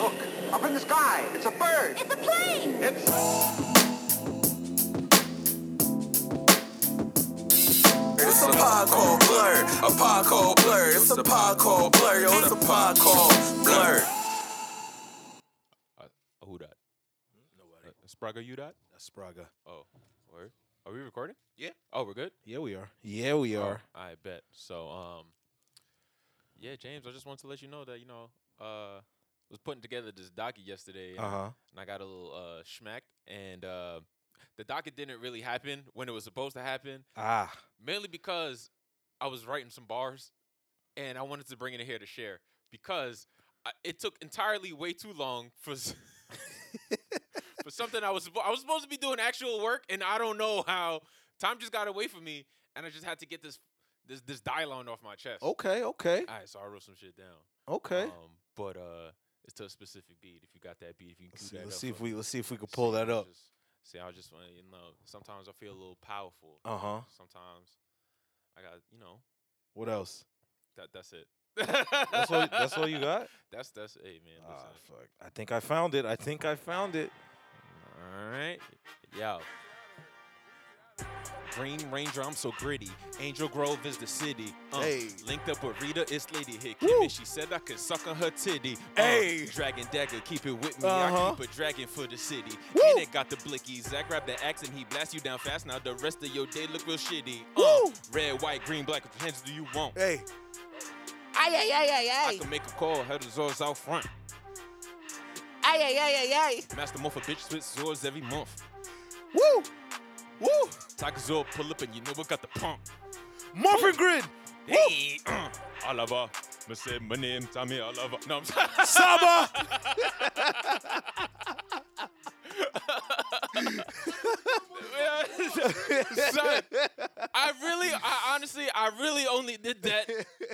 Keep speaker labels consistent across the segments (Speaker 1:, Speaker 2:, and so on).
Speaker 1: Look, up in the sky. It's a bird.
Speaker 2: It's a plane.
Speaker 1: It's.
Speaker 3: It's a pod called Blur, a pod called Blur. It's a pod called Blur, yo. It's a pod called Blur.
Speaker 4: Uh, who that? Nobody. Uh, Spraga, you that?
Speaker 5: Spraga.
Speaker 4: Oh, word. Are we recording?
Speaker 5: Yeah.
Speaker 4: Oh, we're good.
Speaker 5: Yeah, we are. Yeah, we
Speaker 4: Oh,
Speaker 5: are.
Speaker 4: I bet. So, um, yeah, James, I just wanted to let you know that you know, uh, was putting together this docket yesterday, and,
Speaker 5: Uh huh.
Speaker 4: and I got a little uh schmacked, and uh, the docket didn't really happen when it was supposed to happen,
Speaker 5: Ah.
Speaker 4: mainly because I was writing some bars, and I wanted to bring it in here to share because I, it took entirely way too long for. s- for something I was suppo- I was supposed to be doing actual work, and I don't know how time just got away from me, and I just had to get this this this dialogue off my chest.
Speaker 5: Okay. Okay.
Speaker 4: All right, so I wrote some shit down.
Speaker 5: Oh. Okay.
Speaker 4: Um, but uh, it's to a specific beat. If you got that beat, if you can
Speaker 5: let's
Speaker 4: cue
Speaker 5: see,
Speaker 4: that
Speaker 5: let's
Speaker 4: up
Speaker 5: see if
Speaker 4: for
Speaker 5: we
Speaker 4: me.
Speaker 5: let's see if we could pull
Speaker 4: See,
Speaker 5: that
Speaker 4: I
Speaker 5: up.
Speaker 4: just- see, I just want you know. Sometimes I feel a little powerful.
Speaker 5: Uh huh.
Speaker 4: Sometimes I got you know
Speaker 5: What else?
Speaker 4: that that's it.
Speaker 5: That's all. That's all you got.
Speaker 4: That's that's hey man.
Speaker 5: Ah,
Speaker 4: listen.
Speaker 5: fuck. I think I found it. I think I found it.
Speaker 4: All right. Yo. Green Ranger, I'm so gritty. Angel Grove is the city. Uh,
Speaker 5: Hey.
Speaker 4: Linked up with Rita, it's Lady Hit Kim, and she said I could suck on her titty. Uh,
Speaker 5: Hey.
Speaker 4: Dragon Dagger, keep it with me. I
Speaker 5: Uh-huh.
Speaker 4: keep a dragon for the city.
Speaker 5: Woo.
Speaker 4: And it got the blickies. I grab the axe and he blasts you down fast. Now the rest of your day look real shitty. Uh,
Speaker 5: Woo.
Speaker 4: red, white, green, black, what hands do you want?
Speaker 5: Hey.
Speaker 2: Ay, ay, ay, ay,
Speaker 4: I can make a call, head of Zords out front.
Speaker 2: Ay, ay, ay, ay, ay.
Speaker 4: Master Morph a bitch with Zords every month.
Speaker 5: Woo. Woo.
Speaker 4: Tiger Zord pull up and you know what got the pump.
Speaker 5: Morphin Grid.
Speaker 4: Hey, uh, Oliver. Me say my name, Tommy Oliver. No, I'm sorry.
Speaker 5: Saba.
Speaker 4: Son, I really, I honestly, I really only did that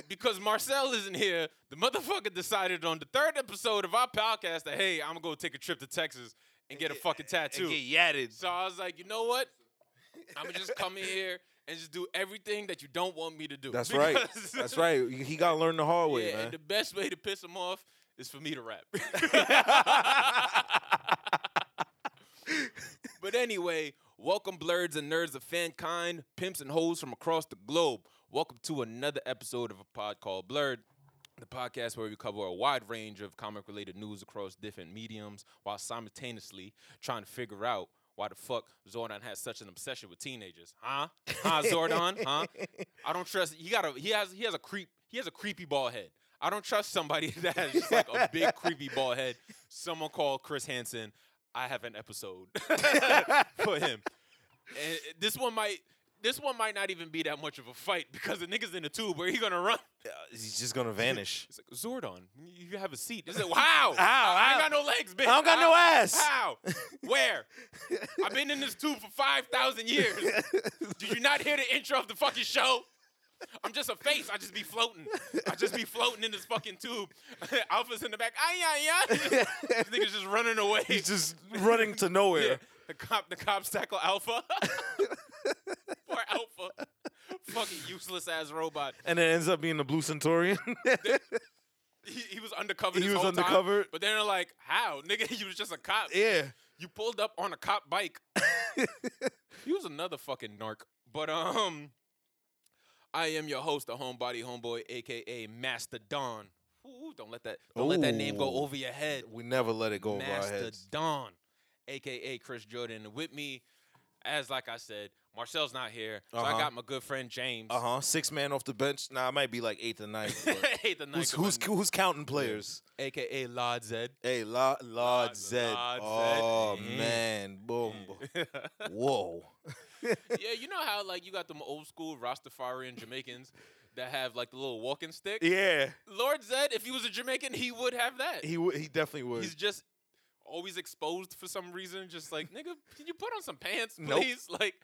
Speaker 4: because Marcel isn't here. The motherfucker decided on the third episode of our podcast that, hey, I'm going to go take a trip to Texas and get a fucking tattoo.
Speaker 5: yatted.
Speaker 4: So I was like, you know what? I'm going to just come in here and just do everything that you don't want me to do.
Speaker 5: That's right.
Speaker 4: Because-
Speaker 5: That's right. You- He got to learn the hard way,
Speaker 4: yeah,
Speaker 5: man.
Speaker 4: and the best way to piss him off is for me to rap. but anyway, welcome blurs and nerds of fankind, pimps and hoes from across the globe. Welcome to another episode of a pod called Blurred. The podcast where we cover a wide range of comic related news across different mediums while simultaneously trying to figure out why the fuck Zordon has such an obsession with teenagers. Huh? Huh, Zordon? huh? I don't trust he got a he has he has a creep he has a creepy ball head. I don't trust somebody that has just like a big creepy ball head. Someone called Chris Hansen. I have an episode for him. And this one might this one might not even be that much of a fight because the niggas in the tube where he gonna run.
Speaker 5: He's just going to vanish.
Speaker 4: It's like Zordon, you have a seat. It's like, how?
Speaker 5: How?
Speaker 4: I, I ain't
Speaker 5: How?
Speaker 4: got no legs, bitch.
Speaker 5: I don't got no
Speaker 4: How?
Speaker 5: ass.
Speaker 4: How? Where? I've been in this tube for five thousand years. Did you not hear the intro of the fucking show? I'm just a face. I just be floating. I just be floating in this fucking tube. Alpha's in the back. Ay ay ay. this nigga's just running away.
Speaker 5: He's just running to nowhere.
Speaker 4: Yeah. The cop, the cops tackle Alpha. Poor Alpha. Fucking useless ass robot.
Speaker 5: And it ends up being the Blue Centurion.
Speaker 4: He, he was undercover.
Speaker 5: He
Speaker 4: this
Speaker 5: was
Speaker 4: whole time,
Speaker 5: undercover.
Speaker 4: but then they're like, "How, nigga? You was just a cop.
Speaker 5: yeah.
Speaker 4: You pulled up on a cop bike. he was another fucking narc. But um, I am your host, the homebody homeboy, aka Master Don. Ooh, don't let that don't let that name go
Speaker 5: Ooh.
Speaker 4: over your head.
Speaker 5: We never let it go over our
Speaker 4: Master
Speaker 5: heads.
Speaker 4: Don, aka Chris Jordan, with me. As like I said, Marcel's not here, so I
Speaker 5: Uh-huh.
Speaker 4: got my good friend James.
Speaker 5: Uh huh. Six man off the bench. Nah, I might be like eighth or ninth. but
Speaker 4: Hey, the
Speaker 5: who's
Speaker 4: night,
Speaker 5: who's who's counting players?
Speaker 4: aka Lod Zed.
Speaker 5: Hey, La La
Speaker 4: Lord
Speaker 5: Z.
Speaker 4: Zed.
Speaker 5: Oh
Speaker 4: Mm.
Speaker 5: man, boom. Whoa.
Speaker 4: yeah, you know how like you got them old school Rastafarian Jamaicans that have like the little walking stick.
Speaker 5: Yeah,
Speaker 4: Lord Zed, if he was a Jamaican, he would have that.
Speaker 5: he would. He definitely would.
Speaker 4: He's just always exposed for some reason. Just like nigga, can you put on some pants,
Speaker 5: Nope.
Speaker 4: please? Like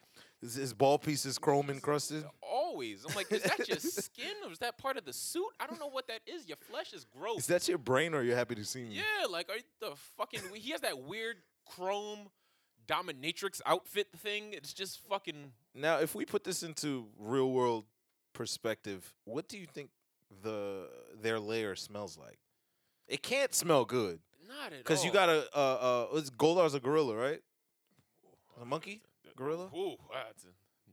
Speaker 5: his, his ball piece is chrome encrusted.
Speaker 4: always. I'm like, is that your skin or is that part of the suit? I don't know what that is. Your flesh is gross.
Speaker 5: Is that your brain or are you happy to see me?
Speaker 4: yeah, like are you the fucking? He has that weird chrome dominatrix outfit thing. It's just fucking.
Speaker 5: Now, if we put this into real world perspective, what do you think the their layer smells like? It can't smell good.
Speaker 4: Not at
Speaker 5: Because you
Speaker 4: all.
Speaker 5: got a, uh, uh, it's Goldar's a gorilla, right? A monkey? Gorilla?
Speaker 4: Ooh, that's a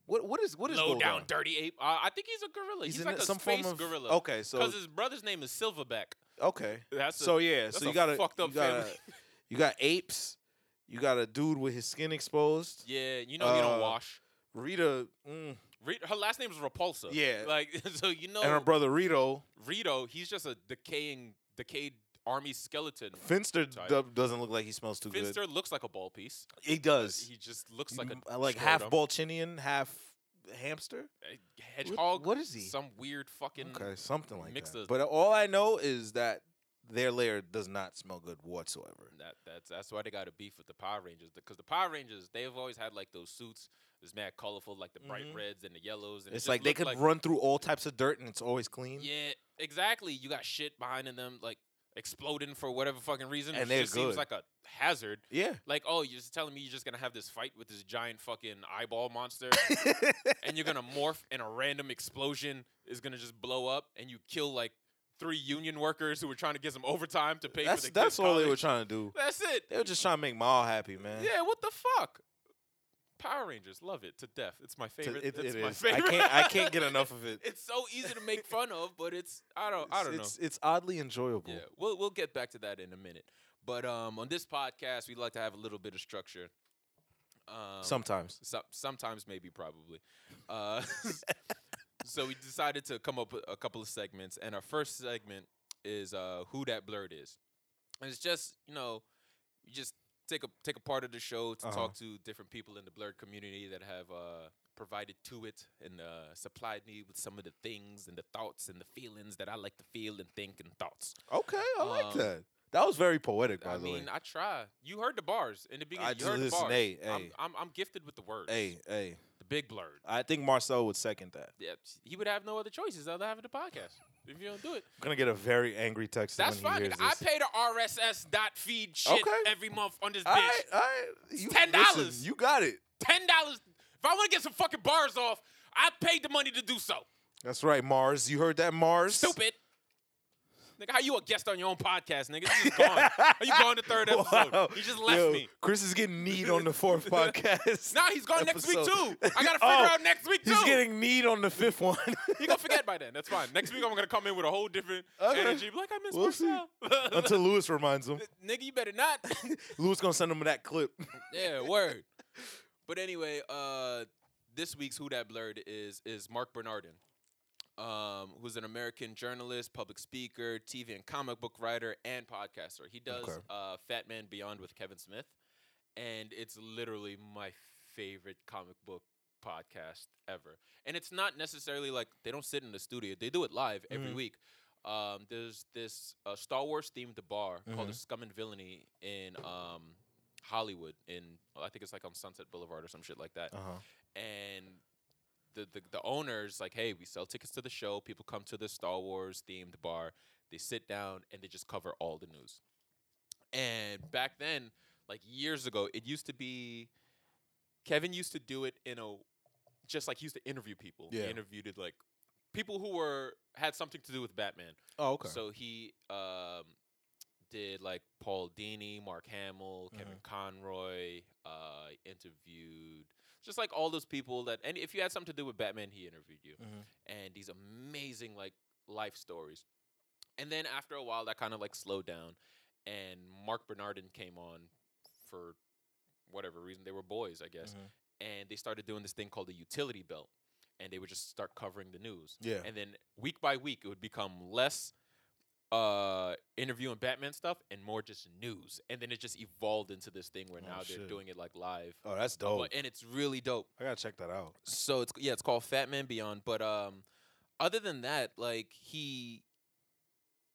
Speaker 5: What, what is, what is
Speaker 4: low
Speaker 5: Goldar?
Speaker 4: down, dirty ape. Uh, I think he's a gorilla. He's,
Speaker 5: in
Speaker 4: like a
Speaker 5: some
Speaker 4: space
Speaker 5: form of,
Speaker 4: gorilla.
Speaker 5: Okay, so,
Speaker 4: because his brother's name is Silverback.
Speaker 5: okay.
Speaker 4: That's a-
Speaker 5: so yeah,
Speaker 4: that's
Speaker 5: so
Speaker 4: a
Speaker 5: you got a,
Speaker 4: fucked up
Speaker 5: you got
Speaker 4: family.
Speaker 5: A, you got apes. You got a dude with his skin exposed.
Speaker 4: Yeah, you know he don't
Speaker 5: Uh,
Speaker 4: wash.
Speaker 5: Rita, mm,
Speaker 4: Re- her last name is Repulsa.
Speaker 5: yeah.
Speaker 4: like so you know.
Speaker 5: and her brother Rito.
Speaker 4: Rito, he's just a decaying, decayed army skeleton.
Speaker 5: Finster
Speaker 4: Sorry.
Speaker 5: do- doesn't look like he smells too
Speaker 4: Finster looks like a ball piece. Uh,
Speaker 5: good. He does.
Speaker 4: He just looks like
Speaker 5: M-
Speaker 4: a
Speaker 5: like half
Speaker 4: scrotum.
Speaker 5: Balchinian, half hamster.
Speaker 4: a hedgehog.
Speaker 5: what is he?
Speaker 4: Some weird fucking.
Speaker 5: Okay, something like
Speaker 4: mix
Speaker 5: that.
Speaker 4: those-
Speaker 5: But all I know is that their layer does not smell good whatsoever.
Speaker 4: That, that's that's why they got a beef with the Power Rangers because the Power Rangers they've always had like those suits. It's mad colorful, like the bright
Speaker 5: Mhm.
Speaker 4: reds and the yellows. And it
Speaker 5: It's
Speaker 4: just
Speaker 5: like they
Speaker 4: looked
Speaker 5: could run through all types of dirt and it's always clean.
Speaker 4: Yeah, exactly. You got shit behind in them, like exploding for whatever fucking reason.
Speaker 5: And
Speaker 4: which
Speaker 5: they're
Speaker 4: just seems
Speaker 5: good.
Speaker 4: like a hazard.
Speaker 5: Yeah.
Speaker 4: Like, oh, you're just telling me you're just gonna have this fight with this giant fucking eyeball monster, and you're gonna morph, and a random explosion is gonna just blow up, and you kill like three union workers who were trying to get some overtime to pay for
Speaker 5: That's
Speaker 4: the
Speaker 5: that's
Speaker 4: kids'
Speaker 5: all they were
Speaker 4: college.
Speaker 5: trying to do.
Speaker 4: That's it.
Speaker 5: They were just trying to make Maul happy, man.
Speaker 4: Yeah, what the fuck? Power Rangers, love it to death. It's my
Speaker 5: To-
Speaker 4: favorite.
Speaker 5: it-
Speaker 4: it's
Speaker 5: it
Speaker 4: my
Speaker 5: is. I
Speaker 4: favorite.
Speaker 5: can't I can't get enough of it.
Speaker 4: it's so easy to make fun of, but it's I don't I don't know.
Speaker 5: it's, It's oddly enjoyable.
Speaker 4: Yeah, we'll we'll get back to that in a minute. But um, on this podcast, we like to have a little bit of structure. Um,
Speaker 5: Sometimes.
Speaker 4: so, sometimes maybe probably. Uh, so we decided to come up with a couple of segments, and our first segment is uh, who that blurred is, and it's just you know, you just take a take a part of the show to
Speaker 5: Uh-huh.
Speaker 4: talk to different people in the blurred community that have. Uh, Provided to it and uh, supplied me with some of the things and the thoughts and the feelings that I like to feel and think and thoughts.
Speaker 5: Okay, I like
Speaker 4: Um,
Speaker 5: that. That was very poetic, by
Speaker 4: I
Speaker 5: the
Speaker 4: mean,
Speaker 5: way.
Speaker 4: I try. You heard the bars in the beginning.
Speaker 5: I
Speaker 4: you heard
Speaker 5: just
Speaker 4: the
Speaker 5: listen,
Speaker 4: bars.
Speaker 5: hey,
Speaker 4: I'm,
Speaker 5: hey.
Speaker 4: I'm, I'm gifted with the words.
Speaker 5: Hey, hey.
Speaker 4: the big blurred.
Speaker 5: I think Marcel would second that.
Speaker 4: Yeah, he would have no other choices other than having the podcast. If you don't do it,
Speaker 5: I'm gonna get a very angry text
Speaker 4: that's
Speaker 5: when he
Speaker 4: fine.
Speaker 5: hears
Speaker 4: I
Speaker 5: this.
Speaker 4: pay the RSS dot feed shit
Speaker 5: Okay.
Speaker 4: every month on this
Speaker 5: all
Speaker 4: bitch.
Speaker 5: right, all right. You-
Speaker 4: $10.
Speaker 5: listen, You got it.
Speaker 4: Ten dollars. If I want to get some fucking bars off, I paid the money to do so.
Speaker 5: That's right, Mars. You heard that, Mars?
Speaker 4: Stupid. Nigga, how you a guest on your own podcast, nigga? You just gone. How you gone the third episode?
Speaker 5: Wow.
Speaker 4: You just left
Speaker 5: Yo,
Speaker 4: me.
Speaker 5: Chris is getting need on the fourth podcast.
Speaker 4: Now he's gone next week too.
Speaker 5: episode.
Speaker 4: I gotta figure
Speaker 5: Oh,
Speaker 4: out next week too.
Speaker 5: He's getting need on the fifth one.
Speaker 4: He gonna forget by then. That's fine. Next week I'm gonna come in with a whole different
Speaker 5: Okay.
Speaker 4: energy. Be like I miss
Speaker 5: We'll see.
Speaker 4: Marcel.
Speaker 5: Until Lewis reminds him.
Speaker 4: Nigga, you better not.
Speaker 5: Lewis gonna send him that clip.
Speaker 4: yeah, word. But anyway, uh, this week's Who That Blurred is is Mark Bernardin, um, who's an American journalist, public speaker, TV and comic book writer, and podcaster. He does
Speaker 5: Okay.
Speaker 4: uh, Fat Man Beyond with Kevin Smith, and it's literally my favorite comic book podcast ever. And it's not necessarily like they don't sit in the studio; they do it live every
Speaker 5: Mhm.
Speaker 4: week. Um, there's this uh, Star Wars themed bar called the Scum and Villainy in um, Hollywood in I think it's like on Sunset Boulevard or some shit like that.
Speaker 5: Uh-huh.
Speaker 4: And the, the the owners like, hey, we sell tickets to the show. People come to the Star Wars themed bar. They sit down and they just cover all the news. And back then, like years ago, it used to be Kevin used to do it in a just like he used to interview people.
Speaker 5: Yeah.
Speaker 4: He interviewed like people who were had something to do with Batman.
Speaker 5: Oh, okay.
Speaker 4: So he um, did like Paul Dini, Mark Hamill, Kevin Conroy, uh, interviewed just like all those people that, and if you had something to do with Batman, he interviewed you.
Speaker 5: Mhm.
Speaker 4: And these amazing like life stories. And then after a while, that kind of like slowed down, and Mark Bernardin came on for whatever reason. They were boys, I guess,
Speaker 5: Mhm.
Speaker 4: and they started doing this thing called the utility belt, and they would just start covering the news
Speaker 5: yeah.
Speaker 4: and then week by week it would become less uh interviewing batman stuff and more just news and then it just evolved into this thing where
Speaker 5: Oh,
Speaker 4: now they're
Speaker 5: shit.
Speaker 4: doing it like live
Speaker 5: Oh, that's dope.
Speaker 4: but, and it's really dope
Speaker 5: I gotta check that out.
Speaker 4: so it's yeah it's called fat man beyond but um other than that like he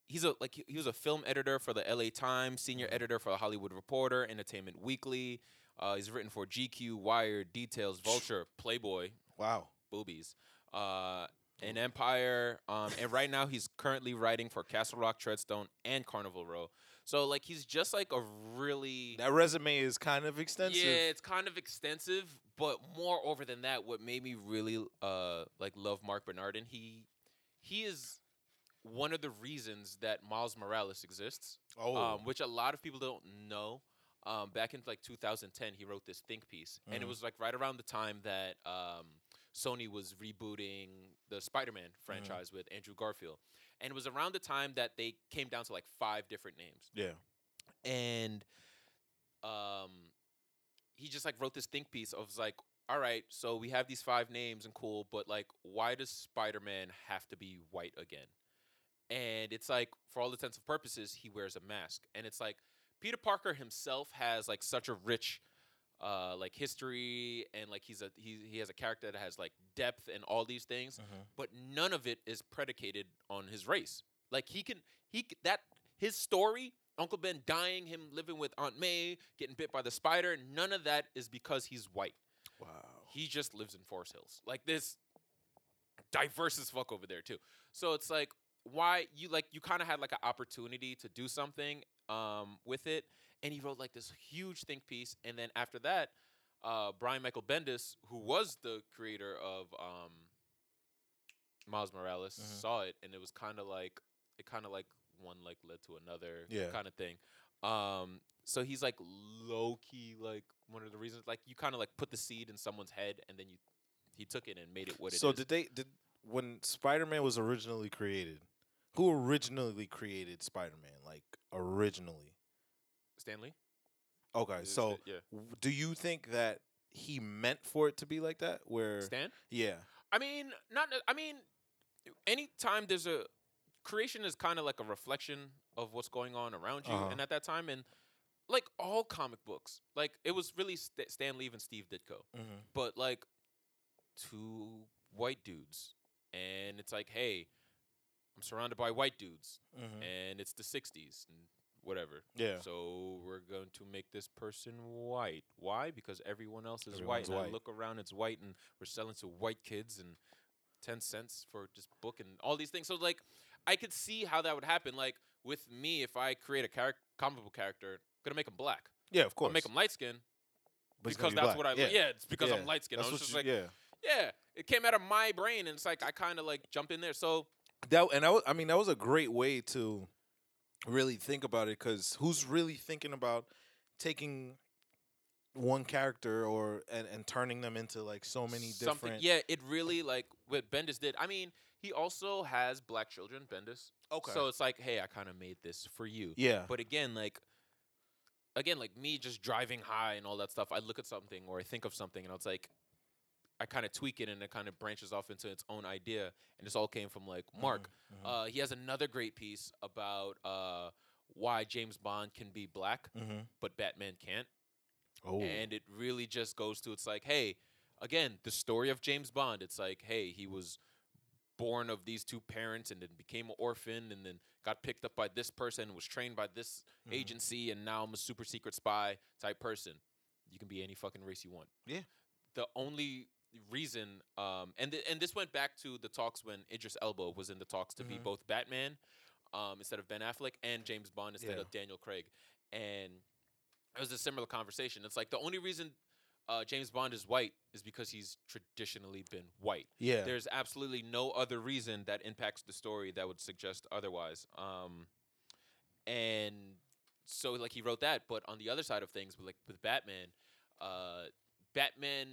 Speaker 4: he's a like he- he was a film editor for the la times senior
Speaker 5: Mm-hmm.
Speaker 4: editor for the hollywood reporter entertainment weekly uh, he's written for gq wired details vulture playboy
Speaker 5: Wow.
Speaker 4: boobies. Uh, an Empire, um, and right now he's currently writing for Castle Rock, Treadstone, and Carnival Row. So like he's just like a really
Speaker 5: That resume is kind of extensive.
Speaker 4: yeah, it's kind of extensive, but more over than that, what made me really uh like love Mark Bernardin, he he is one of the reasons that Miles Morales exists,
Speaker 5: Oh.
Speaker 4: um, which a lot of people don't know. Um, back in like 2010, he wrote this think piece, and it was like right around the time that um, Sony was rebooting the Spider-Man franchise with Andrew Garfield, and it was around the time that they came down to like five different names
Speaker 5: yeah.
Speaker 4: and um, he just like wrote this think piece of like, all right, so we have these five names and cool, but like, why does Spider Man have to be white again? And it's like, for all intents and purposes, he wears a mask, and it's like Peter Parker himself has like such a rich. Uh, like history and like he's a he, he has a character that has like depth and all these things
Speaker 5: Mm-hmm.
Speaker 4: but none of it is predicated on his race. Like he can he c- that his story, Uncle Ben dying, him living with Aunt May, getting bit by the spider, none of that is because he's white.
Speaker 5: Wow.
Speaker 4: He just lives in Forest Hills. Like this diverse as fuck over there too. So it's like why you like you kind of had like an opportunity to do something um, with it, and he wrote like this huge think piece, and then after that, uh, Brian Michael Bendis, who was the creator of um, Miles Morales,
Speaker 5: Mhm.
Speaker 4: saw it, and it was kind of like it kind of like one like led to another
Speaker 5: Yeah.
Speaker 4: kind of thing. Um, so he's like low key like one of the reasons like you kind of like put the seed in someone's head, and then you he took it and made it what it is.
Speaker 5: So did they did when Spider Man was originally created? Who originally created Spider Man? Like originally.
Speaker 4: Stanley.
Speaker 5: Okay,
Speaker 4: Is
Speaker 5: so
Speaker 4: it- yeah,
Speaker 5: w- do you think that he meant for it to be like that? Where
Speaker 4: Stan.
Speaker 5: yeah,
Speaker 4: I mean, not. ne- I mean, anytime there's a creation is kind of like a reflection of what's going on around you,
Speaker 5: Uh-huh.
Speaker 4: and at that time, and like all comic books, like it was really St- Stan Lee and Steve Ditko,
Speaker 5: Mhm.
Speaker 4: but like two white dudes, and it's like, hey, I'm surrounded by white dudes, and it's the '60s and whatever.
Speaker 5: mm-hmm, yeah,
Speaker 4: So we're going to make this person white. Why? Because everyone else is white.
Speaker 5: Everyone's
Speaker 4: And I
Speaker 5: white.
Speaker 4: look around, it's white, and we're selling to white kids and ten cents for this book and all these things. So like, I could see how that would happen. Like with me, if I create a charac- comic book character, gonna make him black.
Speaker 5: yeah. Of course,
Speaker 4: I'll make him light skinned
Speaker 5: But it's
Speaker 4: because
Speaker 5: gonna be
Speaker 4: that's
Speaker 5: black.
Speaker 4: what I. Yeah, yeah it's because
Speaker 5: Yeah,
Speaker 4: I'm light skinned. I
Speaker 5: that's
Speaker 4: was
Speaker 5: what
Speaker 4: just
Speaker 5: you-
Speaker 4: like,
Speaker 5: yeah.
Speaker 4: yeah, it came out of my brain, and it's like I kind of like jump in there. So
Speaker 5: that and I, wa- I mean that was a great way to really think about it because who's really thinking about taking one character or and, and turning them into like so many
Speaker 4: something.
Speaker 5: different
Speaker 4: Yeah, it really like what Bendis did. I mean, he also has black children, Bendis.
Speaker 5: Okay.
Speaker 4: So it's like, hey, I kind of made this for you.
Speaker 5: yeah
Speaker 4: But again, like, again, like me just driving high and all that stuff. I look at something or I think of something, and I was like, I kind of tweak it, and it kind of branches off into its own idea. And this all came from like
Speaker 5: Mm-hmm,
Speaker 4: Mark. Uh, he has another great piece about uh, why James Bond can be black,
Speaker 5: mm-hmm.
Speaker 4: but Batman can't
Speaker 5: oh
Speaker 4: and it really just goes to it's like hey again the story of james bond it's like hey he was born of these two parents and then became an orphan and then got picked up by this person was trained by this
Speaker 5: Mhm.
Speaker 4: agency and now i'm a super secret spy type person you can be any fucking race you want
Speaker 5: Yeah.
Speaker 4: the only reason um and th- and this went back to the talks when idris elba was in the talks to be
Speaker 5: Mhm.
Speaker 4: both batman um instead of ben affleck and james bond instead
Speaker 5: Yeah.
Speaker 4: of daniel craig and it was a similar conversation. It's like the only reason uh, James Bond is white is because he's traditionally been white.
Speaker 5: yeah
Speaker 4: There's absolutely no other reason that impacts the story that would suggest otherwise. Um, and so, like, he wrote that. But on the other side of things, like with Batman, uh, Batman,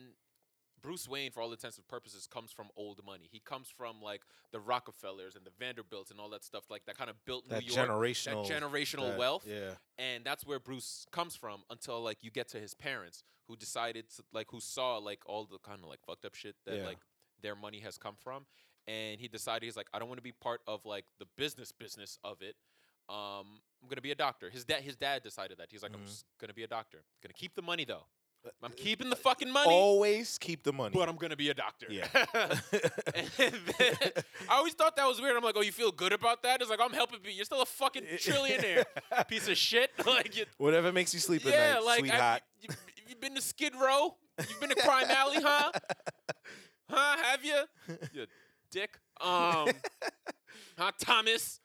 Speaker 4: Bruce Wayne, for all intents and purposes, comes from old money. He comes from like the Rockefellers and the Vanderbilts and all that stuff, like that kind of built
Speaker 5: that
Speaker 4: New York,
Speaker 5: generational
Speaker 4: that generational
Speaker 5: that-
Speaker 4: wealth
Speaker 5: yeah
Speaker 4: and that's where Bruce comes from until like you get to his parents who decided to like who saw like all the kind of like fucked up shit that
Speaker 5: Yeah.
Speaker 4: like their money has come from and he decided he's like I don't want to be part of like the business business of it um I'm going to be a doctor his dad his dad decided that he's like I'm
Speaker 5: Mhm.
Speaker 4: just going to be a doctor going to keep the money though I'm
Speaker 5: Uh,
Speaker 4: keeping the fucking money
Speaker 5: always keep the money
Speaker 4: but um, I'm going to be a doctor
Speaker 5: yeah
Speaker 4: and then, I always thought that was weird. I'm like, oh, you feel good about that? It's like, I'm helping you. You're still a fucking trillionaire, piece of shit. Like, you,
Speaker 5: whatever makes you sleep at
Speaker 4: yeah,
Speaker 5: night
Speaker 4: like I,
Speaker 5: sweetheart
Speaker 4: you, you been to Skid Row? You've been to Crime Alley, huh? Huh? Have you? You dick. Um, huh, Thomas?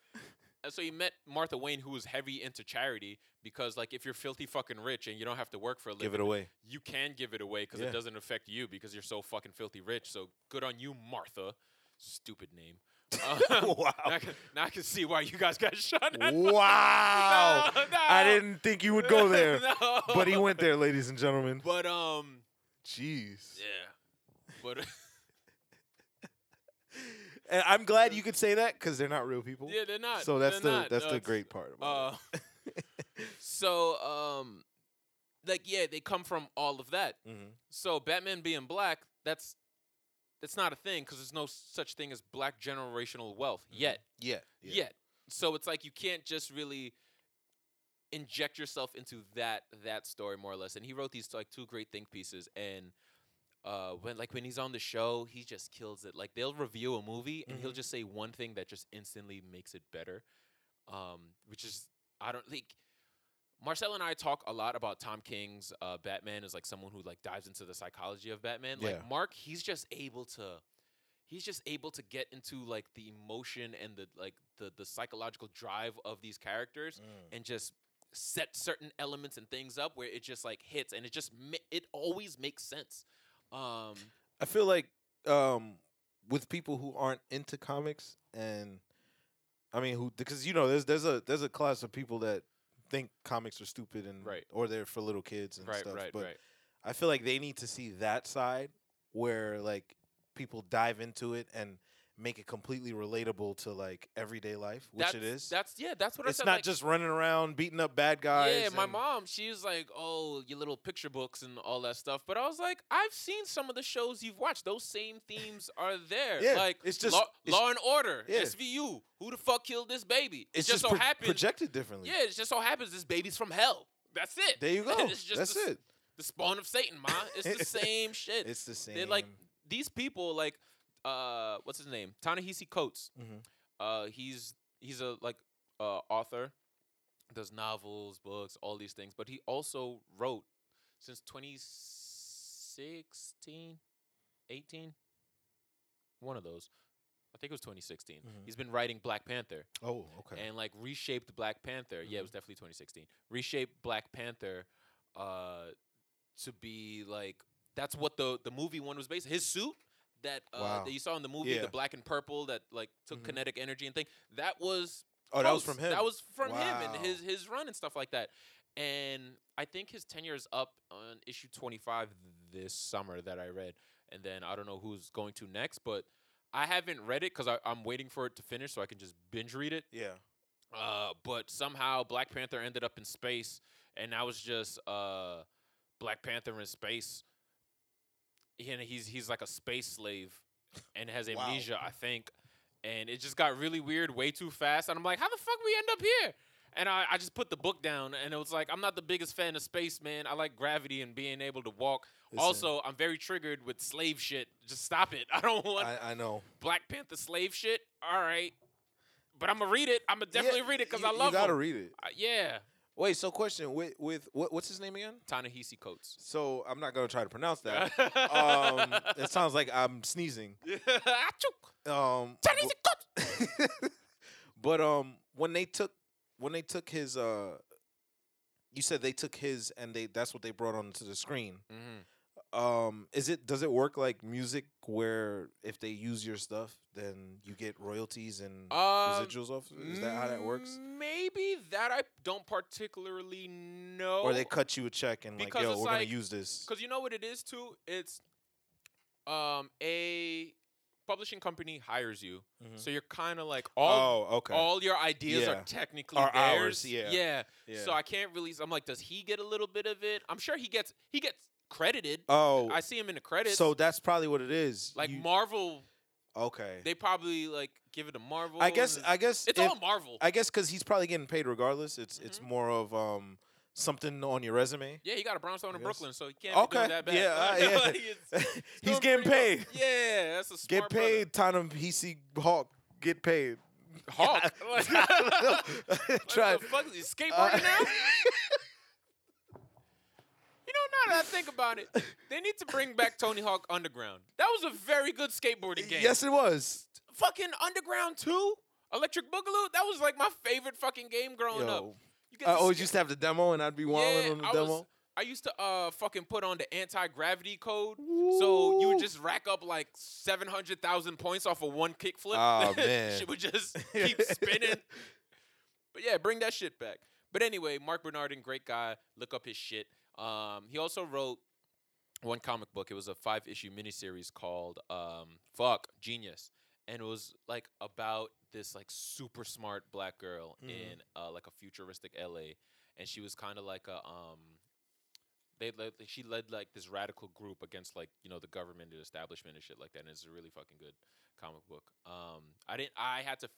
Speaker 4: And so he met Martha Wayne, who was heavy into charity because, like, if you're filthy fucking rich and you don't have to work for a living,
Speaker 5: give it away
Speaker 4: you can give it away because
Speaker 5: Yeah.
Speaker 4: it doesn't affect you because you're so fucking filthy rich. So good on you, Martha. Stupid name. Uh,
Speaker 5: wow.
Speaker 4: Now I, can, now I can see why you guys got shot at.
Speaker 5: Wow.
Speaker 4: No,
Speaker 5: I
Speaker 4: no.
Speaker 5: didn't think you would go there.
Speaker 4: No.
Speaker 5: But he went there, ladies and gentlemen.
Speaker 4: But um,
Speaker 5: Jeez.
Speaker 4: yeah. But
Speaker 5: And I'm glad you could say that because they're not real people.
Speaker 4: yeah, they're not.
Speaker 5: so that's
Speaker 4: they're
Speaker 5: the
Speaker 4: not.
Speaker 5: that's
Speaker 4: No,
Speaker 5: the
Speaker 4: it's-
Speaker 5: great part. about
Speaker 4: Uh, so um, like yeah, they come from all of that.
Speaker 5: it. Mhm.
Speaker 4: So Batman being black, that's that's not a thing because there's no such thing as black generational wealth yet.
Speaker 5: Yeah.
Speaker 4: Yet. So it's like you can't just really inject yourself into that that story more or less. And he wrote these like two great think pieces and uh, when like when he's on the show, he just kills it. Like they'll review a movie and
Speaker 5: Mm-hmm.
Speaker 4: he'll just say one thing that just instantly makes it better. Um, which is I don't like Marcel and I talk a lot about Tom King's uh, Batman as like someone who like dives into the psychology of Batman.
Speaker 5: Yeah.
Speaker 4: Like Mark, he's just able to he's just able to get into like the emotion and the like the the psychological drive of these characters
Speaker 5: Mm. Mm-hmm.
Speaker 4: and just set certain elements and things up where it just like hits and it just ma- it always makes sense. Um
Speaker 5: I feel like um, with people who aren't into comics and I mean who because you know there's there's a there's a class of people that think comics are stupid and
Speaker 4: Right.
Speaker 5: or they're for little kids and
Speaker 4: right,
Speaker 5: stuff.
Speaker 4: right,
Speaker 5: but
Speaker 4: right.
Speaker 5: I feel like they need to see that side where like people dive into it and make it completely relatable to like everyday life, which
Speaker 4: that's,
Speaker 5: it is.
Speaker 4: That's yeah, that's what I
Speaker 5: it's
Speaker 4: said.
Speaker 5: not
Speaker 4: like,
Speaker 5: just running around beating up bad guys.
Speaker 4: Yeah, my
Speaker 5: and-
Speaker 4: mom, she's like, "Oh, your little picture books and all that stuff." But I was like, "I've seen some of the shows you've watched. Those same themes are there.
Speaker 5: Yeah,
Speaker 4: like
Speaker 5: it's just-
Speaker 4: Law,
Speaker 5: it's-
Speaker 4: Law and Order,
Speaker 5: yeah.
Speaker 4: SVU. Who the fuck killed this baby?
Speaker 5: It's
Speaker 4: it just, so
Speaker 5: pro-
Speaker 4: happens.
Speaker 5: projected differently.
Speaker 4: yeah, it just so happens this baby's from hell. That's it.
Speaker 5: There you go.
Speaker 4: it's just
Speaker 5: That's
Speaker 4: the, s-
Speaker 5: it.
Speaker 4: The spawn of Satan, ma. It's the same shit.
Speaker 5: It's the same.
Speaker 4: They're like these people, like uh, what's his name? Ta-Nehisi Coates.
Speaker 5: Mhm.
Speaker 4: Uh, he's he's a like uh, author, does novels, books, all these things. But he also wrote since 2016, 18, one of those. I think it was 2016.
Speaker 5: Mhm.
Speaker 4: He's been writing Black Panther
Speaker 5: oh, okay.
Speaker 4: and like reshaped Black Panther. Yeah, it
Speaker 5: Mm-hmm.
Speaker 4: was definitely 2016. Reshaped Black Panther uh, to be like that's what the the movie one was based. His suit that uh,
Speaker 5: Wow.
Speaker 4: that you saw in the movie,
Speaker 5: Yeah.
Speaker 4: the black and purple that like took
Speaker 5: Mhm.
Speaker 4: kinetic energy and thing. That was
Speaker 5: oh, that was
Speaker 4: Coates.
Speaker 5: from him.
Speaker 4: That was from him
Speaker 5: Wow.
Speaker 4: and his his run and stuff like that. And I think his tenure is up on issue 25 this summer that I read. And then I don't know who's going to next, but I haven't read it because I'm waiting for it to finish so I can just binge read it.
Speaker 5: yeah.
Speaker 4: Uh, but somehow Black Panther ended up in space, and I was just uh, Black Panther in space. He- And he's he's like a space slave, and has
Speaker 5: Wow.
Speaker 4: amnesia, I think. And it just got really weird, way too fast. And I'm like, how the fuck we end up here? And I, I just put the book down, and it was like, I'm not the biggest fan of space, man. I like gravity and being able to walk.
Speaker 5: Listen.
Speaker 4: Also, I'm very triggered with slave shit. Just stop it. I don't want
Speaker 5: I, I know.
Speaker 4: Black Panther slave shit. All right, but I'm gonna read it. I'm gonna definitely
Speaker 5: Yeah,
Speaker 4: read it because
Speaker 5: you-
Speaker 4: I love
Speaker 5: You gotta
Speaker 4: him.
Speaker 5: read it.
Speaker 4: Uh, yeah,
Speaker 5: Wait, so question with with what, what's his name again?
Speaker 4: Ta-Nehisi Coates.
Speaker 5: So I'm not gonna try to pronounce that. um, it sounds like I'm sneezing.
Speaker 4: Achoo.
Speaker 5: Um,
Speaker 4: Ta-Nehisi Coates.
Speaker 5: but um, when they took when they took his uh, you said they took his and they that's what they brought onto the screen.
Speaker 4: Mhm.
Speaker 5: Um, is it does it work like music where if they use your stuff then you get royalties and
Speaker 4: Um, mm,
Speaker 5: residuals off? Is that how that works?
Speaker 4: Maybe that I don't particularly know.
Speaker 5: Or they cut you a check and like,
Speaker 4: because
Speaker 5: yo,
Speaker 4: it's
Speaker 5: we're
Speaker 4: like-
Speaker 5: gonna use this.
Speaker 4: Because you know what it is too. It's um a publishing company hires you,
Speaker 5: Mhm.
Speaker 4: so you're kind of like all
Speaker 5: oh, okay.
Speaker 4: all your ideas
Speaker 5: Yeah.
Speaker 4: are technically
Speaker 5: Are
Speaker 4: theirs.
Speaker 5: ours, yeah.
Speaker 4: yeah.
Speaker 5: Yeah.
Speaker 4: So I can't really. I'm like, does he get a little bit of it? I'm sure he gets. He gets credited.
Speaker 5: oh,
Speaker 4: I see him in the credits.
Speaker 5: so that's probably what it is.
Speaker 4: like
Speaker 5: You-
Speaker 4: Marvel,
Speaker 5: okay.
Speaker 4: they probably like give it to Marvel.
Speaker 5: I guess.
Speaker 4: and-
Speaker 5: I guess.
Speaker 4: it's
Speaker 5: if-
Speaker 4: all Mm-hmm. Marvel.
Speaker 5: I guess because he's probably getting paid regardless. It's it's more of um something on your resume.
Speaker 4: yeah, he got a brownstone in
Speaker 5: guess.
Speaker 4: Brooklyn, so he can't be
Speaker 5: Okay,
Speaker 4: doing that bad.
Speaker 5: yeah, I- yeah.
Speaker 4: Like, it's- it's doing
Speaker 5: he's getting
Speaker 4: pretty
Speaker 5: paid.
Speaker 4: well. Yeah, that's a
Speaker 5: Get
Speaker 4: smart brother.
Speaker 5: paid, Tottenham PC Hawk. Get paid.
Speaker 4: Hawk. Like, what
Speaker 5: Try. Uh,
Speaker 4: the fuck is he skateboarding now? You know, now that I think about it, they need to bring back Tony Hawk Underground. That was a very good skateboarding game.
Speaker 5: Yes, it was.
Speaker 4: fucking Underground 2, Electric Boogaloo, that was like my favorite fucking game growing up.
Speaker 5: Yo,
Speaker 4: You get
Speaker 5: I
Speaker 4: to
Speaker 5: always
Speaker 4: skate-
Speaker 5: used to have the demo, and I'd be wilding on the
Speaker 4: I
Speaker 5: demo.
Speaker 4: Was, I used to uh fucking put on the anti gravity code, so you would just rack up like seven hundred thousand points off of one kickflip.
Speaker 5: Aw, man.
Speaker 4: she would just keep spinning. But yeah, bring that shit back. But anyway, Mark Bernardin, great guy. Look up his shit. Um, he also wrote one comic book. It was a five issue miniseries called um, "Fuck Genius," and it was like about this like super smart black girl
Speaker 5: Mhm.
Speaker 4: in uh, like a futuristic LA, and she was kind of like a um, they led, like, she led like this radical group against like you know the government and establishment and shit like that. And it's a really fucking good comic book. Um, I didn't. I had to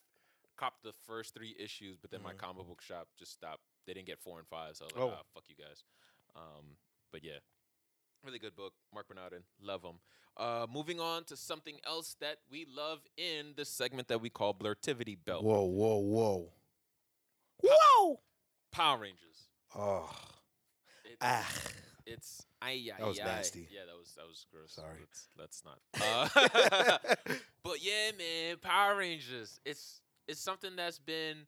Speaker 4: cop the first three issues, but then my
Speaker 5: Mhm.
Speaker 4: comic book shop just stopped. They didn't get four and five, so I was
Speaker 5: Oh.
Speaker 4: like, ah, fuck you guys. Um, but yeah, really good book. Mark Bernardin, love him. Uh, moving on to something else that we love in the segment that we call Blurtivity Belt.
Speaker 5: Whoa, whoa, whoa.
Speaker 6: Whoa!
Speaker 4: Power Rangers.
Speaker 5: Oh.
Speaker 4: It's,
Speaker 5: Ah.
Speaker 4: it's ay, ay,
Speaker 5: That was
Speaker 4: ay.
Speaker 5: nasty.
Speaker 4: Yeah, that was that was gross.
Speaker 5: Sorry.
Speaker 4: let's, let's not. Uh, But yeah, man, Power Rangers. It's it's something that's been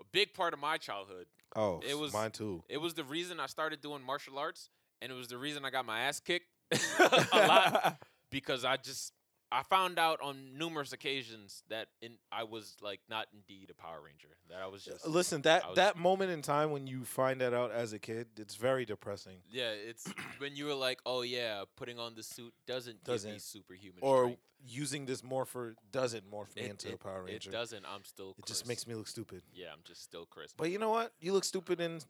Speaker 4: a big part of my childhood.
Speaker 5: oh,
Speaker 4: It was-
Speaker 5: mine too.
Speaker 4: It was the reason I started doing martial arts, and it was the reason I got my ass kicked a lot because I just I found out on numerous occasions that in, I was like not indeed a Power Ranger. That I was just
Speaker 5: Uh, Listen,
Speaker 4: I
Speaker 5: that
Speaker 4: was-
Speaker 5: that moment in time when you find that out as a kid, it's very depressing.
Speaker 4: yeah. It's when you were like, oh yeah, putting on the suit doesn't, give me
Speaker 5: Doesn't.
Speaker 4: superhuman
Speaker 5: Or
Speaker 4: strength.
Speaker 5: using this morpher doesn't morph me
Speaker 4: It-
Speaker 5: into a
Speaker 4: it-
Speaker 5: Power Ranger.
Speaker 4: It doesn't. I'm still.
Speaker 5: It just makes me look stupid.
Speaker 4: Yeah, I'm just still Chris.
Speaker 5: But you know what? You look stupid in,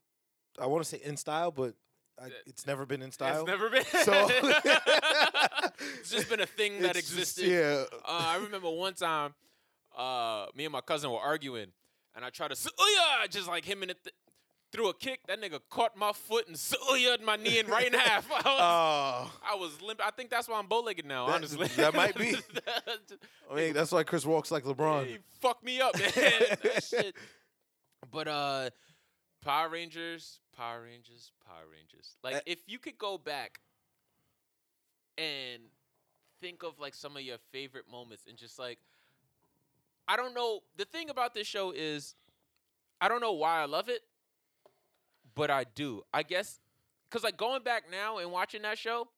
Speaker 5: I want to say in style, but I,
Speaker 4: That-
Speaker 5: it's never been in style.
Speaker 4: It's never been.
Speaker 5: So-
Speaker 4: it's just been a thing that
Speaker 5: It's just-
Speaker 4: existed.
Speaker 5: yeah.
Speaker 4: Uh, I remember one time, uh, me and my cousin were arguing, and I tried to oh yeah, just like him in it. Th- threw a kick, that nigga caught my foot and soyaed my knee in right in half. I was,
Speaker 5: Oh,
Speaker 4: I was limp. I think that's why I'm bow legged now,
Speaker 5: That-
Speaker 4: honestly.
Speaker 5: that might be.
Speaker 4: That-
Speaker 5: I mean, that's why Chris walks like LeBron.
Speaker 4: he fucked me up, man. That shit. But uh, Power Rangers, Power Rangers, Power Rangers. Like,
Speaker 5: Uh,
Speaker 4: if you could go back and think of like some of your favorite moments, and just like, I don't know. The thing about this show is, I don't know why I love it, but I do. I guess because like going back now and watching that show,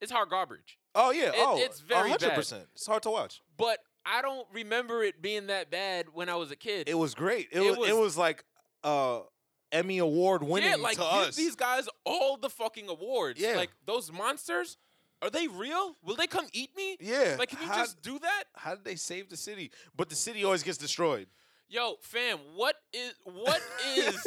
Speaker 4: it's hard garbage.
Speaker 5: Oh yeah. oh,
Speaker 4: it's very bad.
Speaker 5: 100%. It's hard to watch.
Speaker 4: But I don't remember it being that bad when I was a kid.
Speaker 5: It was great. It,
Speaker 4: It
Speaker 5: was, it
Speaker 4: was-
Speaker 5: was like uh, Emmy award winning
Speaker 4: yeah, like
Speaker 5: to
Speaker 4: thi-
Speaker 5: us.
Speaker 4: these guys all the fucking awards.
Speaker 5: Yeah.
Speaker 4: Like those monsters, are they real? Will they come eat me?
Speaker 5: yeah.
Speaker 4: Like can you
Speaker 5: how,
Speaker 4: just do that?
Speaker 5: how did they save the city? But the city always gets destroyed.
Speaker 4: Yo, fam, what is what is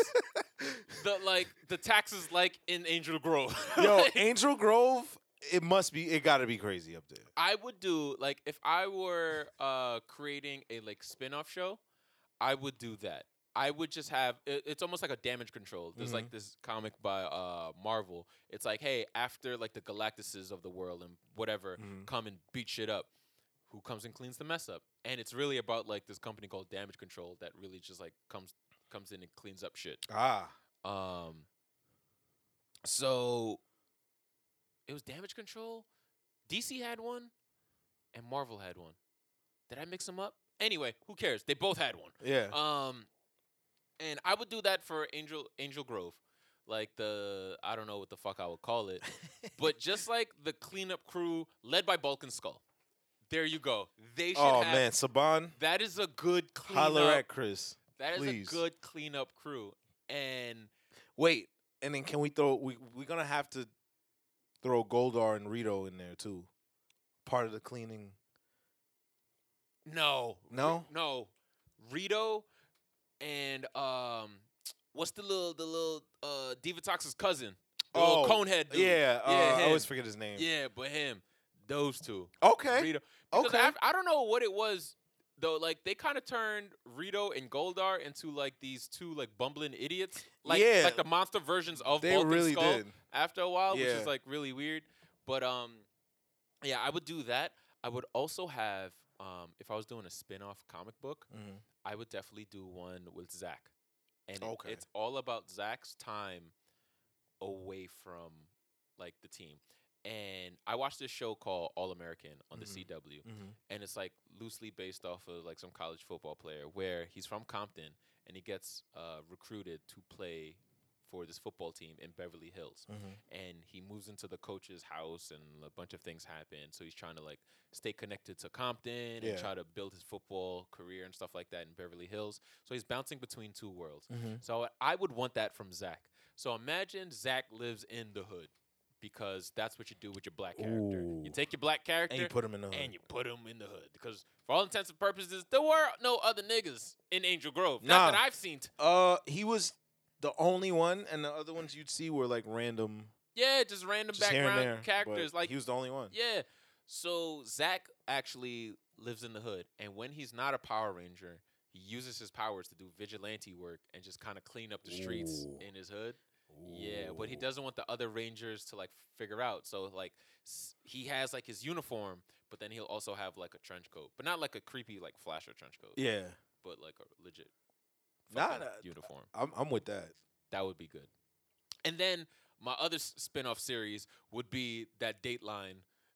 Speaker 4: the like the taxes like in Angel Grove?
Speaker 5: Yo,
Speaker 4: Like,
Speaker 5: Angel Grove. It must be. It got to be crazy up there.
Speaker 4: I would do like if I were uh creating a like spin-off show, I would do that. I would just have it, it's almost like a damage control. There's
Speaker 5: Mm-hmm.
Speaker 4: like this comic by uh Marvel. It's like, hey, after like the Galactuses of the world and whatever
Speaker 5: Mhm.
Speaker 4: come and beat shit up, who comes and cleans the mess up? And it's really about like this company called Damage Control that really just like comes comes in and cleans up shit.
Speaker 5: Ah.
Speaker 4: Um, so it was Damage Control. DC had one, and Marvel had one. Did I mix them up? Anyway, who cares? They both had one.
Speaker 5: Yeah.
Speaker 4: Um, and I would do that for Angel Angel Grove, like the I don't know what the fuck I would call it, but just like the cleanup crew led by Balkan Skull. There you go. They should
Speaker 5: oh
Speaker 4: have-
Speaker 5: man, Saban,
Speaker 4: That is a good
Speaker 5: holler
Speaker 4: cleanup.
Speaker 5: at Chris.
Speaker 4: That is
Speaker 5: please.
Speaker 4: a good cleanup crew, and
Speaker 5: Wait, and then can we throw? We we're gonna have to throw Goldar and Rito in there too. Part of the cleaning.
Speaker 4: No. Ri-
Speaker 5: No?
Speaker 4: No. Rito and um what's the little the little uh Divatox's cousin? The little conehead dude.
Speaker 5: Oh, Yeah, uh,
Speaker 4: Yeah,
Speaker 5: I always
Speaker 4: him.
Speaker 5: forget his name.
Speaker 4: Yeah, but him. Those two.
Speaker 5: Okay.
Speaker 4: Rito. Because
Speaker 5: Okay.
Speaker 4: af- I don't know what it was though. Like they kind of turned Rito and Goldar into like these two like bumbling idiots. Like
Speaker 5: Yeah.
Speaker 4: like the monster versions of
Speaker 5: They
Speaker 4: Balkan
Speaker 5: really
Speaker 4: Skull
Speaker 5: did.
Speaker 4: after a while, which
Speaker 5: Yeah.
Speaker 4: is like really weird. But um, yeah, I would do that. I would also have um, if I was doing a spin-off comic book,
Speaker 5: Mhm.
Speaker 4: I would definitely do one with Zach, and it-
Speaker 5: Okay.
Speaker 4: it's all about Zach's time away from like the team. And I watched this show called All American on
Speaker 5: Mhm.
Speaker 4: the CW,
Speaker 5: Mhm.
Speaker 4: and it's like loosely based off of like some college football player where he's from Compton and he gets uh, recruited to play for this football team in Beverly Hills,
Speaker 5: mm-hmm,
Speaker 4: and he moves into the coach's house, and a bunch of things happen. So he's trying to like stay connected to Compton
Speaker 5: Yeah.
Speaker 4: and try to build his football career and stuff like that in Beverly Hills. So he's bouncing between two worlds.
Speaker 5: mm-hmm.
Speaker 4: So I would want that from Zach. So imagine Zach lives in the hood. Because that's what you do with your black character. You
Speaker 5: Ooh.
Speaker 4: take your black character
Speaker 5: And you put him in the
Speaker 4: and
Speaker 5: hood.
Speaker 4: you put him in the hood because for all intents and purposes there were no other niggas in angel grove not that
Speaker 5: Nah.
Speaker 4: i've seen t-
Speaker 5: Uh, he was the only one, and the other ones you'd see were like random,
Speaker 4: yeah just random
Speaker 5: just here and
Speaker 4: background
Speaker 5: there. but
Speaker 4: characters like
Speaker 5: he was the only one.
Speaker 4: yeah so zach actually lives in the hood and when he's not a power ranger he uses his powers to do vigilante work and just kind of clean up the streets
Speaker 5: Ooh.
Speaker 4: in his hood yeah but he doesn't want the other rangers to like figure out so like s- he has like his uniform but then he'll also have like a trench coat but not like a creepy like flasher trench coat
Speaker 5: Yeah,
Speaker 4: but like a legit
Speaker 5: Nah,
Speaker 4: fucking
Speaker 5: nah,
Speaker 4: uniform.
Speaker 5: I'm I'm with that.
Speaker 4: That would be good. And then my other s- spin-off series would be that Dateline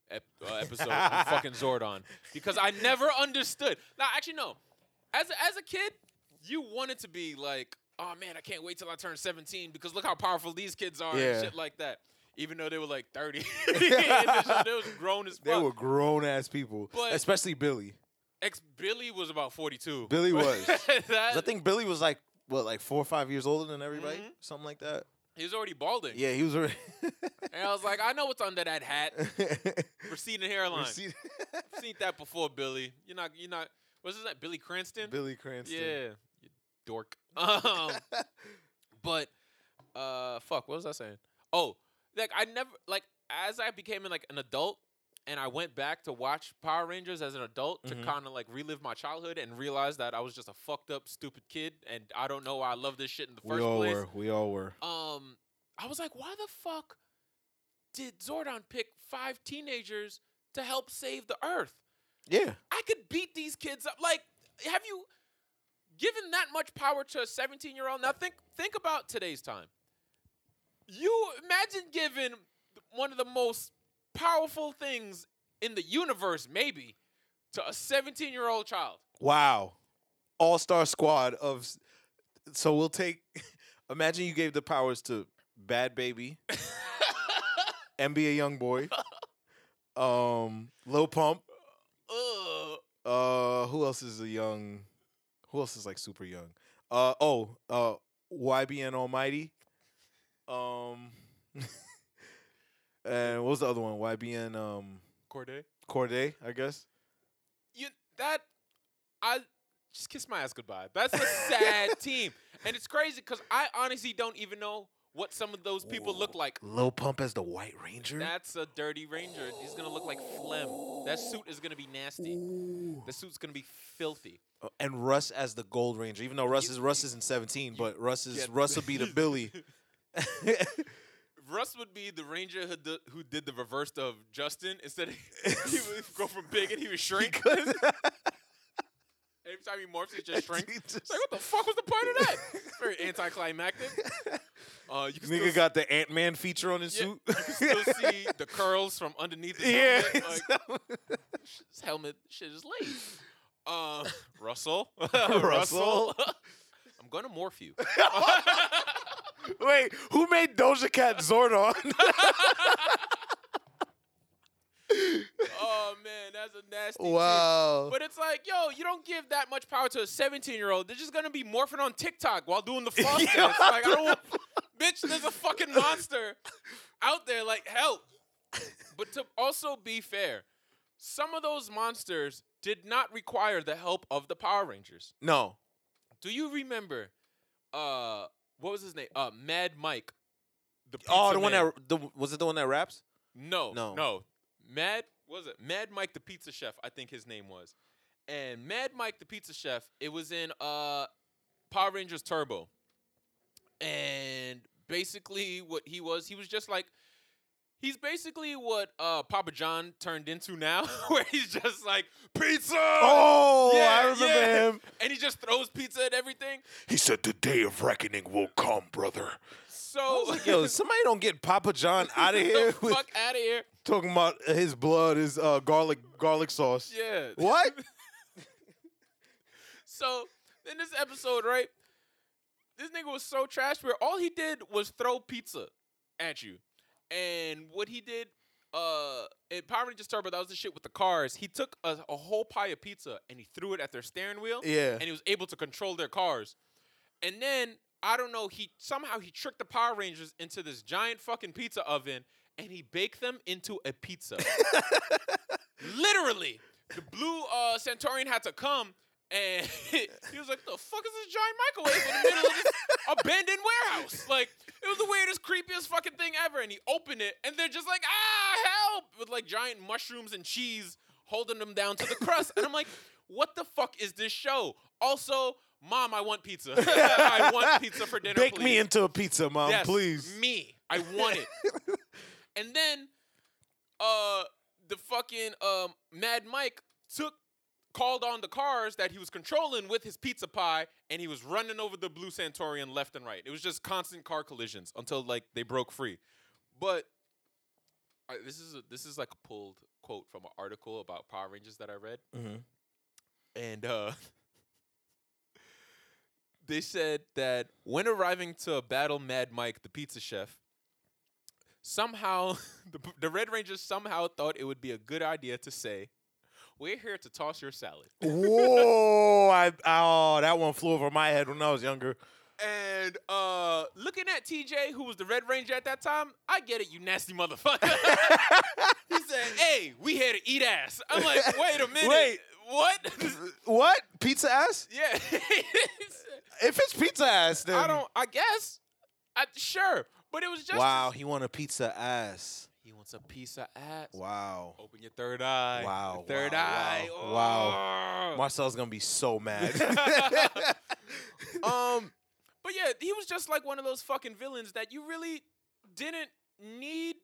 Speaker 4: ep- uh, episode of fucking Zordon because I never understood. Now, actually, no. As a, as a kid, you wanted to be like, oh man, I can't wait till I turn 17 because look how powerful these kids are
Speaker 5: Yeah.
Speaker 4: and shit like that. Even though they were like 30, And they was- they was grown as fuck.
Speaker 5: They were grown ass people,
Speaker 4: But-
Speaker 5: especially Billy.
Speaker 4: Ex Billy was about 42.
Speaker 5: Billy was. 'Cause I
Speaker 4: That-
Speaker 5: think Billy was like what, like four or five years older than everybody,
Speaker 4: Mm-hmm.
Speaker 5: something like that.
Speaker 4: he was already balding.
Speaker 5: Yeah, he was. Re-
Speaker 4: And I was like, I know what's under that hat. Receding hairline.
Speaker 5: Receipt-
Speaker 4: I've seen that before, Billy. You're not. You're not. What's his name? Billy Cranston.
Speaker 5: Billy Cranston.
Speaker 4: Yeah, you dork. Um, but uh, fuck. What was I saying? Oh, like I never like as I became like an adult. And I went back to watch Power Rangers as an adult to kind of like relive my childhood and realize that I was just a fucked up, stupid kid, and I don't know why I love this shit in the
Speaker 5: we
Speaker 4: first
Speaker 5: all
Speaker 4: place
Speaker 5: were. We all were.
Speaker 4: um, I was like, why the fuck did Zordon pick five teenagers to help save the Earth?
Speaker 5: Yeah,
Speaker 4: I could beat these kids up. Like, have you given that much power to a 17 year old? Now think think about today's time. You imagine giving one of the most powerful things in the universe, maybe, to a 17 year old child.
Speaker 5: Wow. All star squad of. s- So we'll take. Imagine you gave the powers to Bad Baby, NBA Young Boy, um, Low Pump.
Speaker 4: Ugh.
Speaker 5: Uh, who else is a young? Who else is like super young? Uh oh. Uh, YBN Almighty. Um. and what was the other one? YBN um
Speaker 4: Corday.
Speaker 5: Corday, I guess.
Speaker 4: you that I just kiss my ass goodbye. That's a sad team, and it's crazy because I honestly don't even know what some of those people look like.
Speaker 5: Low Pump as the White Ranger.
Speaker 4: That's a dirty ranger. He's gonna look like phlegm. That suit is gonna be nasty. The suit's gonna be filthy.
Speaker 5: Uh, and Russ as the Gold Ranger. Even though Russ is Russ isn't seventeen, but Russ is Russ will be the Billy.
Speaker 4: Russ would be the ranger who did, who did the reverse of Justin. Instead, of, he would go from big and he would shrink. Every time he morphs, he just shrinks.
Speaker 5: He
Speaker 4: It's like, what the fuck was the point of that? It's very anticlimactic. Uh, you can still
Speaker 5: Nigga got the Ant Man feature on his
Speaker 4: Yeah,
Speaker 5: suit.
Speaker 4: you can still see the curls from underneath the
Speaker 5: yeah,
Speaker 4: helmet. Like, this helmet shit is late. Um, Russell.
Speaker 5: Russell.
Speaker 4: I'm going to morph you.
Speaker 5: Wait, who made Doja Cat Zordon?
Speaker 4: oh, man, that's a nasty team.
Speaker 5: wow.
Speaker 4: But it's like, yo, you don't give that much power to a 17 year old. They're just going to be morphing on TikTok while doing the floss. dance. Like, I don't want, bitch, there's a fucking monster out there. Like, help. But to also be fair, some of those monsters did not require the help of the Power Rangers.
Speaker 5: No.
Speaker 4: Do you remember uh what was his name? Uh Mad Mike. The
Speaker 5: Oh,
Speaker 4: pizza
Speaker 5: the one
Speaker 4: man.
Speaker 5: that the, was it the one that raps?
Speaker 4: No.
Speaker 5: No.
Speaker 4: No. Mad what was it? Mad Mike the pizza chef, I think his name was. And Mad Mike the pizza chef, it was in uh Power Rangers Turbo. And basically what he was, he was just like He's basically what uh, Papa John turned into now, where he's just like pizza.
Speaker 5: Oh,
Speaker 4: Yeah,
Speaker 5: I remember
Speaker 4: yeah.
Speaker 5: him.
Speaker 4: and he just throws pizza at everything.
Speaker 5: He said, "The day of reckoning will come, brother."
Speaker 4: So
Speaker 5: Yo, somebody don't get Papa John out of here
Speaker 4: the
Speaker 5: with
Speaker 4: fuck out of here.
Speaker 5: talking about his blood is uh, garlic garlic sauce.
Speaker 4: Yeah.
Speaker 5: What?
Speaker 4: So in this episode, right? this nigga was so trash. Where all he did was throw pizza at you, and what he did, uh, in Power Rangers Turbo, that was the shit with the cars. He took a, a whole pie of pizza and he threw it at their steering wheel,
Speaker 5: Yeah.
Speaker 4: and he was able to control their cars. And then I don't know, he somehow he tricked the Power Rangers into this giant fucking pizza oven, and he baked them into a pizza. Literally, the blue uh, Centaurian had to come. And he was like, "The fuck is this giant microwave in the middle of this abandoned warehouse?" Like, it was the weirdest, creepiest fucking thing ever. And he opened it, and they're just like, "Ah, help!" with like giant mushrooms and cheese holding them down to the crust. And I'm like, "What the fuck is this show?" Also, mom, I want pizza. I want pizza for dinner.
Speaker 5: Bake
Speaker 4: please.
Speaker 5: me into a pizza, mom,
Speaker 4: Yes,
Speaker 5: please.
Speaker 4: Me, I want it. and then, uh, the fucking um Mad Mike took called on the cars that he was controlling with his pizza pie, and he was running over the blue Santorian left and right. It was just constant car collisions until like they broke free. But I this is a, this is like a pulled quote from an article about Power Rangers that I read,
Speaker 5: Mhm.
Speaker 4: and uh, they said that when arriving to battle Mad Mike, the pizza chef, somehow the, p- the Red Rangers somehow thought it would be a good idea to say, "We're here to toss your salad."
Speaker 5: Whoa! I, oh, that one flew over my head when I was younger.
Speaker 4: And uh, looking at TJ, who was the Red Ranger at that time, I get it, you nasty motherfucker. he said, "Hey, we here to eat ass." I'm like, "Wait a minute,
Speaker 5: Wait.
Speaker 4: what?"
Speaker 5: What pizza ass?
Speaker 4: yeah,
Speaker 5: If it's pizza ass, then
Speaker 4: I don't. I guess. I, sure, but it was just.
Speaker 5: Wow, he want a pizza ass.
Speaker 4: He wants a piece of ass.
Speaker 5: Wow.
Speaker 4: Open your third eye.
Speaker 5: Oh, Wow,
Speaker 4: Your third
Speaker 5: wow,
Speaker 4: eye.
Speaker 5: wow,
Speaker 4: Oh.
Speaker 5: Marcel's gonna be so mad.
Speaker 4: um, but yeah, he was just like one of those fucking villains that you really didn't need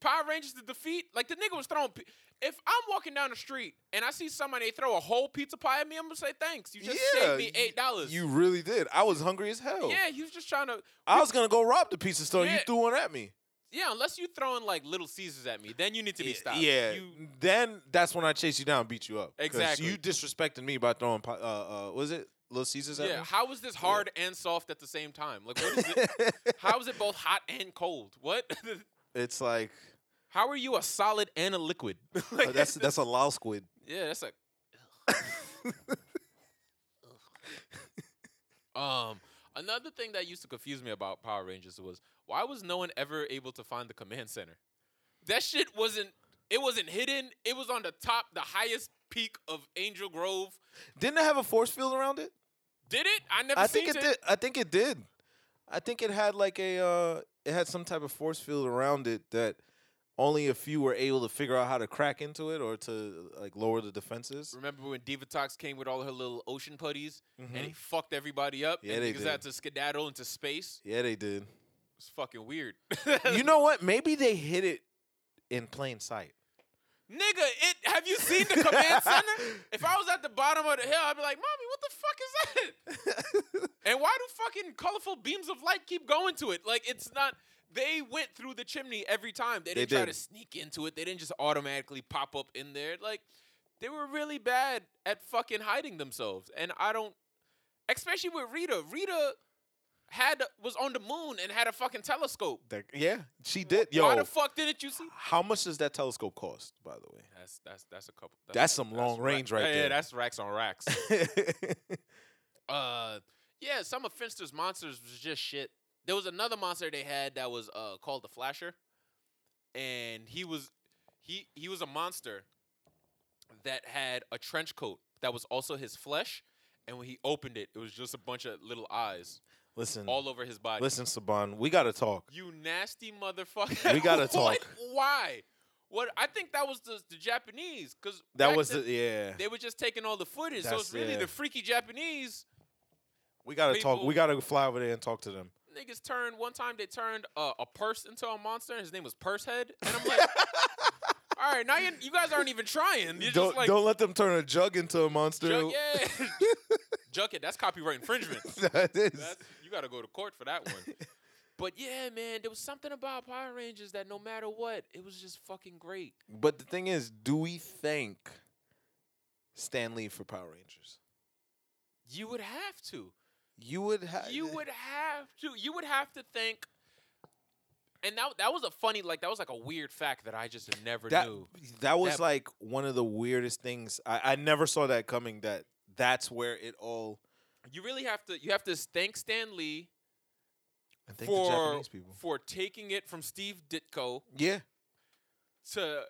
Speaker 4: Power Rangers to defeat. Like the nigga was throwing. Pi- if I'm walking down the street and I see somebody throw a whole pizza pie at me, I'm gonna say thanks. You just saved me eight dollars.
Speaker 5: you really did. I was hungry as hell.
Speaker 4: yeah, he was just trying to.
Speaker 5: I was gonna go rob the pizza store. You
Speaker 4: Yeah.
Speaker 5: threw one at me.
Speaker 4: Yeah, unless you throwing like Little Caesars at me, then you need to be stopped.
Speaker 5: Yeah.
Speaker 4: You,
Speaker 5: then that's when I chased you down, and beat you up. 'Cause
Speaker 4: Exactly.
Speaker 5: You disrespected me by throwing. pi- Uh, uh, was it Little Caesars? At
Speaker 4: yeah.
Speaker 5: me?
Speaker 4: How is this hard and soft at the same time? Like, what is it? how is it both hot and cold? What?
Speaker 5: It's like
Speaker 4: how are you a solid and a liquid? like,
Speaker 5: uh, that's that's a low squid.
Speaker 4: Yeah, that's like. um, another thing that used to confuse me about Power Rangers was why was no one ever able to find the command center? That shit wasn't. It wasn't hidden. It was on the top, the highest peak of Angel Grove.
Speaker 5: Didn't it have a force field around it?
Speaker 4: Did it? I never
Speaker 5: I
Speaker 4: seen
Speaker 5: think
Speaker 4: it.
Speaker 5: it did. I think it did. I think it had like a uh, it had some type of force field around it that only a few were able to figure out how to crack into it or to like lower the defenses.
Speaker 4: Remember when Diva Tox came with all her little ocean putties and
Speaker 5: Mhm.
Speaker 4: he fucked everybody up?
Speaker 5: Yeah,
Speaker 4: and
Speaker 5: they
Speaker 4: niggas
Speaker 5: did.
Speaker 4: had to skedaddle into space.
Speaker 5: Yeah, they did.
Speaker 4: It's fucking weird.
Speaker 5: you know what? Maybe they hid it in plain sight.
Speaker 4: Nigga, it have you seen the command center? If I was at the bottom of the hill, I'd be like, Mommy, what the fuck is that? and why do fucking colorful beams of light keep going to it? Like it's not they went through the chimney every time. They
Speaker 5: They
Speaker 4: didn't try to
Speaker 5: did.
Speaker 4: sneak into it. They didn't just automatically pop up in there. Like they were really bad at fucking hiding themselves. And I don't especially with Rita. Rita had was on the moon and had a fucking telescope.
Speaker 5: That- yeah, she did. Yo,
Speaker 4: Why the fuck didn't you see
Speaker 5: how much does that telescope cost, by the way?
Speaker 4: that's that's that's a couple.
Speaker 5: That's some long
Speaker 4: ra-
Speaker 5: range right
Speaker 4: yeah, Yeah,
Speaker 5: there.
Speaker 4: that's racks on racks. uh, yeah, some of Finster's monsters was just shit. There was another monster they had that was uh called the Flasher, and he was he he was a monster that had a trench coat that was also his flesh, and when he opened it, it was just a bunch of little eyes
Speaker 5: listen,
Speaker 4: all over his body.
Speaker 5: Hmm. listen, Saban, we gotta talk.
Speaker 4: You nasty motherfucker.
Speaker 5: We gotta
Speaker 4: What?
Speaker 5: talk.
Speaker 4: Why? What I think that was the, the Japanese because
Speaker 5: That was the, yeah.
Speaker 4: they were just taking all the footage. so
Speaker 5: That's-
Speaker 4: it's really
Speaker 5: yeah.
Speaker 4: the freaky Japanese
Speaker 5: We gotta talk.
Speaker 4: people-
Speaker 5: We gotta fly over there and talk to them.
Speaker 4: niggas turned. One time they turned uh, a purse into a monster. and His name was Purse Head, and I'm like, all right, now you, you guys aren't even trying. You're
Speaker 5: Don't
Speaker 4: just like,
Speaker 5: don't let them turn a jug into a monster.
Speaker 4: Junk, yeah, junk it. That's copyright infringement.
Speaker 5: that is.
Speaker 4: That's, you got to go to court for that one. But yeah, man, there was something about Power Rangers that no matter what, it was just fucking great.
Speaker 5: But the thing is, do we thank Stan Lee for Power Rangers?
Speaker 4: You would have to.
Speaker 5: You would have.
Speaker 4: you would have to you would have to think and that that was a funny like that was like a weird fact that I just never
Speaker 5: That
Speaker 4: knew.
Speaker 5: that was
Speaker 4: That-
Speaker 5: like one of the weirdest things. I, I never saw that coming. That that's where it all.
Speaker 4: You really have to you have to thank Stan Lee
Speaker 5: I think the
Speaker 4: for
Speaker 5: Japanese people.
Speaker 4: for taking it from Steve Ditko
Speaker 5: Yeah,
Speaker 4: to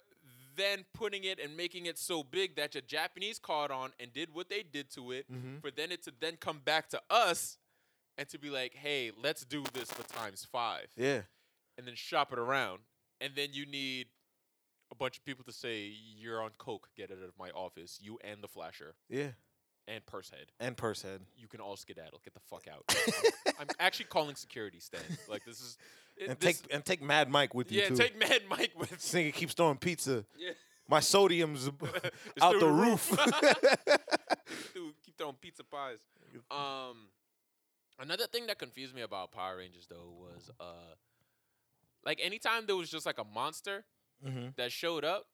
Speaker 4: then putting it and making it so big that your Japanese caught on and did what they did to it
Speaker 5: Mhm.
Speaker 4: for then it to then come back to us and to be like, "Hey, let's do this for times 5."
Speaker 5: yeah.
Speaker 4: and then shop it around, and then you need a bunch of people to say you're on coke. Get out of my office. You and the flasher
Speaker 5: Yeah,
Speaker 4: and pursehead.
Speaker 5: and purse head.
Speaker 4: You can all skedaddle. Get the fuck out. I'm actually calling security, Stan. Like this is. It,
Speaker 5: and
Speaker 4: this,
Speaker 5: take and take Mad Mike with you
Speaker 4: yeah,
Speaker 5: too.
Speaker 4: take Mad Mike with.
Speaker 5: this nigga keeps throwing pizza.
Speaker 4: Yeah,
Speaker 5: My sodium's
Speaker 4: It's
Speaker 5: out
Speaker 4: through
Speaker 5: the
Speaker 4: the
Speaker 5: roof.
Speaker 4: dude, keep throwing pizza pies. Um, another thing that confused me about Power Rangers though was uh, like anytime there was just like a monster,
Speaker 5: hmm
Speaker 4: that showed up,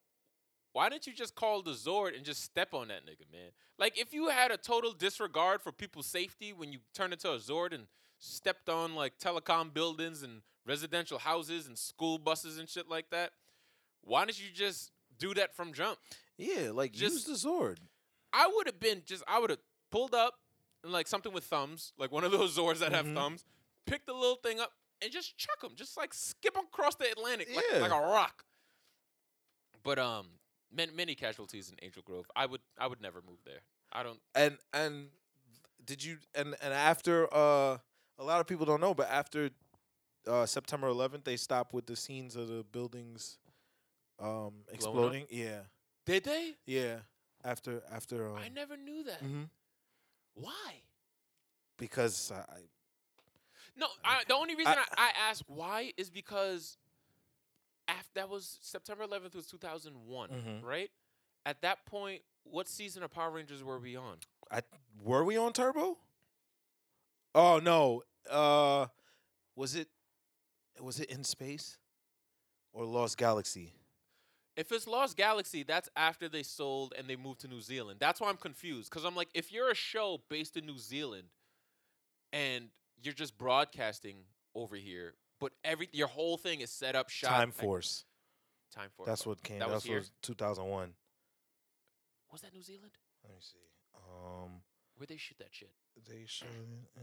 Speaker 4: why didn't you just call the Zord and just step on that nigga, man? Like if you had a total disregard for people's safety when you turned into a Zord and stepped on like telecom buildings and residential houses and school buses and shit like that, why didn't you just do that from jump?
Speaker 5: Yeah, like
Speaker 4: Just-
Speaker 5: use the Zord.
Speaker 4: I would have been just I would have pulled up and like something with thumbs, like one of those Zords that
Speaker 5: Mhm.
Speaker 4: have thumbs, picked the little thing up and just chuck them, just like skip 'em across the Atlantic like,
Speaker 5: Yeah.
Speaker 4: like a rock. But um, many, many casualties in Angel Grove. I would I would never move there. I don't.
Speaker 5: And and did you and and after uh a lot of people don't know, but after uh September 11th, they stopped with the scenes of the buildings um exploding. Yeah,
Speaker 4: Did they? Mm-hmm.
Speaker 5: yeah. After after um,
Speaker 4: I never knew that.
Speaker 5: mhm.
Speaker 4: Why?
Speaker 5: because I, I
Speaker 4: No, I, the only reason I, I,
Speaker 5: I-
Speaker 4: asked why is because after that was September 11th was 2001,
Speaker 5: Mhm.
Speaker 4: right? At that point, what season of Power Rangers were we on?
Speaker 5: I were we on turbo? Oh no. Uh was it was it in space or Lost Galaxy?
Speaker 4: If it's Lost Galaxy, that's after they sold and they moved to New Zealand. That's why I'm confused. Because I'm like, if you're a show based in New Zealand and you're just broadcasting over here, but every your whole thing is set up shot
Speaker 5: Time
Speaker 4: like-
Speaker 5: Force.
Speaker 4: Time Oh, Force.
Speaker 5: That's what came.
Speaker 4: That
Speaker 5: That
Speaker 4: was
Speaker 5: was,
Speaker 4: here.
Speaker 5: 2001.
Speaker 4: was that New Zealand?
Speaker 5: Let me see. Um
Speaker 4: Where they shoot that shit?
Speaker 5: they showed it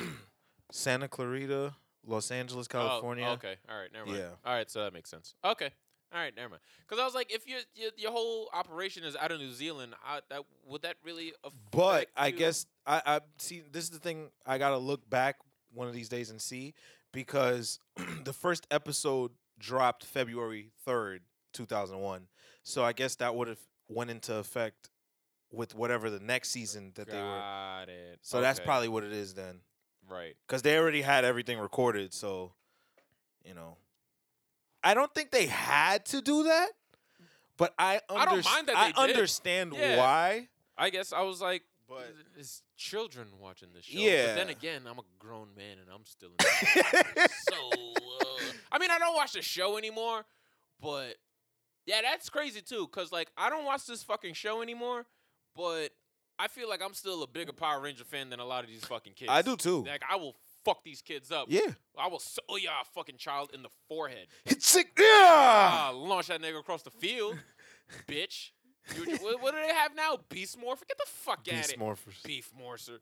Speaker 5: in Santa Clarita, Los Angeles, California.
Speaker 4: Oh, okay. All right. Never mind.
Speaker 5: Yeah.
Speaker 4: All right. So that makes sense. Okay. All right. Never mind. Because I was like, if your your your whole operation is out of New Zealand, I, that would that really affect?
Speaker 5: But I
Speaker 4: you?
Speaker 5: guess I, I see. This is the thing I gotta look back one of these days and see because the first episode dropped February third, two thousand one. So I guess that would have went into effect with whatever the next season that they were.
Speaker 4: Got it.
Speaker 5: So that's
Speaker 4: Okay.
Speaker 5: probably what it is then,
Speaker 4: right.
Speaker 5: because they already had everything recorded. So, you know, I don't think they had to do that, but I
Speaker 4: I don't
Speaker 5: underst-
Speaker 4: mind that
Speaker 5: I
Speaker 4: they did.
Speaker 5: understand
Speaker 4: Yeah.
Speaker 5: why.
Speaker 4: I guess I was like,
Speaker 5: But-
Speaker 4: but it's children watching this show. But then
Speaker 5: Yeah.
Speaker 4: again, I'm a grown man and I'm still in. the so uh, I mean, I don't watch the show anymore, but yeah, that's crazy too. Cause like I don't watch this fucking show anymore, but I feel like I'm still a bigger Power Ranger fan than a lot of these fucking kids.
Speaker 5: I do too.
Speaker 4: Like I will fuck these kids up.
Speaker 5: Yeah.
Speaker 4: I will sow ya a fucking child in the forehead.
Speaker 5: It's like, yeah.
Speaker 4: Ah, launch that nigga across the field, bitch. You- you- what, what do they have now? Beast Morpher? Get the fuck out of
Speaker 5: Beef
Speaker 4: here.
Speaker 5: morphers.
Speaker 4: Beef Morser.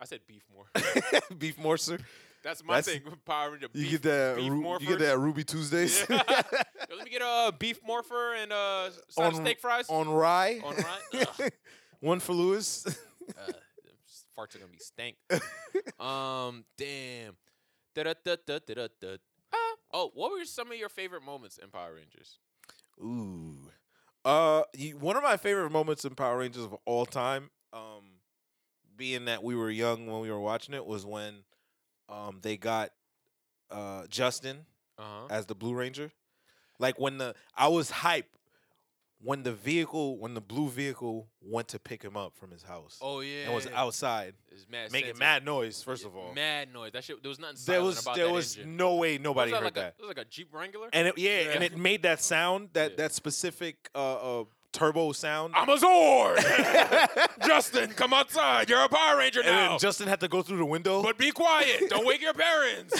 Speaker 4: I said Beef Mor.
Speaker 5: Beef morpher.
Speaker 4: That's my
Speaker 5: That's-
Speaker 4: thing with Power Ranger. Beef,
Speaker 5: You get that.
Speaker 4: beef
Speaker 5: Ru- you get
Speaker 4: Morphers.
Speaker 5: that Ruby Tuesdays
Speaker 4: Yo, let me get a uh, Beef Morpher and uh, side of
Speaker 5: On-
Speaker 4: steak fries.
Speaker 5: on rye.
Speaker 4: On rye?
Speaker 5: One for Lewis.
Speaker 4: uh, farts are gonna be stank. um, damn. Da-da-da-da-da-da-da. Ah. Oh, what were some of your favorite moments in Power Rangers?
Speaker 5: Ooh. Uh, you- one of my favorite moments in Power Rangers of all time, um, being that we were young when we were watching it, was when, um, they got, uh, Justin
Speaker 4: Uh huh.
Speaker 5: as the Blue Ranger. Like when the I was hype when the vehicle when the blue vehicle went to pick him up from his house
Speaker 4: Oh yeah.
Speaker 5: and was outside
Speaker 4: It's mad
Speaker 5: making
Speaker 4: sensitive.
Speaker 5: mad noise. First
Speaker 4: Yeah,
Speaker 5: of all,
Speaker 4: mad noise. That shit. There was nothing
Speaker 5: there
Speaker 4: silent
Speaker 5: was
Speaker 4: about
Speaker 5: there
Speaker 4: that
Speaker 5: was
Speaker 4: engine.
Speaker 5: no way nobody
Speaker 4: was that
Speaker 5: heard
Speaker 4: like
Speaker 5: that.
Speaker 4: A, was that like a Jeep Wrangler.
Speaker 5: and it, yeah, and
Speaker 4: Yeah.
Speaker 5: it made that sound that
Speaker 4: Yeah.
Speaker 5: that specific uh, uh turbo sound.
Speaker 7: I'm a Zord. Justin, come outside. You're a Power Ranger
Speaker 5: and then
Speaker 7: now.
Speaker 5: Justin had to go through the window.
Speaker 7: but be quiet. Don't wake your parents.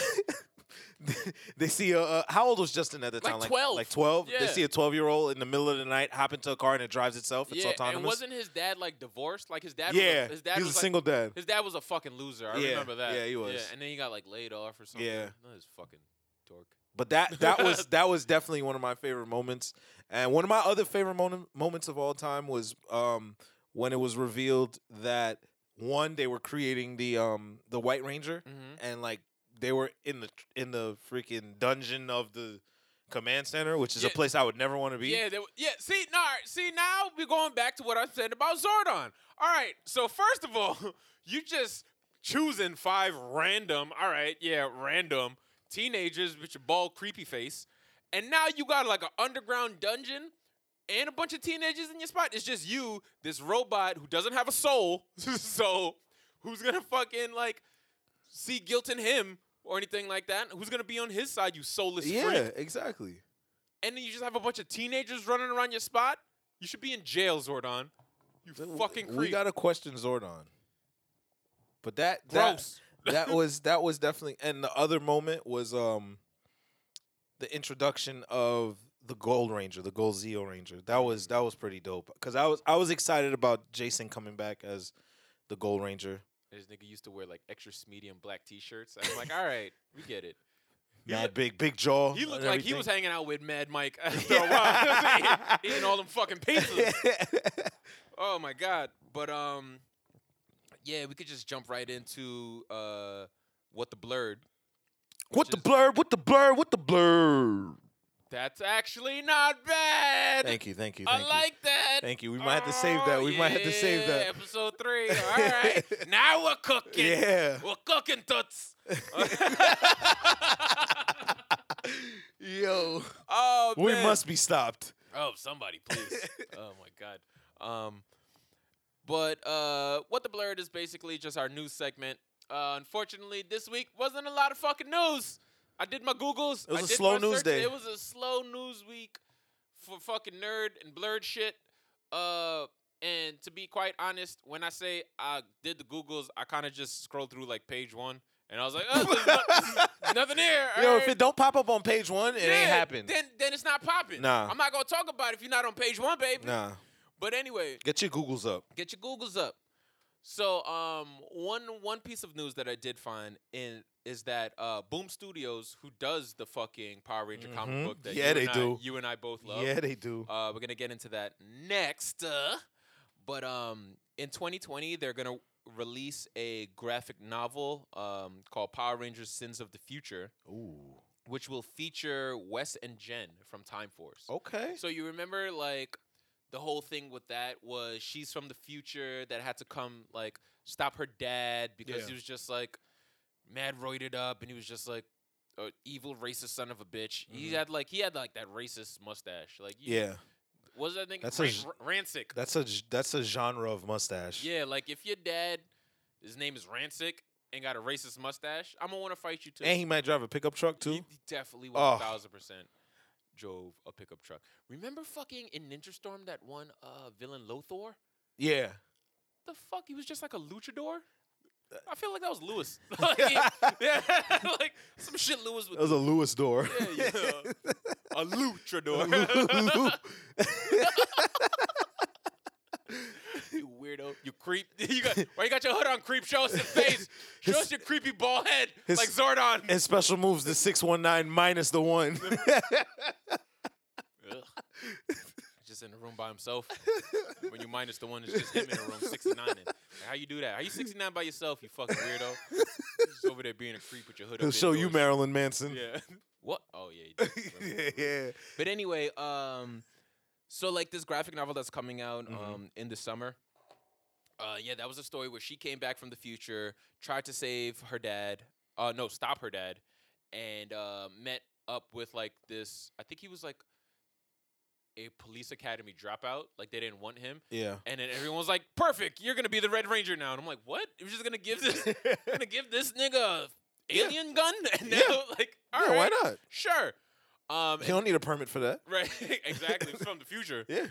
Speaker 5: they see a, uh, how old was Justin at the
Speaker 4: Like
Speaker 5: time?
Speaker 4: 12.
Speaker 5: Like twelve. They
Speaker 4: Yeah.
Speaker 5: see a twelve-year-old in the middle of the night hop into a car and it drives itself. It's
Speaker 4: yeah,
Speaker 5: autonomous.
Speaker 4: and wasn't his dad like divorced? Like his dad.
Speaker 5: yeah,
Speaker 4: was a, his dad
Speaker 5: he's
Speaker 4: was
Speaker 5: a
Speaker 4: like-
Speaker 5: single dad.
Speaker 4: His dad was a fucking loser. I
Speaker 5: Yeah,
Speaker 4: remember that.
Speaker 5: yeah, he was.
Speaker 4: and then he got like laid off or something.
Speaker 5: Yeah.
Speaker 4: Not his fucking dork.
Speaker 5: But that that was that was definitely one of my favorite moments, and one of my other favorite moment, moments of all time was um, when it was revealed that one they were creating the um, the White Ranger,
Speaker 4: Mhm.
Speaker 5: and like they were in the in the freaking dungeon of the command center, which is a
Speaker 4: Yeah.
Speaker 5: place I would never want to be.
Speaker 4: Yeah, they, were- yeah. See, nah, see, now we're going back to what I said about Zordon. All right, so first of all, you just choosing five random, all right, yeah, random teenagers with your bald, creepy face, and now you got like an underground dungeon and a bunch of teenagers in your spot. It's just you, this robot who doesn't have a soul, so who's gonna fucking like see guilt in him or anything like that? Who's gonna be on his side, you soulless freak?
Speaker 5: yeah, exactly.
Speaker 4: and then you just have a bunch of teenagers running around your spot, you should be in jail, Zordon. You fucking creep.
Speaker 5: We got to question Zordon. But that
Speaker 4: Gross.
Speaker 5: That, that was that was definitely and the other moment was um the introduction of the Gold Ranger, the Gold Zeo Ranger. That was that was pretty dope cuz I was I was excited about Jason coming back as the Gold Ranger.
Speaker 4: this nigga used to wear like extra medium black T-shirts. I'm like, all right, we get it.
Speaker 5: Mad big big jaw.
Speaker 4: He
Speaker 5: and
Speaker 4: looked like he was
Speaker 5: everything.
Speaker 4: hanging out with Mad Mike after a while, eating all them fucking pizzas. Oh my god! But um, yeah, we could just jump right into uh, what the blurred.
Speaker 5: what the blur? What the blur? What the blur?
Speaker 4: That's actually not bad.
Speaker 5: Thank you, thank you,
Speaker 4: I
Speaker 5: thank you.
Speaker 4: like that.
Speaker 5: Thank you. We might have to save that.
Speaker 4: Oh,
Speaker 5: We might have to save
Speaker 4: yeah,
Speaker 5: that.
Speaker 4: Episode three. All right. now we're cooking.
Speaker 5: Yeah.
Speaker 4: We're cooking toots.
Speaker 5: Yo,
Speaker 4: Oh
Speaker 5: we
Speaker 4: man.
Speaker 5: must be stopped.
Speaker 4: Oh, somebody, please. oh my God. Um, but uh, what the blurred is basically just our news segment. Uh, unfortunately, this week wasn't a lot of fucking news. I did my googles.
Speaker 5: It was
Speaker 4: a
Speaker 5: a slow news day.
Speaker 4: It was a slow news week for fucking nerd and blurred shit. Uh, and to be quite honest, when I say I did the googles, I kind of just scrolled through like page one, and I was like, oh, there's no- there's nothing here.
Speaker 5: Yo,
Speaker 4: alright.
Speaker 5: if it don't pop up on page one, it ain't
Speaker 4: Yeah,
Speaker 5: happened.
Speaker 4: Then then it's not popping.
Speaker 5: Nah.
Speaker 4: I'm not gonna talk about it if you're not on page one, baby.
Speaker 5: Nah,
Speaker 4: But anyway,
Speaker 5: get your Googles up.
Speaker 4: get your Googles up. So um one one piece of news that I did find in is that uh Boom Studios, who does the fucking Power Ranger comic
Speaker 5: Mhm.
Speaker 4: book that
Speaker 5: Yeah,
Speaker 4: you
Speaker 5: they
Speaker 4: and I-
Speaker 5: do.
Speaker 4: you and I both love.
Speaker 5: Yeah, they do.
Speaker 4: Uh, we're gonna get into that next. uh, but um, in 2020, they're gonna release a graphic novel um, called Power Rangers: Sins of the Future,
Speaker 5: Ooh.
Speaker 4: which will feature Wes and Jen from Time Force.
Speaker 5: Okay.
Speaker 4: So you remember like the whole thing with that was she's from the future that had to come like stop her dad because
Speaker 5: Yeah.
Speaker 4: he was just like mad roided up and he was just like a evil racist son of a bitch. He
Speaker 5: Mhm.
Speaker 4: had like he had like that racist mustache. Like you-
Speaker 5: Yeah,
Speaker 4: what was that thing?
Speaker 5: That's
Speaker 4: That's
Speaker 5: a
Speaker 4: Ra-
Speaker 5: z-
Speaker 4: Ra- Rancic.
Speaker 5: that's a g- that's a genre of mustache.
Speaker 4: yeah, like if your dad his name is Rancic and got a racist mustache, I'm gonna want to fight you too.
Speaker 5: And he might drive a pickup truck
Speaker 4: He-
Speaker 5: too.
Speaker 4: He definitely
Speaker 5: Oh.
Speaker 4: one thousand percent drove a pickup truck. Remember fucking in Ninja Storm that one uh villain Lothor?
Speaker 5: Yeah.
Speaker 4: The fuck? He was just like a luchador?
Speaker 5: Uh.
Speaker 4: I feel like that was Lewis. like, he- yeah, like some shit Lewis would
Speaker 5: That was a Lewis door.
Speaker 4: do. Yeah, yeah. a luchador.
Speaker 5: Lou-
Speaker 4: you weirdo. You creep. You got why you got your hood on creep? Show us your face. Show
Speaker 5: His-
Speaker 4: us your creepy bald head.
Speaker 5: his-
Speaker 4: like Zordon.
Speaker 5: and special moves the six one nine minus the one.
Speaker 4: Ugh. just in the room by himself. when you minus the one, it's just him in the room, 69. In. Like, how you do that? How you 69 by yourself, you fucking weirdo? just over there being a creep with your hood
Speaker 5: He'll
Speaker 4: up.
Speaker 5: show you
Speaker 4: indoors.
Speaker 5: Marilyn Manson.
Speaker 4: Yeah. What? Oh, yeah. you did.
Speaker 5: yeah, yeah.
Speaker 4: But anyway, um, so like this graphic novel that's coming out
Speaker 5: Mm-hmm.
Speaker 4: um, in the summer. Uh, yeah, that was a story where she came back from the future, tried to save her dad. Uh, no, stop her dad, and uh, met up with like this. I think he was like a police academy dropout. Like they didn't want him,
Speaker 5: Yeah.
Speaker 4: and then everyone was like, "Perfect, you're gonna be the Red Ranger now." And I'm like, "What? You're just gonna give this, gonna give this nigga a alien gun?" And now,
Speaker 5: Yeah.
Speaker 4: like, all
Speaker 5: Yeah,
Speaker 4: right,
Speaker 5: why not?
Speaker 4: Sure. Um,
Speaker 5: You don't need a permit for that.
Speaker 4: Right, exactly. It's from the future.
Speaker 5: Yeah.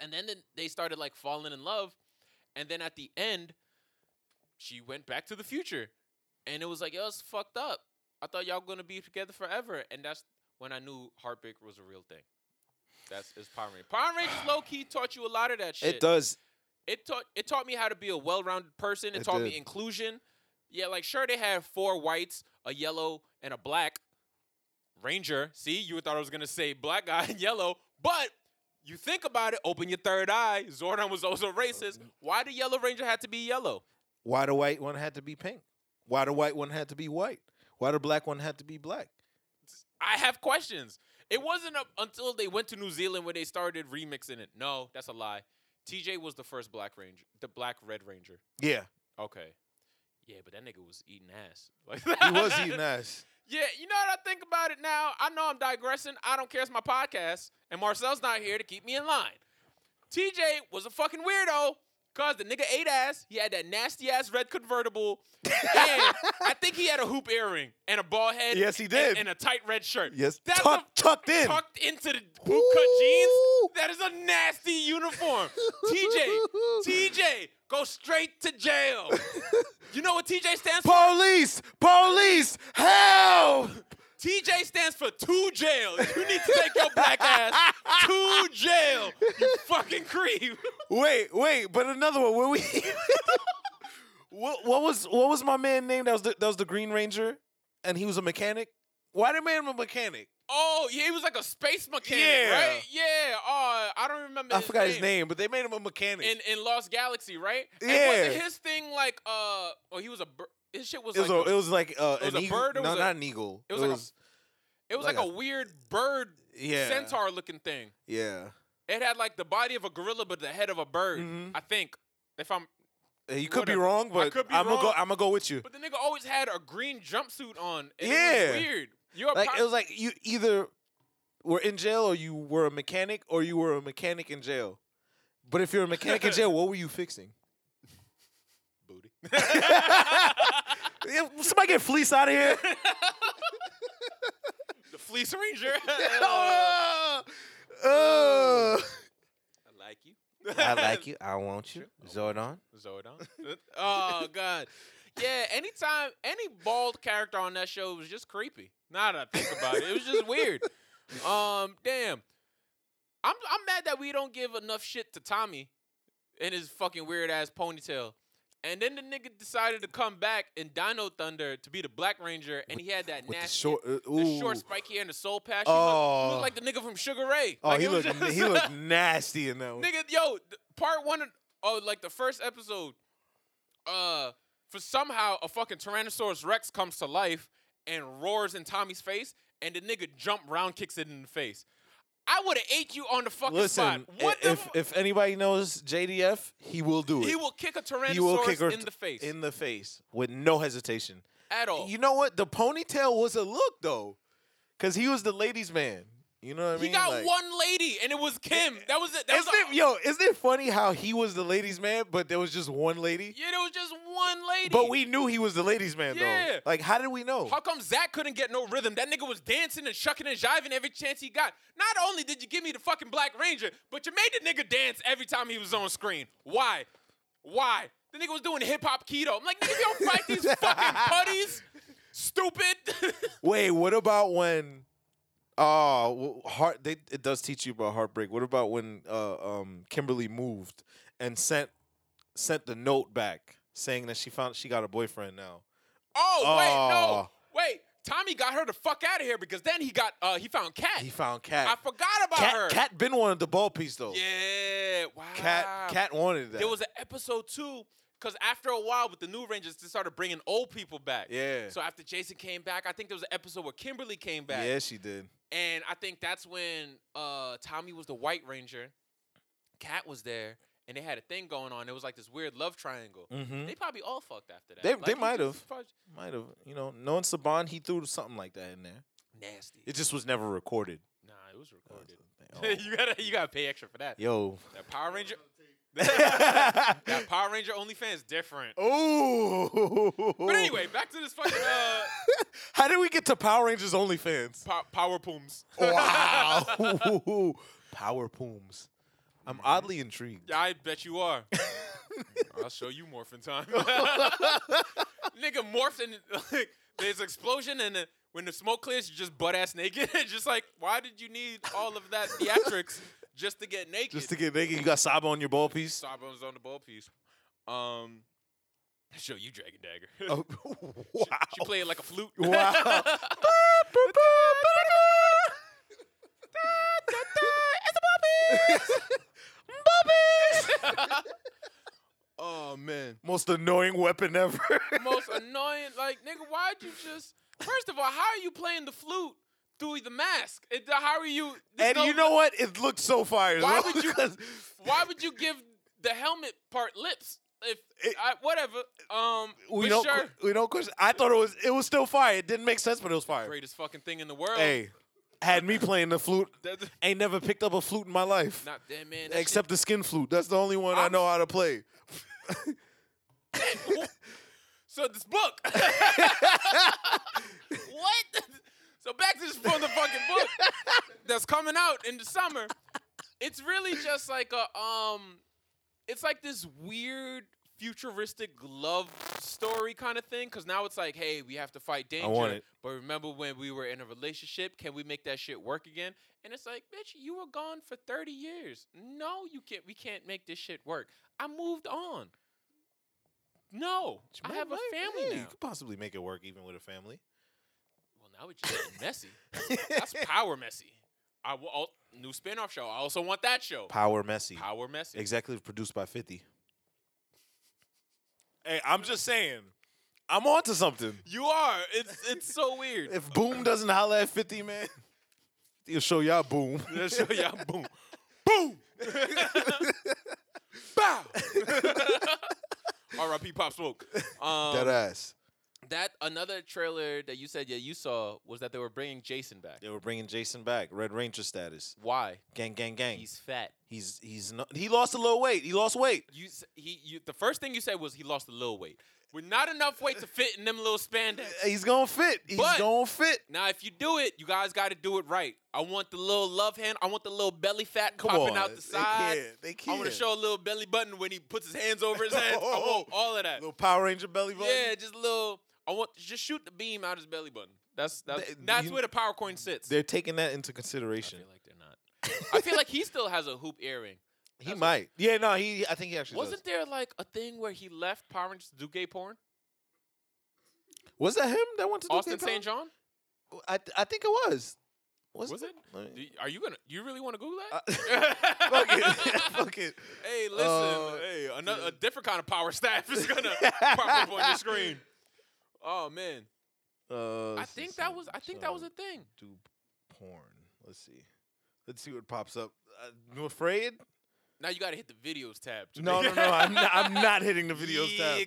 Speaker 4: And then then they started like falling in love. And then at the end, she went back to the future. And it was like, yo, it's fucked up. I thought y'all gonna be together forever. And that's when I knew heartbreak was a real thing. That's it's Power Rangers. Power Rangers low key taught you a lot of that shit.
Speaker 5: It does.
Speaker 4: It taught it taught me how to be a well rounded person. It,
Speaker 5: It
Speaker 4: taught
Speaker 5: did.
Speaker 4: me inclusion. Yeah, like sure they had four whites, a yellow, and a black. Ranger. See, you thought I was gonna say black guy and yellow, but you think about it, open your third eye. Zordon was also racist. Why the Yellow Ranger had to be yellow?
Speaker 5: Why the white one had to be pink? Why the white one had to be white? Why the black one had to be black?
Speaker 4: I have questions. It wasn't up until they went to New Zealand where they started remixing it. No, that's a lie. TJ was the first Black Ranger, the Black Red Ranger.
Speaker 5: Yeah,
Speaker 4: Okay. Yeah, but that nigga was eating ass. Like
Speaker 5: he was eating ass.
Speaker 4: Yeah, you know what I think about it now? I know I'm digressing. I don't care. It's my podcast. And Marcel's not here to keep me in line. TJ was a fucking weirdo because the nigga ate ass. He had that nasty ass red convertible. and I think he had a hoop earring and a bald head.
Speaker 5: Yes, he
Speaker 4: and-
Speaker 5: did.
Speaker 4: And, a tight red shirt.
Speaker 5: Yes,
Speaker 4: That's a-
Speaker 5: tuck- tucked in.
Speaker 4: Tucked into the bootcut jeans. That is a nasty uniform. TJ, TJ, go straight to jail. you know what TJ stands for?
Speaker 5: Police! Police! Help!
Speaker 4: TJ stands for two jail. You need to take your black ass to jail. You fucking creep.
Speaker 5: Wait, wait, but another one. Were we? what, what was what was my man name? That was the, that was the Green Ranger, and he was a mechanic. Why did man a mechanic?
Speaker 4: Oh, yeah, he was like a space mechanic,
Speaker 5: Yeah.
Speaker 4: right? Yeah. Oh, I don't remember.
Speaker 5: I forgot his name, but they made him a mechanic.
Speaker 4: In in Lost Galaxy, right? And
Speaker 5: Yeah.
Speaker 4: wasn't his thing like uh? Oh, he was a. bir- His shit was
Speaker 5: it was
Speaker 4: like
Speaker 5: a, it was like uh,
Speaker 4: it was
Speaker 5: an
Speaker 4: a
Speaker 5: eagle.
Speaker 4: bird, it
Speaker 5: no,
Speaker 4: was a-
Speaker 5: not an eagle.
Speaker 4: it was like a- it was like,
Speaker 5: like
Speaker 4: a, weird bird
Speaker 5: yeah,
Speaker 4: centaur looking thing.
Speaker 5: Yeah,
Speaker 4: It had like the body of a gorilla but the head of a bird.
Speaker 5: Mhm.
Speaker 4: I think. If I'm,
Speaker 5: Uh, you could be
Speaker 4: Whatever.
Speaker 5: wrong,
Speaker 4: I
Speaker 5: but
Speaker 4: could be
Speaker 5: I'm gonna go.
Speaker 4: wrong.
Speaker 5: I'm gonna go with you.
Speaker 4: but the nigga always had a green jumpsuit on. and
Speaker 5: Yeah.
Speaker 4: It was weird. You're a
Speaker 5: Like
Speaker 4: pop-
Speaker 5: it was like you either were in jail or you were a mechanic or you were a mechanic in jail. But if you're a mechanic in jail, what were you fixing?
Speaker 4: booty.
Speaker 5: Yeah, Somebody get fleece out of here.
Speaker 4: The Fleece Ranger.
Speaker 5: Oh, oh.
Speaker 4: I like you.
Speaker 5: I like you. I want you. Zordon.
Speaker 4: Zordon. oh God. Yeah, anytime any bald character on that show was just creepy. Now that I think about it. It was just weird. Um, damn. I'm I'm mad that we don't give enough shit to Tommy and his fucking weird ass ponytail. And then the nigga decided to come back in Dino Thunder to be the Black Ranger, and he had that
Speaker 5: With the
Speaker 4: nasty,
Speaker 5: short, uh,
Speaker 4: the short
Speaker 5: ooh.
Speaker 4: spike here and the soul patch. He looked-
Speaker 5: Oh.
Speaker 4: he looked, like the nigga from Sugar Ray.
Speaker 5: Oh,
Speaker 4: Like,
Speaker 5: he
Speaker 4: it was
Speaker 5: looked
Speaker 4: just-
Speaker 5: he looked nasty in that one.
Speaker 4: Nigga, yo, th- part one of oh, like the first episode, uh, for somehow a fucking Tyrannosaurus Rex comes to life and roars in Tommy's face, and the nigga jump round kicks it in the face. I would have ate you on the fucking spot.
Speaker 5: Listen, i-
Speaker 4: What the
Speaker 5: if
Speaker 4: fu-
Speaker 5: if anybody knows JDF, he will do it.
Speaker 4: he will kick a Tyrannosaurus
Speaker 5: He will her
Speaker 4: in
Speaker 5: t-
Speaker 4: the face
Speaker 5: In the face with no hesitation.
Speaker 4: at all.
Speaker 5: You know what? The ponytail was a look though, because he was the ladies' man. You know what I
Speaker 4: he
Speaker 5: mean?
Speaker 4: got
Speaker 5: Like-
Speaker 4: one lady, and it was Kim. That was it. That was
Speaker 5: Isn't it, yo, isn't it funny how he was the ladies' man, but there was just one lady?
Speaker 4: yeah, there was just one lady.
Speaker 5: But we knew he was the ladies' man
Speaker 4: Yeah.
Speaker 5: though. Like, how did we know?
Speaker 4: How come Zach couldn't get no rhythm? That nigga was dancing and shucking and jiving every chance he got. Not only did you give me the fucking Black Ranger, but you made the nigga dance every time he was on screen. Why? Why? The nigga was doing hip hop keto. I'm like, nigga, if you don't fight these fucking putties, stupid.
Speaker 5: Wait, what about when? Oh, wh- heart. They, it does teach you about heartbreak. What about when uh, um, Kimberly moved and sent sent the note back saying that she found she got a boyfriend now?
Speaker 4: oh, wait,
Speaker 5: Aw.
Speaker 4: no. Wait. Tommy got her the fuck out of here because then he got uh he found Cat.
Speaker 5: He found
Speaker 4: I
Speaker 5: Cat.
Speaker 4: forgot about her.
Speaker 5: Cat, Cat been wanted the ball piece though.
Speaker 4: Yeah. Wow.
Speaker 5: Cat, Cat wanted that.
Speaker 4: There Ah. was an episode two, because after a while with the new Rangers, they started bringing old people back.
Speaker 5: Yeah.
Speaker 4: So after Jason came back, I think there was an episode where Kimberly came back.
Speaker 5: yeah, she did.
Speaker 4: And I think that's when uh, Tommy was the White Ranger, Cat was there, and they had a thing going on. It was like this weird love triangle.
Speaker 5: Mhm.
Speaker 4: They probably all fucked after that.
Speaker 5: They-
Speaker 4: Like,
Speaker 5: they
Speaker 4: you
Speaker 5: might
Speaker 4: just-
Speaker 5: have.
Speaker 4: probably-
Speaker 5: Might have, you know, knowing Saban, he threw something like that in there.
Speaker 4: Nasty.
Speaker 5: It just was never recorded.
Speaker 4: nah, it was recorded.
Speaker 5: Oh,
Speaker 4: you gotta you gotta pay extra for that.
Speaker 5: Yo.
Speaker 4: That Power Ranger that Power Ranger OnlyFans different.
Speaker 5: Ooh.
Speaker 4: But anyway, back to this fucking uh,
Speaker 5: How did we get to Power Rangers OnlyFans?
Speaker 4: po- Power Pooms.
Speaker 5: Wow. Power Pooms. I'm oddly intrigued.
Speaker 4: Yeah, I bet you are. I'll show you morphin' time. Nigga morphed and like there's explosion and then when the smoke clears, you're just butt ass naked. It's just like why did you need all of that theatrics just to get naked?
Speaker 5: Just to get naked, you got Saba on your ball piece.
Speaker 4: Sawbones on the ball piece. Um, show you Dragon Dagger.
Speaker 5: Oh, wow.
Speaker 4: she played like a flute.
Speaker 5: Wow.
Speaker 7: Oh man.
Speaker 5: Most annoying weapon ever.
Speaker 4: most annoying. Like, nigga, why'd you just? First of all, how are you playing the flute through the mask? It, how are you?
Speaker 5: and
Speaker 4: no-
Speaker 5: you know what? It looked so fire.
Speaker 4: Why
Speaker 5: though,
Speaker 4: would you-
Speaker 5: 'cause
Speaker 4: why would you give the helmet part lips? If
Speaker 5: It-
Speaker 4: I, whatever. Um,
Speaker 5: We
Speaker 4: but
Speaker 5: don't.
Speaker 4: sure.
Speaker 5: We don't question. I thought it was. It was still fire. It didn't make sense, but it was fire.
Speaker 4: Greatest fucking thing in the world.
Speaker 5: Hey, had me playing the flute.
Speaker 4: That's-
Speaker 5: Ain't never picked up a flute in my life.
Speaker 4: Not damn man. that
Speaker 5: Except the skin flute. That's the only one i
Speaker 4: I'm-
Speaker 5: know how to play.
Speaker 4: So this book. what? So back to this from the fucking book that's coming out in the summer. It's really just like a um, it's like this weird futuristic love story kind of thing. Cause now it's like, hey, we have to fight danger.
Speaker 5: want it.
Speaker 4: But remember when we were in a relationship? Can we make that shit work again? And it's like, bitch, you were gone for thirty years. No, you can't. We can't make this shit work. I moved on. No, I have a family
Speaker 5: Yeah,
Speaker 4: now.
Speaker 5: You could possibly make it work even with a family.
Speaker 4: Well, now it's just messy. That's power messy. I will, oh, new spin-off show. I also want that show.
Speaker 5: Power messy.
Speaker 4: Power messy.
Speaker 5: Executive produced by Fifty. Hey, I'm just saying. I'm onto something.
Speaker 4: You are. It's it's so weird.
Speaker 5: If Boom doesn't holler at 50, man, he'll show y'all Boom.
Speaker 4: That show, yeah, boom.
Speaker 5: boom.
Speaker 4: Bow. R.I.P. Pop Smoke. Um,
Speaker 5: Dead ass.
Speaker 4: that another trailer that you said yeah you saw was that they were bringing Jason back.
Speaker 5: They were bringing Jason back. Red Ranger status.
Speaker 4: Why?
Speaker 5: Gang, gang, gang.
Speaker 4: He's fat.
Speaker 5: He's he's not, he lost a little weight. He lost weight.
Speaker 4: You s- he you. The first thing you said was he lost a little weight. With not enough weight to fit in them little spandex.
Speaker 5: He's gonna fit. He's
Speaker 4: But-
Speaker 5: gonna fit.
Speaker 4: Now, if you do it, you guys got to do it right. I want the little love hand. I want the little belly fat
Speaker 5: Come
Speaker 4: popping
Speaker 5: on.
Speaker 4: out the side.
Speaker 5: They can't. They
Speaker 4: I
Speaker 5: can't.
Speaker 4: want to show a little belly button when he puts his hands over his head. I want all of that.
Speaker 5: little Power Ranger belly button.
Speaker 4: Yeah, just a little. I want just shoot the beam out his belly button. That's that's,
Speaker 5: They-
Speaker 4: that's
Speaker 5: you-
Speaker 4: where the power coin sits. I
Speaker 5: They're taking that into consideration.
Speaker 4: feel like they're not. I feel like he still has a hoop earring.
Speaker 5: He
Speaker 4: That's
Speaker 5: might. Yeah, no, he. I think he actually
Speaker 4: Wasn't
Speaker 5: does.
Speaker 4: there like a thing where he left Power Rangers to do gay porn?
Speaker 5: Was that him that went to Duke
Speaker 4: Austin
Speaker 5: Town?
Speaker 4: St. John?
Speaker 5: I, I think it was.
Speaker 4: Was it? Do
Speaker 5: Let
Speaker 4: you-
Speaker 5: me-
Speaker 4: Are you gonna? You really want to Google
Speaker 5: Uh,
Speaker 4: that?
Speaker 5: fuck it. fuck it.
Speaker 4: Hey, listen.
Speaker 5: Uh,
Speaker 4: hey, another, a different kind of power staff is gonna pop up on your screen. Oh man,
Speaker 5: Uh,
Speaker 4: I
Speaker 5: let's
Speaker 4: think
Speaker 5: see,
Speaker 4: that was I think that was
Speaker 5: so
Speaker 4: a thing.
Speaker 5: do porn. Let's see. Let's see what pops up. Uh, you afraid?
Speaker 4: Now you gotta hit the videos tab. to
Speaker 5: No, no,
Speaker 4: make-
Speaker 5: no. I'm not, I'm not hitting the videos
Speaker 4: Yeah,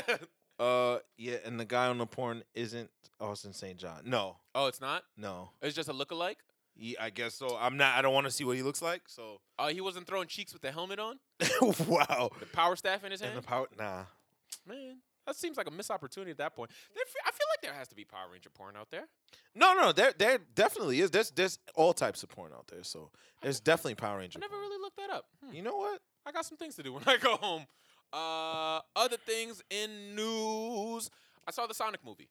Speaker 5: tab.
Speaker 4: grr.
Speaker 5: Uh, yeah, and the guy on the porn isn't Austin St. John. No,
Speaker 4: oh, it's not.
Speaker 5: no.
Speaker 4: It's just a lookalike.
Speaker 5: He, I guess so. I'm not. I don't want to see what he looks like. So.
Speaker 4: Oh, he wasn't throwing cheeks with the helmet on.
Speaker 5: wow.
Speaker 4: The power staff in his
Speaker 5: And
Speaker 4: hand.
Speaker 5: the power. Nah.
Speaker 4: man, that seems like a missed opportunity at that point. There fe- I feel like there has to be Power Ranger porn out there.
Speaker 5: No, no, there, there definitely is. There's, there's all types of porn out there. So there's definitely Power Ranger.
Speaker 4: I never
Speaker 5: porn.
Speaker 4: really looked that up. Hmm.
Speaker 5: You know what?
Speaker 4: I got some things to do when I go home. Uh, other things in news. I saw the Sonic movie.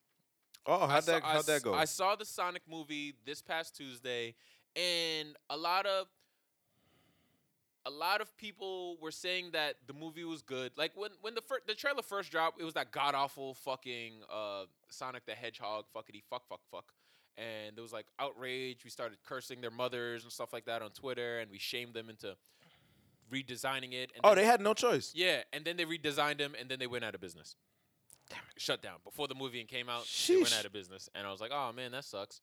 Speaker 5: Oh,
Speaker 4: I
Speaker 5: how'd
Speaker 4: saw-
Speaker 5: that,
Speaker 4: I
Speaker 5: how'd that
Speaker 4: s-
Speaker 5: go?
Speaker 4: I saw the Sonic movie this past Tuesday, and a lot of a lot of people were saying that the movie was good. Like when when the fir- the trailer first dropped, it was that god awful fucking uh, Sonic the Hedgehog fuckity fuck fuck fuck. And there was like outrage. We started cursing their mothers and stuff like that on Twitter, and we shamed them into redesigning it. And
Speaker 5: oh,
Speaker 4: then-
Speaker 5: they had no choice.
Speaker 4: yeah, and then they redesigned them, and then they went out of business. Shut down before the movie and came out. They went
Speaker 5: Sheesh.
Speaker 4: out of business, and I was like, "Oh man, that sucks."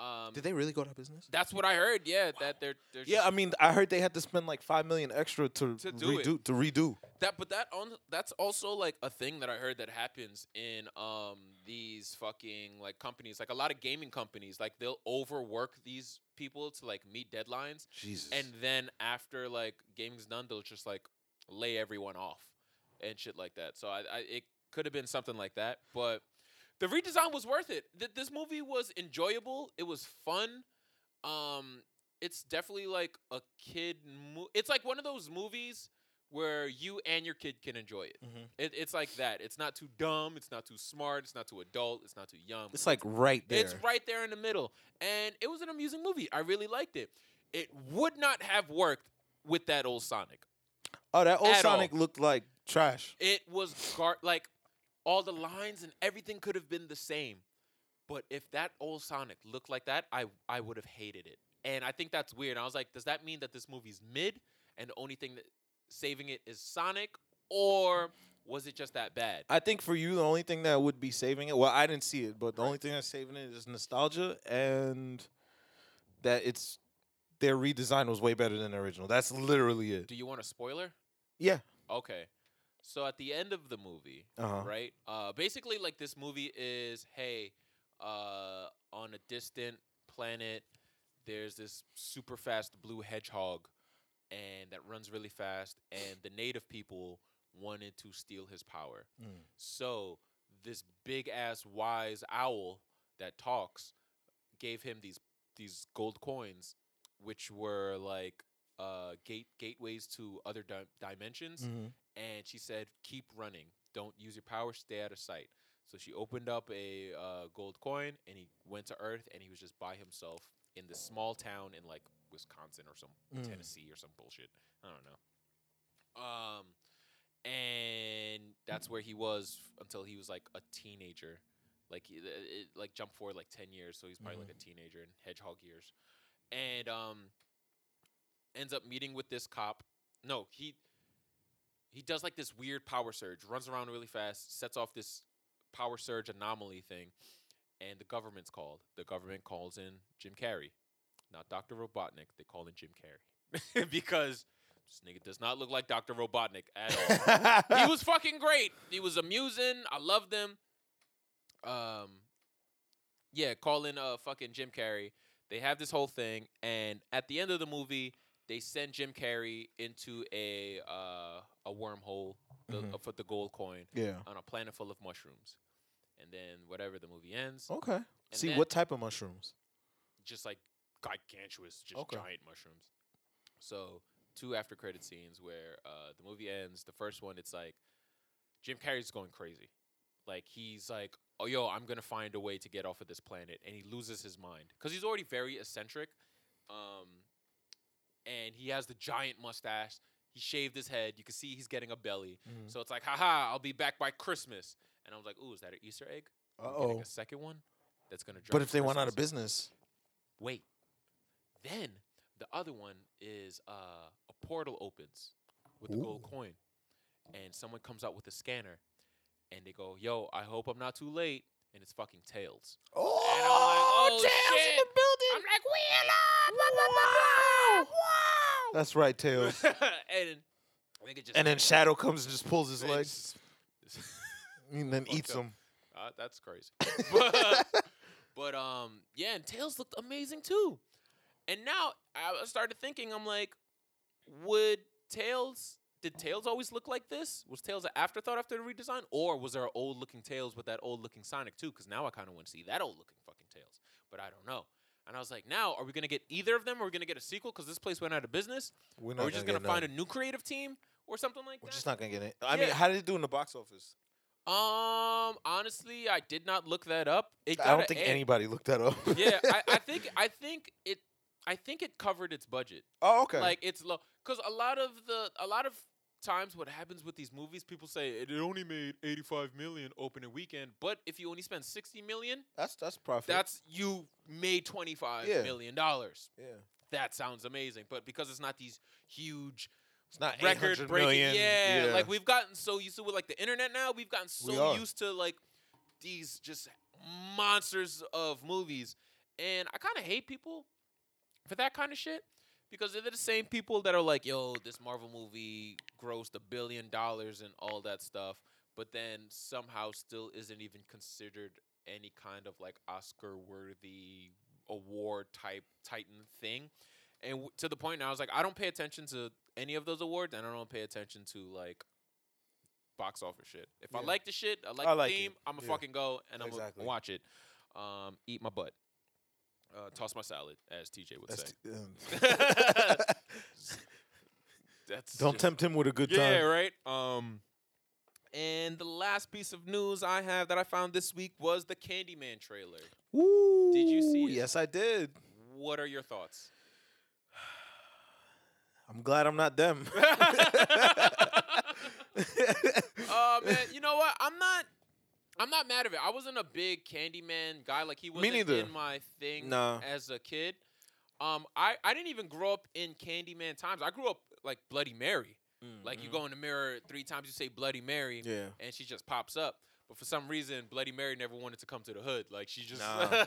Speaker 4: Um,
Speaker 5: Did they really go out of business?
Speaker 4: that's what I heard. Yeah, that they're, they're
Speaker 5: Yeah,
Speaker 4: just-
Speaker 5: I mean, I heard they had to spend like five million extra to,
Speaker 4: To do it.
Speaker 5: redo. To redo.
Speaker 4: that but that on that's also like a thing that I heard that happens in um these fucking like companies, like a lot of gaming companies, like they'll overwork these people to like meet deadlines,
Speaker 5: Jesus.
Speaker 4: and then after like gaming's done, they'll just like lay everyone off and shit like that. So I, I it could have been something like that, but the redesign was worth it. Th- this movie was enjoyable. It was fun. Um, it's definitely like a kid. Mo- it's like one of those movies where you and your kid can enjoy it.
Speaker 5: Mhm.
Speaker 4: it. It's like that. It's not too dumb. It's not too smart. It's not too adult. It's not too young.
Speaker 5: It's like right there.
Speaker 4: It's right there in the middle. And it was an amusing movie. I really liked it. It would not have worked with that old Sonic.
Speaker 5: Oh, that old
Speaker 4: at all.
Speaker 5: Sonic looked like trash.
Speaker 4: It was gar- like all the lines and everything could have been the same. But if that old Sonic looked like that, I I would have hated it. And I think that's weird. I was like, does that mean that this movie's mid and the only thing that saving it is Sonic or was it just that bad?
Speaker 5: I think for you, the only thing that would be saving it, well, I didn't see it, but the only thing that's saving it is nostalgia and that it's their redesign was way better than the original. That's literally it.
Speaker 4: Do you want a spoiler?
Speaker 5: Yeah.
Speaker 4: Okay. So at the end of the movie,
Speaker 5: Uh-huh.
Speaker 4: right? Uh, basically, like this movie is hey, uh, on a distant planet, there's this super fast blue hedgehog, and that runs really fast, and the native people wanted to steal his power.
Speaker 5: Mm.
Speaker 4: So this big ass wise owl that talks gave him these these gold coins, which were like uh, gate gateways to other di- dimensions
Speaker 5: Mhm.
Speaker 4: and she said, "Keep running. Don't use your power. Stay out of sight." So she opened up a uh, gold coin, and he went to Earth, and he was just by himself in this small town in like Wisconsin or some
Speaker 5: Mm.
Speaker 4: Tennessee or some bullshit. I don't know. Um, and that's where he was f- until he was like a teenager. Like he- it, like jump forward like ten years, so he's probably like a teenager in hedgehog years, and um, ends up meeting with this cop. No, he he does like this weird power surge, runs around really fast, sets off this power surge anomaly thing, and the government's called. The government calls in Jim Carrey, not Dr. Robotnik. They call in Jim Carrey because this nigga does not look like Dr. Robotnik at
Speaker 5: Mm-hmm.
Speaker 4: all. he was fucking great. He was amusing. I loved him. Um, yeah, call in uh fucking Jim Carrey. They have this whole thing, and at the end of the movie, they send Jim Carrey into a uh, a wormhole the,
Speaker 5: Mhm.
Speaker 4: uh, for the gold coin
Speaker 5: Yeah.
Speaker 4: on a planet full of mushrooms, and then whatever the movie ends,
Speaker 5: Okay. see,
Speaker 4: then-
Speaker 5: what type of mushrooms?
Speaker 4: just like gigantuous, just
Speaker 5: Okay.
Speaker 4: giant mushrooms. So two after credit scenes where uh, the movie ends. The first one, it's like Jim Carrey's going crazy, like he's like, "Oh yo, I'm gonna find a way to get off of this planet," and he loses his mind because he's already very eccentric, um, and he has the giant mustache. He shaved his head. You can see he's getting a belly.
Speaker 5: Mhm.
Speaker 4: So it's like, haha, I'll be back by Christmas. And I was like, ooh, is that an Easter egg?
Speaker 5: Uh
Speaker 4: I'm getting
Speaker 5: oh.
Speaker 4: a second one that's gonna. drop
Speaker 5: But if they went out
Speaker 4: Christmas
Speaker 5: of business,
Speaker 4: wait. Then the other one is uh, a portal opens with the gold coin, and someone comes out with a scanner, and they go, "Yo, I hope I'm not too late." And it's fucking tails. And I'm like,
Speaker 2: Oh,
Speaker 4: "Oh,
Speaker 2: Tails in
Speaker 4: shit."
Speaker 2: the building.
Speaker 4: I'm like, "We
Speaker 2: Wow. Wow.
Speaker 5: that's right, Tails.
Speaker 4: alive!" and they could just
Speaker 5: and then Shadow comes and just pulls his
Speaker 4: and
Speaker 5: legs
Speaker 4: just-
Speaker 5: and then
Speaker 4: fucked
Speaker 5: eats
Speaker 4: up.
Speaker 5: him.
Speaker 4: Uh, that's crazy. but, but, um, yeah, and Tails looked amazing too. And now I started thinking, I'm like, would Tails? Did Tails always look like this? Was Tails an afterthought after the redesign, or was there an old looking Tails with that old looking Sonic too? Because now I kind of want to see that old looking fucking Tails, but I don't know. And I was like, now are we gonna get either of them? Are we gonna get a sequel? Because this place went out of business.
Speaker 5: We're
Speaker 4: Are we just gonna
Speaker 5: get
Speaker 4: find
Speaker 5: none.
Speaker 4: a new creative team or something like
Speaker 5: We're
Speaker 4: that?
Speaker 5: just not gonna get it. I mean,
Speaker 4: Yeah.
Speaker 5: how did it do in the box office?
Speaker 4: Um, honestly, I did not look that up. It
Speaker 5: I
Speaker 4: got a
Speaker 5: don't think
Speaker 4: A.
Speaker 5: anybody looked that up.
Speaker 4: yeah, I, I think I think it I think it covered its budget.
Speaker 5: oh, okay.
Speaker 4: Like it's low because a lot of the a lot of times what happens with these movies, people say it only made eighty five million opening weekend, but if you only spend sixty million,
Speaker 5: that's that's profit.
Speaker 4: that's you made twenty five million
Speaker 5: Yeah.
Speaker 4: dollars.
Speaker 5: yeah.
Speaker 4: That sounds amazing, but because it's not these huge
Speaker 5: It's not
Speaker 4: record
Speaker 5: 800
Speaker 4: breaking.
Speaker 5: million.
Speaker 4: Yeah, like we've gotten so used to with like the internet now. We've gotten
Speaker 5: We
Speaker 4: so
Speaker 5: are.
Speaker 4: used to like these just monsters of movies, and I kind of hate people for that kind of shit because they're the same people that are like, "Yo, this Marvel movie grossed a billion dollars and all that stuff," but then somehow still isn't even considered any kind of like Oscar worthy award type Titan thing and w- to the point now, I was like, I don't pay attention to any of those awards, and I don't pay attention to like box office shit. If I
Speaker 5: Yeah.
Speaker 4: like the shit, I like
Speaker 5: I
Speaker 4: the
Speaker 5: like it.
Speaker 4: theme, I'm gonna
Speaker 5: Yeah.
Speaker 4: fucking go and
Speaker 5: Exactly.
Speaker 4: I'm gonna watch it. Um, eat my butt. Uh, toss my salad, as TJ would
Speaker 5: That's
Speaker 4: say.
Speaker 5: t- um,
Speaker 4: That's
Speaker 5: don't
Speaker 4: just-
Speaker 5: tempt him with a good
Speaker 4: yeah,
Speaker 5: time.
Speaker 4: right. Um, and the last piece of news I have that I found this week was the Candyman trailer.
Speaker 5: Woo,
Speaker 4: Did you see it?
Speaker 5: Yes, I did.
Speaker 4: What are your thoughts?
Speaker 5: I'm glad I'm not them.
Speaker 4: Oh man, you know what? I'm not. I'm not mad at it. I wasn't a big Candyman guy. Like he wasn't
Speaker 5: neither.
Speaker 4: in my thing
Speaker 5: Nah.
Speaker 4: as a kid. Um, I, I didn't even grow up in Candyman times. I grew up like Bloody Mary. Like
Speaker 5: Mm-hmm.
Speaker 4: you go in the mirror three times, you say Bloody Mary,
Speaker 5: yeah.
Speaker 4: and she just pops up. But for some reason, Bloody Mary never wanted to come to the hood. Like she just,
Speaker 5: Nah.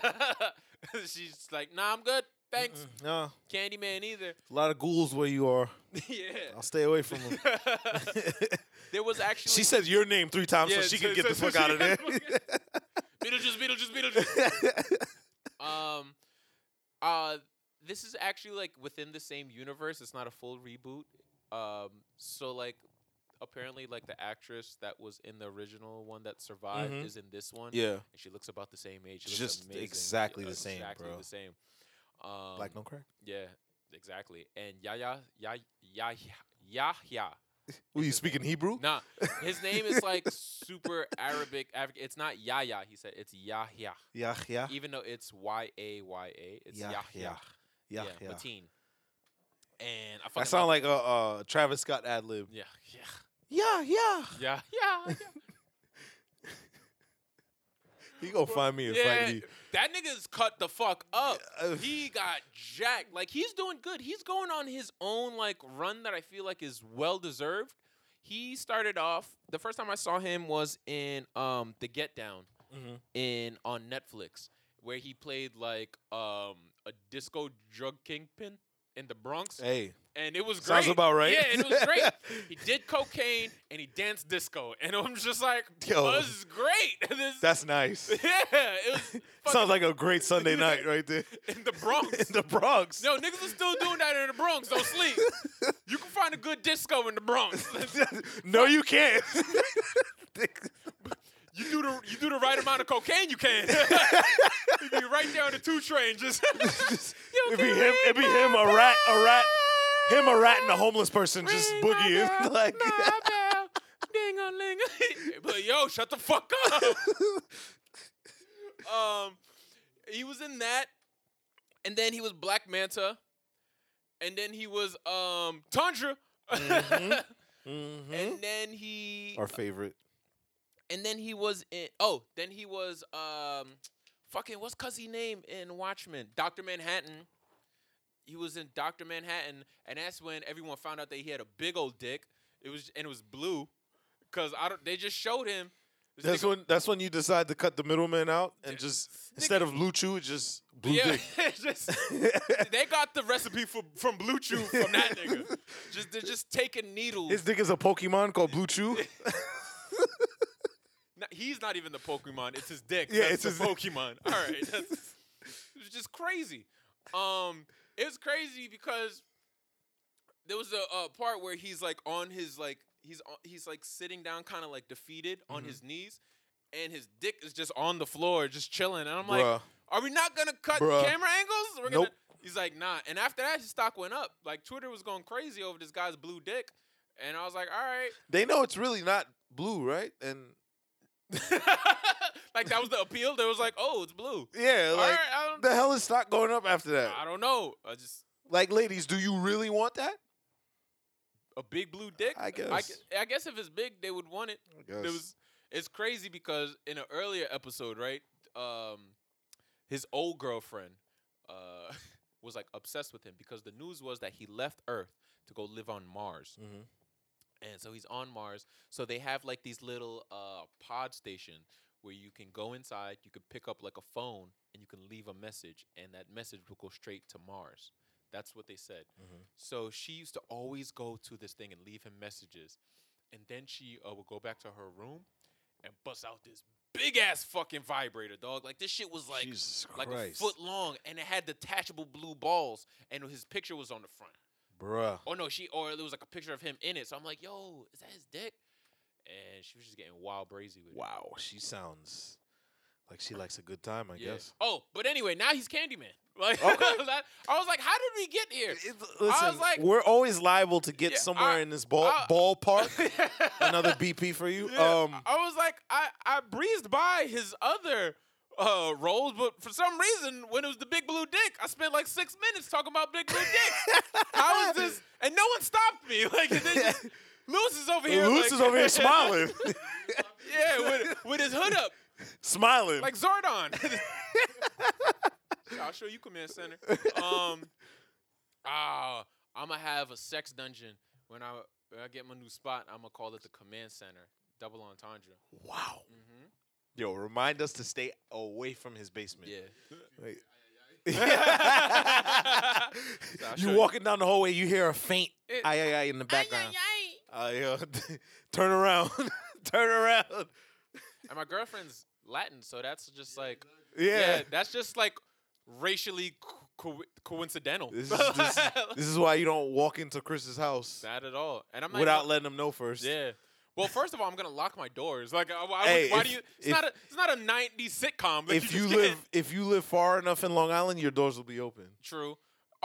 Speaker 4: she's like, Nah, I'm good. Thanks,
Speaker 5: No,
Speaker 4: Candyman. Either.
Speaker 5: a lot of ghouls where you are. I'll
Speaker 4: yeah.
Speaker 5: stay away from them. Oh.
Speaker 4: there was actually.
Speaker 5: she says your name three times
Speaker 4: Yeah,
Speaker 5: so she
Speaker 4: so-
Speaker 5: can get
Speaker 4: so-
Speaker 5: the
Speaker 4: so
Speaker 5: fuck out
Speaker 4: she
Speaker 5: of
Speaker 4: can
Speaker 5: there.
Speaker 4: Beetlejuice, Beetlejuice, Beetlejuice. um, uh, this is actually like within the same universe. It's not a full reboot. Um, so like, apparently, like the actress that was in the original one that survived
Speaker 5: Mhm.
Speaker 4: is in this one.
Speaker 5: yeah.
Speaker 4: and she looks about the same age. She looks
Speaker 5: Just
Speaker 4: amazing.
Speaker 5: exactly
Speaker 4: Yeah,
Speaker 5: the same,
Speaker 4: exactly
Speaker 5: bro.
Speaker 4: The same. Um,
Speaker 5: Like no crack.
Speaker 4: Yeah, exactly. And Yahya, Yahya, Yahya, Yahya.
Speaker 5: Will you speak in Hebrew?
Speaker 4: Nah, his name is like super Arabic. African. It's not Yahya. He said it's Yahya.
Speaker 5: Yeah, yeah,
Speaker 4: Even though it's Y A Y A, it's
Speaker 5: Ah. Yahya.
Speaker 4: Yahya. Yeah,
Speaker 5: yeah, yeah.
Speaker 4: Mateen. And I fucking
Speaker 5: That sound
Speaker 4: love-
Speaker 5: like a uh, Travis Scott ad lib.
Speaker 4: yeah, yeah,
Speaker 5: Yeah, yeah.
Speaker 4: yeah, yeah. yeah.
Speaker 5: You gonna find me a fight
Speaker 4: Yeah,
Speaker 5: me.
Speaker 4: that nigga's cut the fuck up.
Speaker 5: Yeah.
Speaker 4: He got jacked. Like he's doing good. He's going on his own like run that I feel like is well deserved. He started off. The first time I saw him was in um The Get Down
Speaker 5: Mhm.
Speaker 4: in on Netflix, where he played like um a disco drug kingpin in the Bronx,
Speaker 5: Hey,
Speaker 4: and it was great.
Speaker 5: sounds about right.
Speaker 4: Yeah, and it was great. he did cocaine and he danced disco, and I'm just like,
Speaker 5: Yo.
Speaker 4: this is great. this,
Speaker 5: That's nice.
Speaker 4: yeah, it was
Speaker 5: Sounds like a great Sunday night right there.
Speaker 4: in the Bronx.
Speaker 5: in the Bronx.
Speaker 4: No, niggas are still doing that in the Bronx. Don't sleep. You can find a good disco in the Bronx.
Speaker 5: no, you can't.
Speaker 4: You do the you do the right amount of cocaine, you can. you be right there on the two train, just
Speaker 5: it'd be him. It'd be him. A rat. A rat. Him. A rat and a homeless person just boogieing. Like,
Speaker 4: ding a ling. But yo, shut the fuck up. um, he was in that, and then he was Black Manta, and then he was um Tundra.
Speaker 5: Mhm.
Speaker 4: And then he
Speaker 5: our favorite.
Speaker 4: and then he was in oh then he was um fucking what's cuzzy name in watchmen dr manhattan he was in dr manhattan and that's when everyone found out that he had a big old dick it was and it was blue because i don't they just showed him This
Speaker 5: That's
Speaker 4: nigga-
Speaker 5: when. That's when you decide to cut the middleman out and just instead of blue chew, it's just blue
Speaker 4: yeah,
Speaker 5: dick.
Speaker 4: just, they got the recipe from from blue chew from that nigga just they're just taking needles
Speaker 5: His dick is a Pokemon called Blue Chew.
Speaker 4: No, he's not even the Pokemon. It's his dick.
Speaker 5: Yeah,
Speaker 4: that's
Speaker 5: it's
Speaker 4: the
Speaker 5: his-
Speaker 4: Pokemon. All right, that's, it was just crazy. Um, it was crazy because there was a uh, part where he's like on his like he's on, he's like sitting down, kind of like defeated
Speaker 5: Mm-hmm.
Speaker 4: on his knees, and his dick is just on the floor, just chilling. And I'm like,
Speaker 5: Bruh.
Speaker 4: are we not gonna cut
Speaker 5: Bruh.
Speaker 4: camera angles? We're gonna.
Speaker 5: Nope.
Speaker 4: He's like, nah. And after that, his stock went up. Like Twitter was going crazy over this guy's blue dick, and I was like, all right.
Speaker 5: They know it's really not blue, right? And
Speaker 4: like that was the appeal. There was like, oh, it's blue.
Speaker 5: yeah,
Speaker 4: All
Speaker 5: like
Speaker 4: right, I don't,
Speaker 5: the hell is stock going up after
Speaker 4: I
Speaker 5: that?
Speaker 4: don't know. I just
Speaker 5: Like, ladies, do you really want that?
Speaker 4: a big blue dick.
Speaker 5: I
Speaker 4: I,
Speaker 5: guess.
Speaker 4: gu- I guess if it's big, they would want it. There was. It's crazy because in an earlier episode, right? Um, his old girlfriend uh, was like obsessed with him because the news was that he left Earth to go live on Mars.
Speaker 5: Mhm.
Speaker 4: And so he's on Mars. So they have like these little uh, pod station where you can go inside, you can pick up like a phone, and you can leave a message, and that message will go straight to Mars. That's what they said.
Speaker 5: Mm-hmm.
Speaker 4: So she used to always go to this thing and leave him messages, and then she uh, would go back to her room and bust out this big ass fucking vibrator, dog. Like this shit was like
Speaker 5: Jesus
Speaker 4: like a
Speaker 5: Christ.
Speaker 4: foot long, and it had detachable blue balls, and his picture was on the front.
Speaker 5: Bruh.
Speaker 4: Oh no, she or there was like a picture of him in it. So I'm like, yo, is that his dick? And she was just getting wild brazy with it.
Speaker 5: Wow, she sounds like she likes a good time, I
Speaker 4: Yeah.
Speaker 5: guess.
Speaker 4: Oh, but anyway, now he's Candyman. Like, that- I was like, how did we get here?
Speaker 5: It- listen,
Speaker 4: like-
Speaker 5: we're always liable to get
Speaker 4: Yeah,
Speaker 5: somewhere
Speaker 4: I-
Speaker 5: in this ball,
Speaker 4: I-
Speaker 5: ballpark. Another BP for you.
Speaker 4: Yeah,
Speaker 5: Um,
Speaker 4: I was like, I, I breezed by his other uh, roles, but for some reason, when it was the Big Blue Dick, I spent like six minutes talking about Big Blue Dick. How is this? And no one stopped me. Like, and then just, Luce is over here.
Speaker 5: Luce
Speaker 4: like-
Speaker 5: is over here smiling,
Speaker 4: yeah, with, with his hood up,
Speaker 5: smiling.
Speaker 4: like Zordon. I'll show you, Command Center. Um, ah, I'm gonna have a sex dungeon when I when I get my new spot. I'm gonna call it the Command Center. Double entendre.
Speaker 5: wow. mm-hmm. Yo, remind us to stay away from his basement.
Speaker 4: Yeah.
Speaker 5: Like-
Speaker 4: So I'll show
Speaker 5: you walking down the hallway, you hear a faint aye
Speaker 4: It-
Speaker 5: aye aye in the background.
Speaker 2: Ay,
Speaker 5: Uh, yo, turn around, turn around.
Speaker 4: And my girlfriend's Latin, so that's just like yeah.
Speaker 5: Yeah,
Speaker 4: that's just like racially co- co- coincidental.
Speaker 5: This, is, this, is- this is why you don't walk into Chris's house
Speaker 4: Not at all. And I'm not
Speaker 5: without
Speaker 4: even-
Speaker 5: letting him know first.
Speaker 4: Yeah. Well, first of all, I'm gonna lock my doors. Like, I, I,
Speaker 5: Hey,
Speaker 4: why
Speaker 5: if-
Speaker 4: do you? It's
Speaker 5: if-
Speaker 4: not a it's not a '90s sitcom. Like,
Speaker 5: if you
Speaker 4: just
Speaker 5: live
Speaker 4: can't-
Speaker 5: if you live far enough in Long Island, your doors will be open.
Speaker 4: true.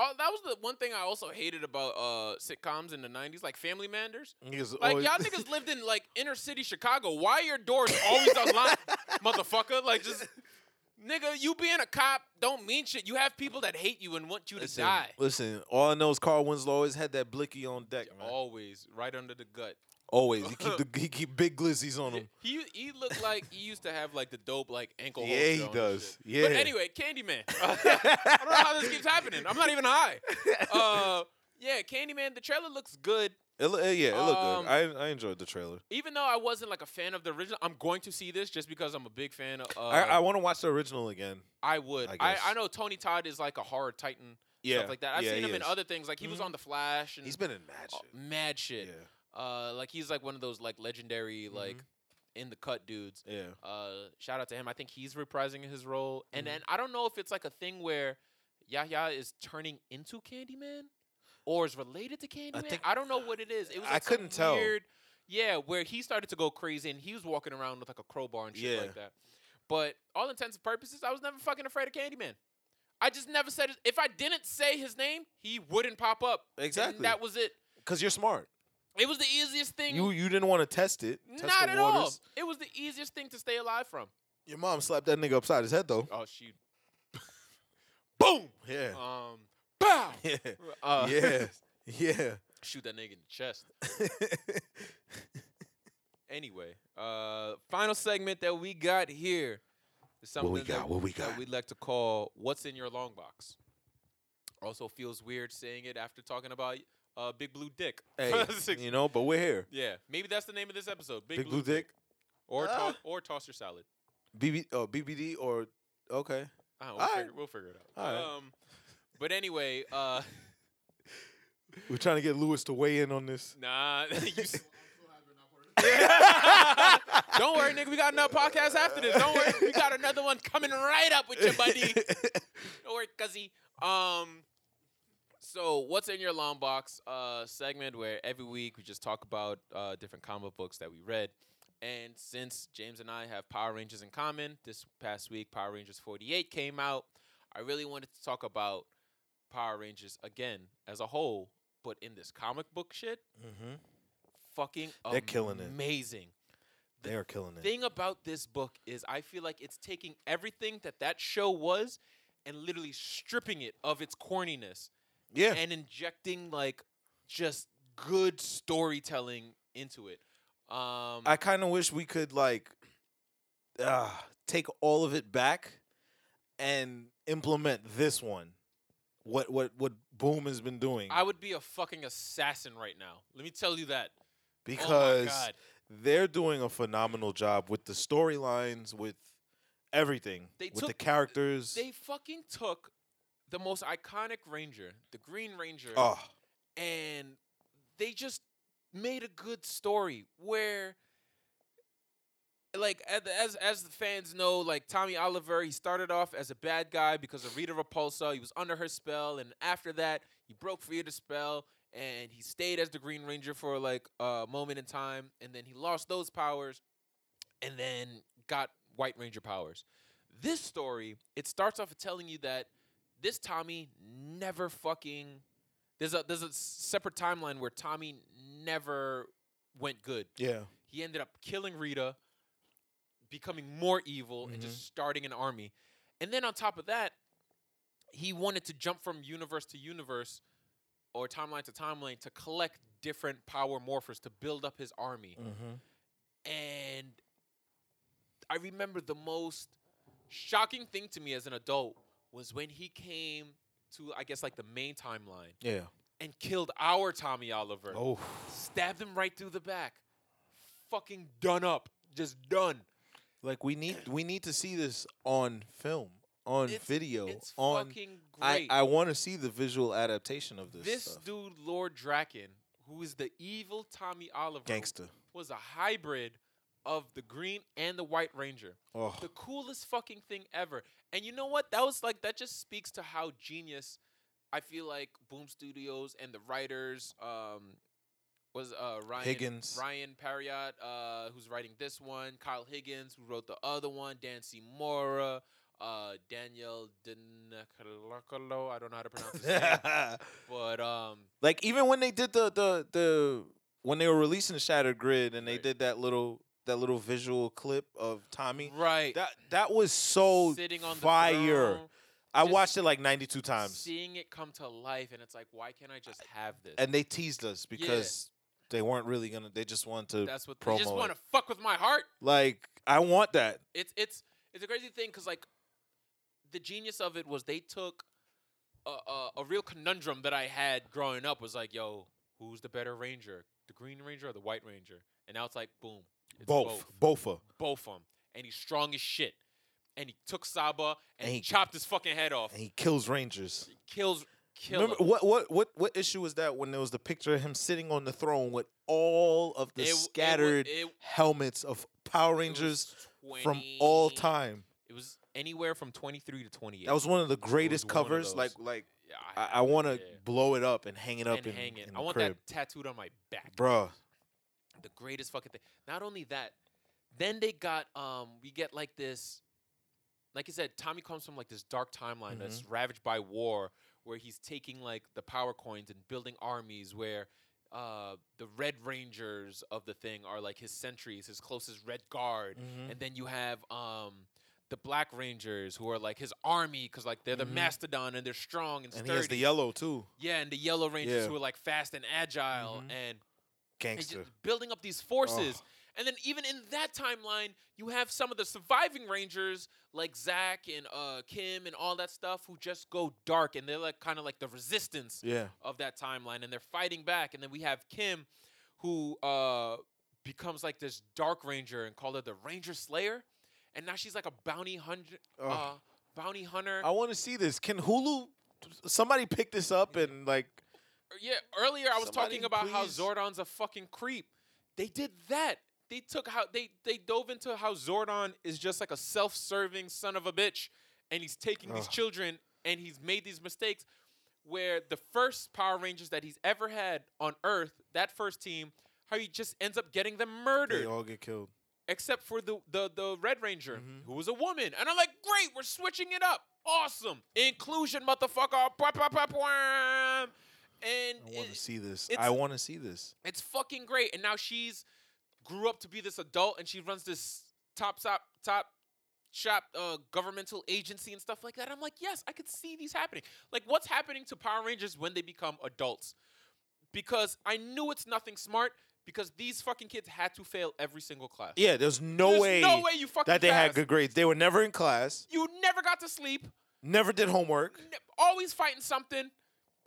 Speaker 4: Oh, that was the one thing I also hated about uh, sitcoms in the '90s, like Family Manders.
Speaker 5: Niggas
Speaker 4: Like
Speaker 5: always-
Speaker 4: y'all niggas lived in like inner city Chicago. Why are your doors always unlocked, motherfucker? Like just nigga, you being a cop don't mean shit. You have people that hate you and want you to
Speaker 5: listen,
Speaker 4: die.
Speaker 5: listen, all I know is Carl Winslow always had that blicky on deck, man.
Speaker 4: Always right under the gut.
Speaker 5: Always, he keep the, he keep big glizzies on him.
Speaker 4: He he looked like he used to have like the dope like ankle.
Speaker 5: Yeah,
Speaker 4: holster
Speaker 5: he
Speaker 4: on and
Speaker 5: does.
Speaker 4: shit.
Speaker 5: Yeah.
Speaker 4: But anyway, Candyman. I don't know how this keeps happening. I'm not even high. Uh, yeah, Candyman. The trailer looks good.
Speaker 5: It, loo- uh, yeah, it looked
Speaker 4: Um,
Speaker 5: good. I I enjoyed the trailer.
Speaker 4: Even though I wasn't like a fan of the original, I'm going to see this just because I'm a big fan of. Uh,
Speaker 5: I, I want to watch the original again.
Speaker 4: I would.
Speaker 5: I
Speaker 4: I, I,
Speaker 5: guess.
Speaker 4: know Tony Todd is like a horror titan,
Speaker 5: Yeah,
Speaker 4: stuff like that. I've
Speaker 5: yeah,
Speaker 4: seen
Speaker 5: he
Speaker 4: him in
Speaker 5: is. Mm-hmm.
Speaker 4: other things. Like he was on The Flash and
Speaker 5: He's been in magic.
Speaker 4: uh, mad shit.
Speaker 5: Yeah, Mm-hmm.
Speaker 4: Uh, like he's like one of those like legendary like in the cut dudes.
Speaker 5: yeah.
Speaker 4: Uh, shout out to him. I think he's reprising his role. And
Speaker 5: Mm-hmm.
Speaker 4: then I don't know if it's like a thing where Yahya is turning into Candyman or is related to Candyman. I,
Speaker 5: think-
Speaker 4: don't know what it is. It was
Speaker 5: I
Speaker 4: like some
Speaker 5: couldn't tell.
Speaker 4: Weird, yeah, where he started to go crazy and he was walking around with like a crowbar and shit
Speaker 5: Yeah.
Speaker 4: like that. But all intents and purposes, I was never fucking afraid of Candyman. I just never said his, if I didn't say his name, he wouldn't pop up. And
Speaker 5: Exactly.
Speaker 4: that was it.
Speaker 5: Cause you're smart.
Speaker 4: It was the easiest thing.
Speaker 5: You you didn't want to test it. Test
Speaker 4: not
Speaker 5: the
Speaker 4: at all.
Speaker 5: waters.
Speaker 4: It was the easiest thing to stay alive from.
Speaker 5: Your mom slapped that nigga upside his head though.
Speaker 4: Oh shoot.
Speaker 5: Boom. Yeah.
Speaker 4: Um, bow.
Speaker 5: yeah.
Speaker 4: Uh,
Speaker 5: yeah. Yeah.
Speaker 4: shoot that nigga in the chest. Anyway, uh, final segment that we got here is something
Speaker 5: we
Speaker 4: that,
Speaker 5: got? What we
Speaker 4: that
Speaker 5: got?
Speaker 4: we'd like to call "What's in Your Long Box." Also feels weird saying it after talking about uh, Big Blue Dick.
Speaker 5: hey, you know, but we're here.
Speaker 4: yeah, maybe that's the name of this episode. Big,
Speaker 5: Big, Blue Dick,
Speaker 4: or to-
Speaker 5: Ah.
Speaker 4: or toss your salad.
Speaker 5: BB, oh, BBD, or okay.
Speaker 4: I don't know, Ah,
Speaker 5: All
Speaker 4: we'll,
Speaker 5: right.
Speaker 4: figure, we'll figure it out.
Speaker 5: All right.
Speaker 4: Um, but anyway, uh,
Speaker 5: We're trying to get Lewis to weigh in on this.
Speaker 4: Nah, you s- Don't worry, nigga. We got another podcast after this. Don't worry, we got another one coming right up with you, buddy. Mm-hmm. Don't worry, cuzzy. Um, so what's in your long box? Uh, segment where every week we just talk about uh different comic books that we read. And since James and I have Power Rangers in common, this past week Power Rangers 48 came out. I really wanted to talk about Power Rangers again as a whole, but in this comic book shit,
Speaker 5: mm-hmm.
Speaker 4: fucking
Speaker 5: They're killing it.
Speaker 4: Amazing.
Speaker 5: They are killing it.
Speaker 4: Thing about this book is I feel like it's taking everything that that show was and literally stripping it of its corniness
Speaker 5: yeah.
Speaker 4: and injecting like just good storytelling into it. Um
Speaker 5: I kind of wish we could like uh, take all of it back and implement this one. What what what Boom has been doing
Speaker 4: I oh would be a fucking assassin right now. Let me tell you that. oh my
Speaker 5: because
Speaker 4: God.
Speaker 5: they're doing a phenomenal job with the storylines, with everything,
Speaker 4: They
Speaker 5: with the
Speaker 4: took-
Speaker 5: characters.
Speaker 4: they fucking took the most iconic ranger, the Green Ranger,
Speaker 5: oh,
Speaker 4: and they just made a good story where like at the- as as the fans know like Tommy Oliver he started off as a bad guy because of Rita Repulsa he was under her spell and after that he broke free of the spell and he stayed as the Green Ranger for like a moment in time and then he lost those powers and then got White Ranger powers this story it starts off with telling you that This Tommy never fucking. There's a there's a separate timeline where Tommy never went good.
Speaker 5: Yeah.
Speaker 4: He ended up killing Rita, becoming more evil, and just starting an army. And then on top of that, he wanted to jump from universe to universe or timeline to timeline to collect different power morphers to build up his army. And I remember the most shocking thing to me as an adult was when he came to, I guess, like the main timeline
Speaker 5: Yeah.
Speaker 4: and killed our Tommy Oliver
Speaker 5: Oh.
Speaker 4: stabbed him right through the back. Fucking done up. Just done.
Speaker 5: Like we need we need to see this on film, on
Speaker 4: It's-
Speaker 5: video,
Speaker 4: it's
Speaker 5: on
Speaker 4: fucking
Speaker 5: I
Speaker 4: great.
Speaker 5: I want to see the visual adaptation of this.
Speaker 4: this
Speaker 5: stuff.
Speaker 4: dude, Lord Draken, who is the evil Tommy Oliver,
Speaker 5: gangster.
Speaker 4: was a hybrid of the Green and the White Ranger.
Speaker 5: Oh.
Speaker 4: The coolest fucking thing ever. And you know what? That was like that just speaks to how genius I feel like Boom Studios and the writers um was uh Ryan
Speaker 5: Higgins.
Speaker 4: Ryan Parriott, uh, who's writing this one, Kyle Higgins, who wrote the other one, Dan Mora, uh Daniel Dinacolo, I don't know how to pronounce his name. But um
Speaker 5: like even when they did the the the when they were releasing Shattered Grid and they
Speaker 4: Right.
Speaker 5: did that little that little visual clip of Tommy.
Speaker 4: right
Speaker 5: That that was so
Speaker 4: sitting on the
Speaker 5: fire.
Speaker 4: throne,
Speaker 5: I
Speaker 4: just
Speaker 5: watched it like 92 times
Speaker 4: seeing it come to life and it's like why can't I just have this?
Speaker 5: and they teased us because they weren't really going to they just wanted to
Speaker 4: That's what
Speaker 5: promo.
Speaker 4: they just
Speaker 5: it.
Speaker 4: want to fuck with my heart.
Speaker 5: like I want that.
Speaker 4: It's it's it's a crazy thing because like the genius of it was they took a, a a real conundrum that I had growing up was like, yo, who's the better ranger, the Green Ranger or the White Ranger? And now it's like, boom, it's
Speaker 5: Both. Both. Bofa.
Speaker 4: both of them, and he's strong as shit. And he took Saba and,
Speaker 5: And
Speaker 4: he
Speaker 5: he-
Speaker 4: chopped his fucking head off.
Speaker 5: And he kills Rangers.
Speaker 4: Kills, kills.
Speaker 5: Remember, what what what what issue was that when there was the picture of him sitting on the throne with all of the
Speaker 4: It w- it wa-
Speaker 5: scattered
Speaker 4: it-
Speaker 5: helmets of Power Rangers from all time?
Speaker 4: It was anywhere from twenty three to twenty eight.
Speaker 5: That was one of the greatest
Speaker 4: one of
Speaker 5: covers.
Speaker 4: those.
Speaker 5: Like like
Speaker 4: Yeah,
Speaker 5: I,
Speaker 4: have
Speaker 5: I
Speaker 4: it,
Speaker 5: want to
Speaker 4: yeah.
Speaker 5: blow it up and hang it up
Speaker 4: and
Speaker 5: in,
Speaker 4: hang it.
Speaker 5: in
Speaker 4: I
Speaker 5: the
Speaker 4: want
Speaker 5: crib,
Speaker 4: that tattooed on my back.
Speaker 5: bruh.
Speaker 4: the greatest fucking thing. Not only that, then they got um we get like this like I said, Tommy comes from like this dark timeline that's
Speaker 5: Mm-hmm.
Speaker 4: ravaged by war where he's taking like the power coins and building armies where uh the red rangers of the thing are like his sentries, his closest red guard.
Speaker 5: Mm-hmm.
Speaker 4: And then you have um the black rangers who are like his army cuz like they're the mastodon and they're strong and
Speaker 5: Mm-hmm. And
Speaker 4: sturdy.
Speaker 5: he has the yellow too,
Speaker 4: yeah, and the yellow rangers
Speaker 5: Yeah. Mm-hmm.
Speaker 4: who are like fast and agile and and
Speaker 5: gangster.
Speaker 4: just building up these forces. And then even in that timeline, you have some of the surviving Rangers like Zach and uh, Kim and all that stuff who just go dark and they're like kind of like the resistance
Speaker 5: Yeah,
Speaker 4: of that timeline and they're fighting back. And then we have Kim who uh, becomes like this dark ranger and call her the Ranger Slayer. And now she's like a bounty hunter.
Speaker 5: Ugh.
Speaker 4: Uh, bounty hunter.
Speaker 5: I want to see this. Can Hulu? Somebody pick this up and like
Speaker 4: Yeah, earlier I was
Speaker 5: Somebody
Speaker 4: talking about how
Speaker 5: please-
Speaker 4: Zordon's a fucking creep. They did that. They took how they they dove into how Zordon is just like a self-serving son of a bitch, and he's taking these children and he's made these mistakes. Where the first Power Rangers that he's ever had on Earth, that first team, how he just ends up getting them murdered
Speaker 5: they all get killed.
Speaker 4: except for the the, the Red Ranger,
Speaker 5: Mm-hmm.
Speaker 4: who was a woman. And I'm like, great, we're switching it up. Awesome. Inclusion, motherfucker. Bwah, bwah, bwah, bwah. And
Speaker 5: I want
Speaker 4: it-
Speaker 5: to see this.
Speaker 4: it's-
Speaker 5: I want to see this.
Speaker 4: it's fucking great. And now she's grew up to be this adult and she runs this top top top shop uh, governmental agency and stuff like that. I'm like, yes, I could see these happening. Like what's happening to Power Rangers when they become adults? Because I knew it's nothing smart because these fucking kids had to fail every single class.
Speaker 5: Yeah, there's no
Speaker 4: There's
Speaker 5: way.
Speaker 4: no way you fucking
Speaker 5: that they had
Speaker 4: passed.
Speaker 5: good grades. They were never in class.
Speaker 4: You never got to sleep.
Speaker 5: Never did homework.
Speaker 4: ne- Always fighting something.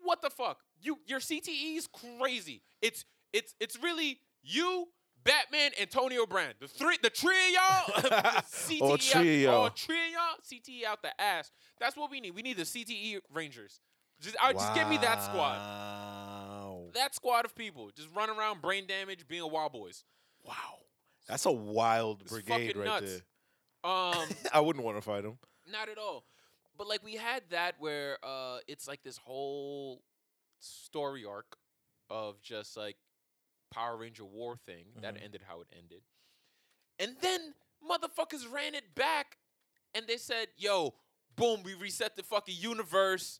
Speaker 4: What the fuck? You your CTE is crazy. It's it's it's really you, Batman, Antonio Brand. The three the three of y'all CTE
Speaker 5: All three of
Speaker 4: E out,
Speaker 5: y'all.
Speaker 4: all three of y'all CTE E out the ass. That's what we need. We need the CTE Rangers. Just I just give me that squad.
Speaker 5: Wow.
Speaker 4: That squad of people just run around brain damage being wild boys.
Speaker 5: Wow. That's a wild
Speaker 4: It's
Speaker 5: brigade
Speaker 4: fucking
Speaker 5: right
Speaker 4: nuts. Um
Speaker 5: there. I wouldn't want to fight them.
Speaker 4: Not at all. But like we had that where uh it's like this whole story arc of just like Power Ranger war thing that ended how it ended. And then motherfuckers ran it back and they said, "Yo, boom, we reset the fucking universe,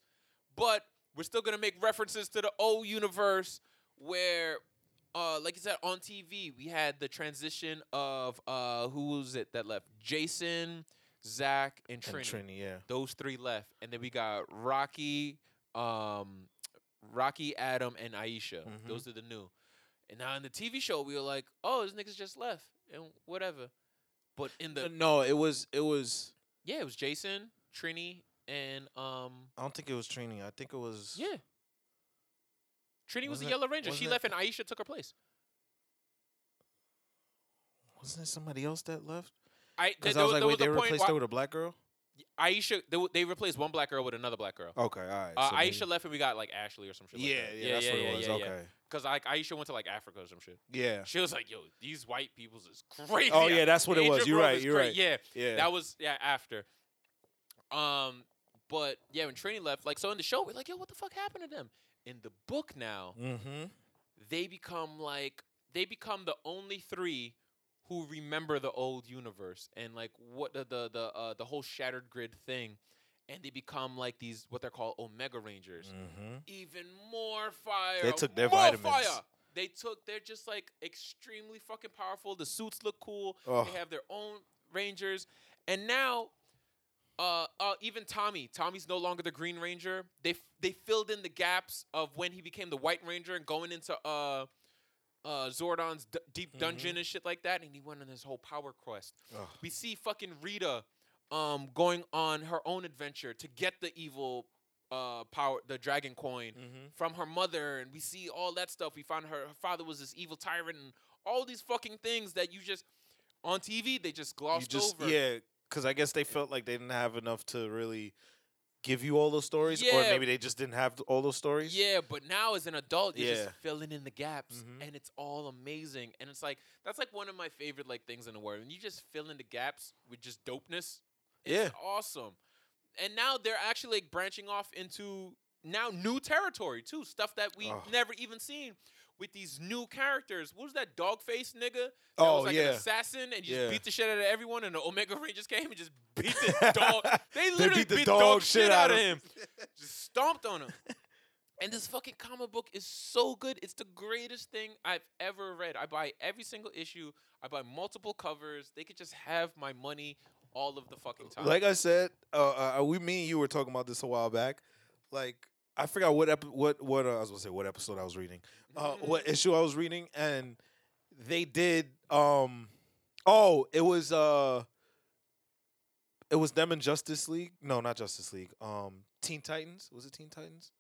Speaker 4: but we're still gonna make references to the old universe where, uh, like you said, on TV we had the transition of uh, who was it that left? Jason, Zach, and
Speaker 5: And
Speaker 4: Trini.
Speaker 5: Trini, yeah.
Speaker 4: Those three left, and then we got Rocky, um, Rocky, Adam, and Aisha.
Speaker 5: Mhm.
Speaker 4: Those are the new. And now in the TV show, we were like, oh, those niggas just left and whatever. But in the
Speaker 5: Uh, no, it was it was.
Speaker 4: yeah, it was Jason, Trini, and um
Speaker 5: I don't think it was Trini. I think it was.
Speaker 4: yeah. Trini was
Speaker 5: Wasn't
Speaker 4: the
Speaker 5: it-
Speaker 4: Yellow Ranger.
Speaker 5: wasn't
Speaker 4: She
Speaker 5: it-
Speaker 4: left and Aisha took her place.
Speaker 5: Wasn't it somebody else that left?
Speaker 4: I th-
Speaker 5: Because I
Speaker 4: there, was,
Speaker 5: was like,
Speaker 4: there
Speaker 5: wait,
Speaker 4: was
Speaker 5: they
Speaker 4: a point
Speaker 5: replaced
Speaker 4: why
Speaker 5: her with a black girl.
Speaker 4: Aisha they, w- they replaced one black girl with another black girl.
Speaker 5: Okay, all right.
Speaker 4: Uh,
Speaker 5: so maybe-
Speaker 4: Aisha left and we got like Ashley or some shit.
Speaker 5: Yeah,
Speaker 4: like that.
Speaker 5: yeah, that's what it was.
Speaker 4: yeah,
Speaker 5: okay.
Speaker 4: Because like Aisha went to like Africa or some shit.
Speaker 5: Yeah.
Speaker 4: She was like, "Yo, these white peoples is crazy."
Speaker 5: Oh, yeah, that's what it
Speaker 4: Age
Speaker 5: was.
Speaker 4: of
Speaker 5: You're
Speaker 4: Rome
Speaker 5: right,
Speaker 4: is
Speaker 5: you're
Speaker 4: cra-
Speaker 5: right.
Speaker 4: Yeah,
Speaker 5: Yeah.
Speaker 4: That was yeah after. Um, but yeah, when Trini left, like so in the show, we're like, yo, what the fuck happened to them? In the book now,
Speaker 5: mm-hmm.
Speaker 4: they become like they become the only three who remember the old universe and like what the the the uh, the whole shattered grid thing, and they become like these what they're called Omega Rangers
Speaker 5: Mm-hmm.
Speaker 4: even more fire.
Speaker 5: They took their
Speaker 4: more
Speaker 5: vitamins.
Speaker 4: Fire. They took. They're just like extremely fucking powerful. The suits look cool.
Speaker 5: Ugh.
Speaker 4: They have their own rangers, and now, uh, uh, even Tommy. Tommy's no longer the Green Ranger. They f- they filled in the gaps of when he became the White Ranger and going into uh. Uh, Zordon's d- deep dungeon and shit like that, and he went on his whole power quest.
Speaker 5: Ugh.
Speaker 4: We see fucking Rita, um, going on her own adventure to get the evil, uh, power, the dragon coin,
Speaker 5: Mm-hmm.
Speaker 4: from her mother, and we see all that stuff. We find her, her father was this evil tyrant, and all these fucking things that you just on TV they just
Speaker 5: You
Speaker 4: glossed
Speaker 5: just
Speaker 4: over.
Speaker 5: yeah, because I guess they felt like they didn't have enough to really give you all those stories, or
Speaker 4: Yeah.
Speaker 5: maybe they just didn't have all those stories.
Speaker 4: Yeah, but now as an adult, you're
Speaker 5: Yeah.
Speaker 4: just filling in the gaps,
Speaker 5: Mhm.
Speaker 4: and it's all amazing. And it's like that's like one of my favorite like things in the world. When you just fill in the gaps with just dopeness, it's
Speaker 5: Yeah.
Speaker 4: awesome. And now they're actually like branching off into now new territory too, stuff that we
Speaker 5: Ugh.
Speaker 4: have never even seen with these new characters. What was that dog face nigga? That
Speaker 5: Oh,
Speaker 4: was like
Speaker 5: yeah.
Speaker 4: an assassin and just
Speaker 5: Yeah.
Speaker 4: beat the shit out of everyone. And the Omega Rangers came and just beat the dog. They literally
Speaker 5: beat the dog shit out
Speaker 4: of
Speaker 5: of
Speaker 4: him. just stomped on him. And this fucking comic book is so good. It's the greatest thing I've ever read. I buy every single issue. I buy multiple covers. They could just have my money all of the fucking time.
Speaker 5: Like I said, uh, uh, we, me, and you were talking about this a while back. Like I forgot what ep- what what uh, I was gonna say what episode I was reading, uh,
Speaker 4: Mm-hmm.
Speaker 5: what issue I was reading, and they did. um Oh, it was uh, it was them in Justice League. No, not Justice League. Um, Teen Titans. Was it Teen Titans?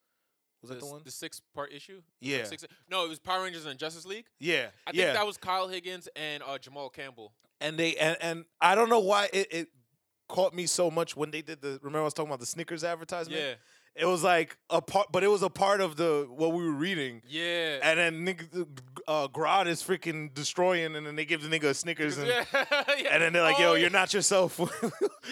Speaker 5: Was
Speaker 4: the,
Speaker 5: that the
Speaker 4: s-
Speaker 5: one?
Speaker 4: the six part issue.
Speaker 5: yeah,
Speaker 4: Six, e, no, it was Power Rangers and Justice League.
Speaker 5: yeah,
Speaker 4: I
Speaker 5: yeah.
Speaker 4: think that was Kyle Higgins and uh, Jamal Campbell.
Speaker 5: and they and, and I don't know why it, it caught me so much when they did the. Remember, I was talking about the Snickers advertisement.
Speaker 4: Yeah,
Speaker 5: It was like a part, but it was a part of the what we were reading.
Speaker 4: yeah.
Speaker 5: And then nigga, uh, Grodd is freaking destroying, and then they give the nigga a Snickers, and,
Speaker 4: yeah.
Speaker 5: and then they're like,
Speaker 4: Oh,
Speaker 5: "Yo,
Speaker 4: yeah.
Speaker 5: you're not yourself when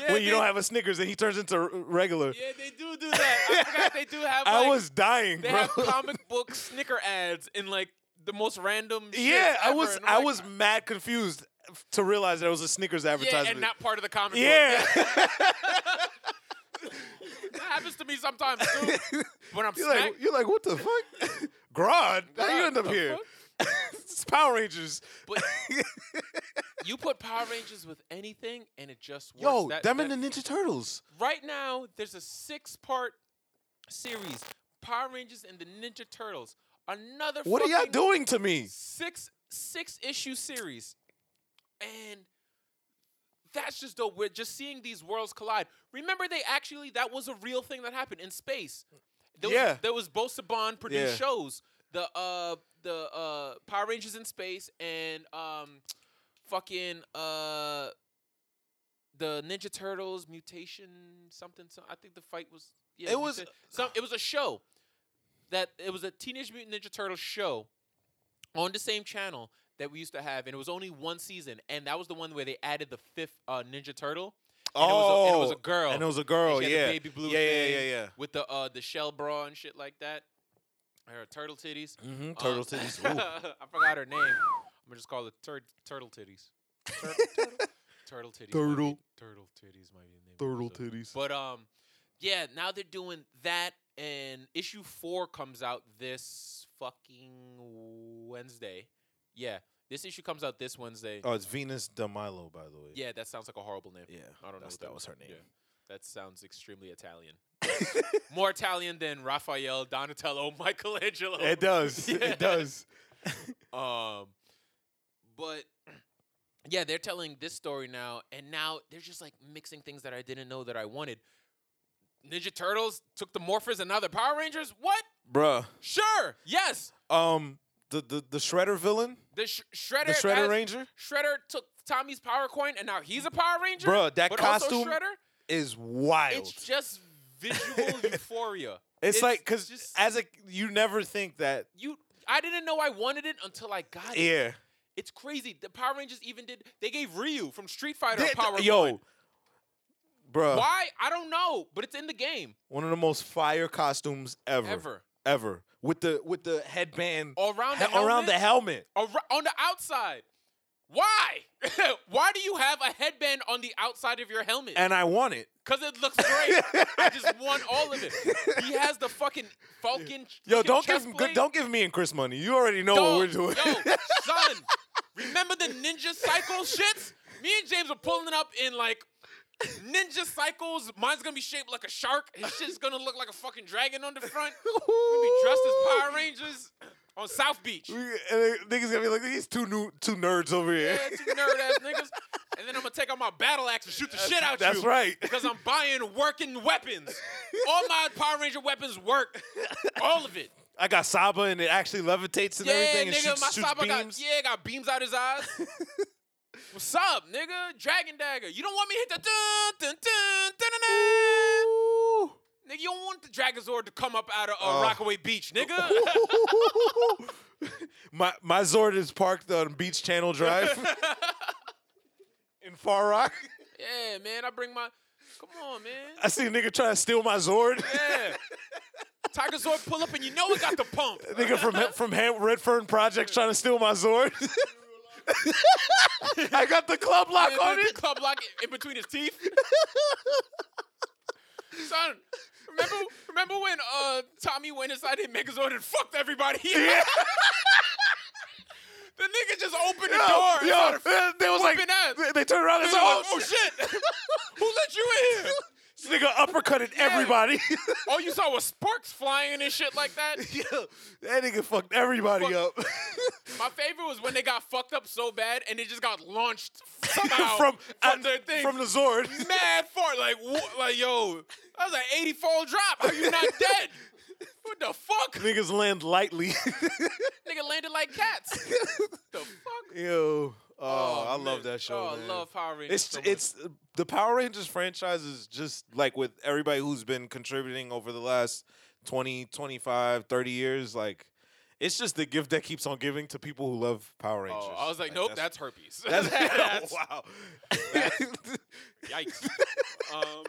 Speaker 4: Yeah,
Speaker 5: you don't
Speaker 4: they-
Speaker 5: have a Snickers," and he turns into r- regular.
Speaker 4: Yeah, they do do that. I forgot they do have.
Speaker 5: I
Speaker 4: like,
Speaker 5: was dying,
Speaker 4: They
Speaker 5: bro.
Speaker 4: have comic book Snicker ads in like the most random. shit
Speaker 5: yeah, I
Speaker 4: ever,
Speaker 5: was,
Speaker 4: and I'm
Speaker 5: I
Speaker 4: like,
Speaker 5: was mad confused to realize that it was a Snickers advertisement.
Speaker 4: Yeah, and not part of the comic
Speaker 5: Yeah.
Speaker 4: book. That happens to me sometimes too. when I'm
Speaker 5: you're
Speaker 4: snack-
Speaker 5: like, you're like, what the fuck, Grodd? How you
Speaker 4: Grodd,
Speaker 5: end up
Speaker 4: the
Speaker 5: here?
Speaker 4: fuck?
Speaker 5: it's Power Rangers.
Speaker 4: But you put Power Rangers with anything, and it just works.
Speaker 5: Yo,
Speaker 4: That-
Speaker 5: them
Speaker 4: that-
Speaker 5: and the Ninja Turtles.
Speaker 4: right now there's a six-part series: Power Rangers and the Ninja Turtles. Another.
Speaker 5: What are y'all
Speaker 4: fucking
Speaker 5: doing to me?
Speaker 4: Six six issue series, and that's just dope. We're just seeing these worlds collide. Remember, they actually that was a real thing that happened in space. There
Speaker 5: Yeah.
Speaker 4: was, there was Bo Saban produced
Speaker 5: Yeah.
Speaker 4: shows. The uh the uh Power Rangers in space and um fucking uh the Ninja Turtles mutation something. So I think the fight was yeah.
Speaker 5: It was-
Speaker 4: muta- some. It was a show that it was a Teenage Mutant Ninja Turtles show on the same channel that we used to have, and it was only one season, and that was the one where they added the fifth uh, Ninja Turtle. And it was a, and it was a girl.
Speaker 5: Oh, And it was a
Speaker 4: and
Speaker 5: girl,
Speaker 4: she had
Speaker 5: yeah.
Speaker 4: The baby blue
Speaker 5: yeah, yeah,
Speaker 4: thing
Speaker 5: yeah, yeah.
Speaker 4: With the uh, the shell bra and shit like that. Her turtle titties.
Speaker 5: Mm-hmm.
Speaker 4: Um,
Speaker 5: Turtle titties. Ooh.
Speaker 4: I forgot her name. I'm gonna just call it tur- turtle titties. Tur- turtle, turtle titties. might be-
Speaker 5: Turtle.
Speaker 4: turtle titties might be the name. of the
Speaker 5: Turtle
Speaker 4: episode.
Speaker 5: titties.
Speaker 4: But um, yeah, now they're doing that, and issue four comes out this fucking Wednesday. Yeah, this issue comes out this Wednesday.
Speaker 5: Oh, it's Venus de Milo, by the way.
Speaker 4: Yeah, that sounds like a horrible name.
Speaker 5: Yeah,
Speaker 4: I don't know
Speaker 5: that's-
Speaker 4: what
Speaker 5: that was her
Speaker 4: yeah.
Speaker 5: name.
Speaker 4: That sounds extremely Italian. More Italian than Raphael, Donatello, Michelangelo.
Speaker 5: It does.
Speaker 4: Yeah.
Speaker 5: It does.
Speaker 4: Um, but yeah, they're telling this story now, and now they're just like mixing things that I didn't know that I wanted. Ninja Turtles took the Morphers and now they're Power Rangers. What?
Speaker 5: Bruh.
Speaker 4: Sure. Yes.
Speaker 5: Um the, the, the Shredder villain?
Speaker 4: The sh- Shredder.
Speaker 5: The Shredder
Speaker 4: has-
Speaker 5: Ranger?
Speaker 4: Shredder took Tommy's power coin, and now he's a Power Ranger.
Speaker 5: Bruh, that
Speaker 4: but
Speaker 5: costume-
Speaker 4: Also Shredder.
Speaker 5: Is wild.
Speaker 4: It's just visual euphoria.
Speaker 5: It's, like because
Speaker 4: just-
Speaker 5: as a you never think that
Speaker 4: you. I didn't know I wanted it until I got it.
Speaker 5: yeah
Speaker 4: It's crazy. The Power Rangers even did. They gave Ryu from Street Fighter
Speaker 5: Th-
Speaker 4: a power
Speaker 5: th- yo
Speaker 4: coin.
Speaker 5: bro
Speaker 4: Why? I don't know, but it's in the game.
Speaker 5: one of the most fire costumes ever
Speaker 4: Ever.
Speaker 5: ever with the with the headband
Speaker 4: Around the
Speaker 5: he- around the helmet
Speaker 4: Ar- on the outside. Why? Why do you have a headband on the outside of your helmet?
Speaker 5: and I want it
Speaker 4: Cause it looks great. I just want all of it. He has the fucking Falcon.
Speaker 5: yo
Speaker 4: fucking
Speaker 5: don't
Speaker 4: chest
Speaker 5: give him
Speaker 4: plate.
Speaker 5: good don't give me and Chris money you already know what
Speaker 4: Dog,
Speaker 5: we're doing
Speaker 4: Yo, son, remember the Ninja Cycle shits? Me and James were pulling it up in like Ninja Cycles. Mine's gonna be shaped like a shark. His shit's gonna look like a fucking dragon on the front. We're gonna be dressed as Power Rangers on South Beach.
Speaker 5: We- and they- niggas gonna be like these two new two nerds over
Speaker 4: Yeah,
Speaker 5: here
Speaker 4: two nerd ass niggas. And then I'm gonna take out my battle axe and shoot the shit out
Speaker 5: that's
Speaker 4: you.
Speaker 5: right
Speaker 4: Because I'm buying working weapons. All my Power Ranger weapons work. All of it.
Speaker 5: I got Saba and it actually levitates and
Speaker 4: Yeah,
Speaker 5: everything and
Speaker 4: nigga,
Speaker 5: shoots,
Speaker 4: my
Speaker 5: shoots
Speaker 4: cyber got
Speaker 5: beams
Speaker 4: yeah, got beams out his eyes. What's up, nigga? Dragon dagger. You don't want me to hit the dun dun dun dun dun. dun. Nigga, you don't want the Dragonzord to come up out of uh,
Speaker 5: Oh.
Speaker 4: Rockaway Beach, nigga.
Speaker 5: my my Zord is parked on Beach Channel Drive in Far Rock.
Speaker 4: yeah, man, I bring my. Come on, man.
Speaker 5: I see a nigga trying to steal my Zord.
Speaker 4: Yeah. Tiger Zord pull up and you know it got the pump.
Speaker 5: nigga from Ham- from Ham- Redfern Project trying to steal my Zord. I got the club lock
Speaker 4: And
Speaker 5: on
Speaker 4: then the
Speaker 5: it.
Speaker 4: club lock in between his teeth. Son, remember remember when uh Tommy went inside his Megazord and fucked everybody?
Speaker 5: Yeah,
Speaker 4: The nigga just opened the
Speaker 5: yo,
Speaker 4: door. and
Speaker 5: yo,
Speaker 4: started
Speaker 5: they- they was like,
Speaker 4: whooping ass.
Speaker 5: they, they turned around and
Speaker 4: f-
Speaker 5: said,
Speaker 4: oh,
Speaker 5: "Oh,
Speaker 4: oh
Speaker 5: shit.
Speaker 4: shit! Who let you in here?
Speaker 5: this nigga uppercutted everybody."
Speaker 4: All you saw was sparks flying and shit like that.
Speaker 5: Yo, that nigga fucked everybody up.
Speaker 4: My favorite was when they got fucked up so bad and they just got launched somehow
Speaker 5: from
Speaker 4: from
Speaker 5: uh,
Speaker 4: their thing.
Speaker 5: from the Zord.
Speaker 4: mad fart. Like, wha- like yo, that was an 84 drop. Are you not dead? What the fuck?
Speaker 5: Niggas land lightly.
Speaker 4: Nigga landed like cats. the fuck?
Speaker 5: Yo, oh, I
Speaker 4: man.
Speaker 5: love that show.
Speaker 4: Oh,
Speaker 5: man.
Speaker 4: I love Power Rangers.
Speaker 5: It's
Speaker 4: so much.
Speaker 5: it's the Power Rangers franchise is just like with everybody who's been contributing over the last 20, 25, 30 years like it's just the gift that keeps on giving to people who love Power Rangers.
Speaker 4: Oh, I was like, nope, that's, herpes.
Speaker 5: that's,
Speaker 4: That's-
Speaker 5: wow.
Speaker 4: Yikes. um,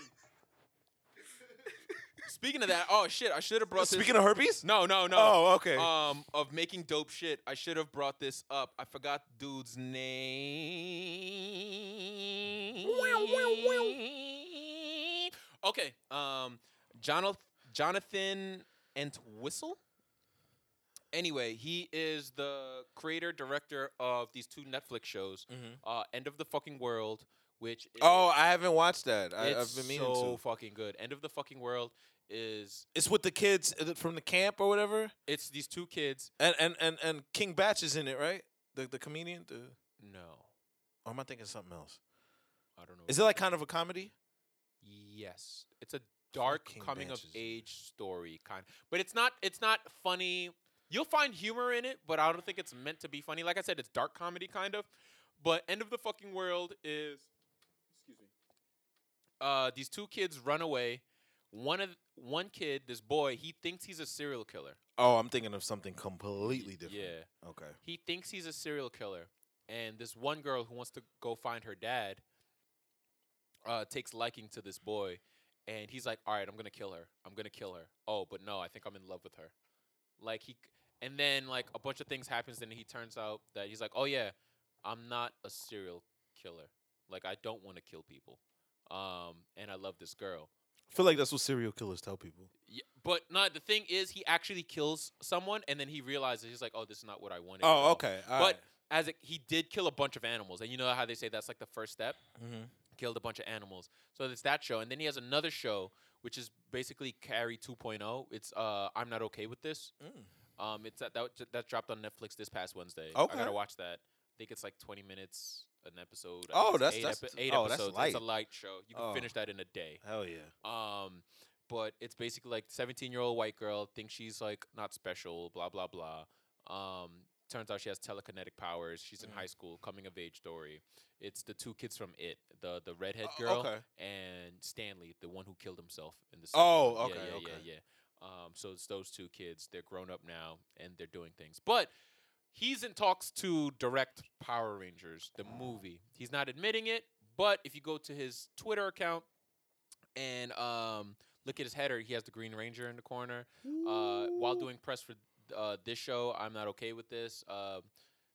Speaker 4: speaking of that, oh shit, I should have brought
Speaker 5: Speaking
Speaker 4: this.
Speaker 5: of herpes?
Speaker 4: no, no, no.
Speaker 5: Oh, okay.
Speaker 4: Um, of making dope shit, I should have brought this up. I forgot the dude's name. Okay. Um, Jonath- Jonathan Entwistle. Anyway, he is the creator director of these two Netflix shows,
Speaker 5: Mm-hmm.
Speaker 4: uh, End of the Fucking World, which is
Speaker 5: oh, I haven't watched that. I,
Speaker 4: it's
Speaker 5: I've been meaning
Speaker 4: so
Speaker 5: to.
Speaker 4: fucking good. End of the fucking world is
Speaker 5: It's with the kids uh, from the camp or whatever.
Speaker 4: it's these two kids.
Speaker 5: And and and, and King Batch is in it, right? The the comedian, the
Speaker 4: No,
Speaker 5: or am I thinking something else?
Speaker 4: I don't know.
Speaker 5: Is it like kind of a comedy?
Speaker 4: yes? It's a dark
Speaker 5: Fucking
Speaker 4: coming of
Speaker 5: bitches.
Speaker 4: age story kind, but it's not. It's not funny. You'll find humor in it, but I don't think it's meant to be funny. Like I said, it's dark comedy kind of. But End of the Fucking World is, excuse me. Uh, these two kids run away. One of one kid, this boy, he thinks he's a serial killer.
Speaker 5: Oh, I'm thinking of something completely different.
Speaker 4: Yeah.
Speaker 5: Okay.
Speaker 4: he thinks he's a serial killer and this one girl who wants to go find her dad uh, takes liking to this boy and he's like all right i'm gonna kill her i'm gonna kill her oh but no i think i'm in love with her like he and then like a bunch of things happens and he turns out that he's like oh yeah i'm not a serial killer like i don't want to kill people um, and i love this girl
Speaker 5: feel like that's what serial killers tell people.
Speaker 4: Yeah, but not the thing is he actually kills someone and then he realizes he's like, oh, this is not what I wanted. at
Speaker 5: Oh,
Speaker 4: all."
Speaker 5: okay.
Speaker 4: but as it, he did kill a bunch of animals, and you know how they say that's like the first step.
Speaker 5: Mhm.
Speaker 4: Killed a bunch of animals. So it's that show, and then he has another show which is basically Carrie 2.0. It's uh, I'm not okay with this.
Speaker 5: Mm.
Speaker 4: Um, it's that, that was- that dropped on Netflix this past Wednesday. I
Speaker 5: Okay.
Speaker 4: gotta watch that. I think it's like 20 minutes an episode. I think
Speaker 5: Oh,
Speaker 4: it's
Speaker 5: that's-
Speaker 4: eight,
Speaker 5: that's-
Speaker 4: epi- eight
Speaker 5: oh, that's
Speaker 4: episodes. It's
Speaker 5: light.
Speaker 4: a light show. You can
Speaker 5: Oh.
Speaker 4: finish that in a day.
Speaker 5: hell yeah.
Speaker 4: Um, but it's basically like 17 year old white girl thinks she's like not special, blah blah blah. Um, turns out she has telekinetic powers. She's
Speaker 5: Mm.
Speaker 4: in high school, coming of age story. It's the two kids from It, the the redhead
Speaker 5: Oh,
Speaker 4: girl
Speaker 5: okay.
Speaker 4: and Stanley, the one who killed himself in the. second
Speaker 5: Oh,
Speaker 4: one.
Speaker 5: okay,
Speaker 4: yeah, yeah,
Speaker 5: okay.
Speaker 4: yeah, yeah. Um, so it's those two kids. They're grown up now and they're doing things, but. He's in talks to direct Power Rangers, the movie. He's not admitting it, but if you go to his Twitter account, and um, look at his header. He has the Green Ranger in the corner. Uh, while doing press for uh, this show, I'm not okay with this. Uh,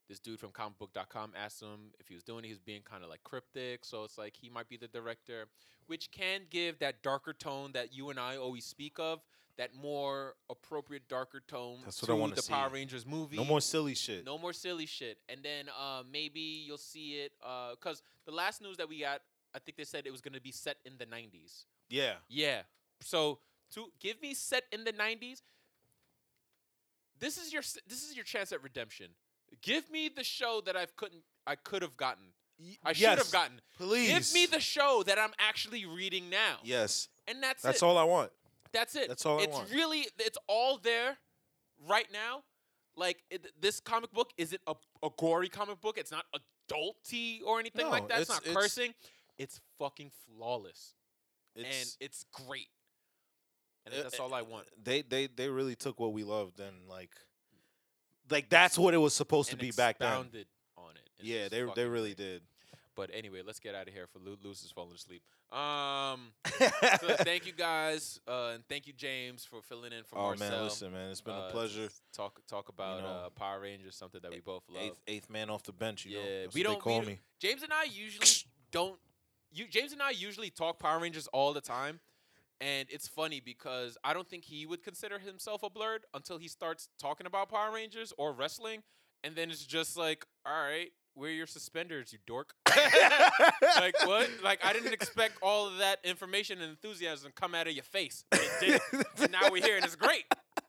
Speaker 4: this dude from comicbook.com asked him if he was doing it. He was being kind of like cryptic, so it's like he might be the director, which can give that darker tone that you and I always speak of. That more appropriate darker tone
Speaker 5: That's what I
Speaker 4: to
Speaker 5: wanna
Speaker 4: the
Speaker 5: see.
Speaker 4: Power Rangers movie.
Speaker 5: No more silly shit.
Speaker 4: No more silly shit. And then uh, maybe you'll see it because the last news that we got, I think they said it was going to be set in the 90s.
Speaker 5: Yeah.
Speaker 4: Yeah. So to give me set in the 90s. This is your s- this is your chance at redemption. Give me the show that I've couldn't I could have gotten. I should
Speaker 5: yes,
Speaker 4: have gotten.
Speaker 5: Please
Speaker 4: Give me the show that I'm actually reading now.
Speaker 5: Yes.
Speaker 4: And that's
Speaker 5: That's
Speaker 4: it.
Speaker 5: all I want.
Speaker 4: That's it.
Speaker 5: That's all I
Speaker 4: it's
Speaker 5: want.
Speaker 4: really it's all there right now. Like it, this comic book isn't a, a gory comic book. It's not adulty or anything
Speaker 5: No,
Speaker 4: like that. It's,
Speaker 5: it's-
Speaker 4: not
Speaker 5: it's-
Speaker 4: cursing. It's fucking flawless
Speaker 5: It's,
Speaker 4: and it's great. And
Speaker 5: Uh,
Speaker 4: that's all I want.
Speaker 5: they they they really took what we loved and like like that's what it was supposed
Speaker 4: And
Speaker 5: to be back then.
Speaker 4: expounded on it. It's
Speaker 5: Yeah,
Speaker 4: just
Speaker 5: they they
Speaker 4: fucking
Speaker 5: really
Speaker 4: great.
Speaker 5: did.
Speaker 4: But anyway, let's get out of here for Lu- Luce is falling asleep. Um, so thank you guys, uh, and thank you James for filling in for
Speaker 5: oh
Speaker 4: Marcel.
Speaker 5: man, listen man, it's been
Speaker 4: Uh,
Speaker 5: a pleasure.
Speaker 4: Talk talk about
Speaker 5: know,
Speaker 4: uh, Power Rangers, something that we both love.
Speaker 5: Eighth eighth man off the bench, you know.
Speaker 4: Yeah,
Speaker 5: That's
Speaker 4: we
Speaker 5: what
Speaker 4: don't-
Speaker 5: they call
Speaker 4: we
Speaker 5: me.
Speaker 4: James and I usually don't. You James and I usually talk Power Rangers all the time, and it's funny because I don't think he would consider himself a blurred until he starts talking about Power Rangers or wrestling, and then it's just like, all right, wear your suspenders, you dork. like what? Like I didn't expect all of that information and enthusiasm to come out of your face. and It did, and now we're here, and it's great,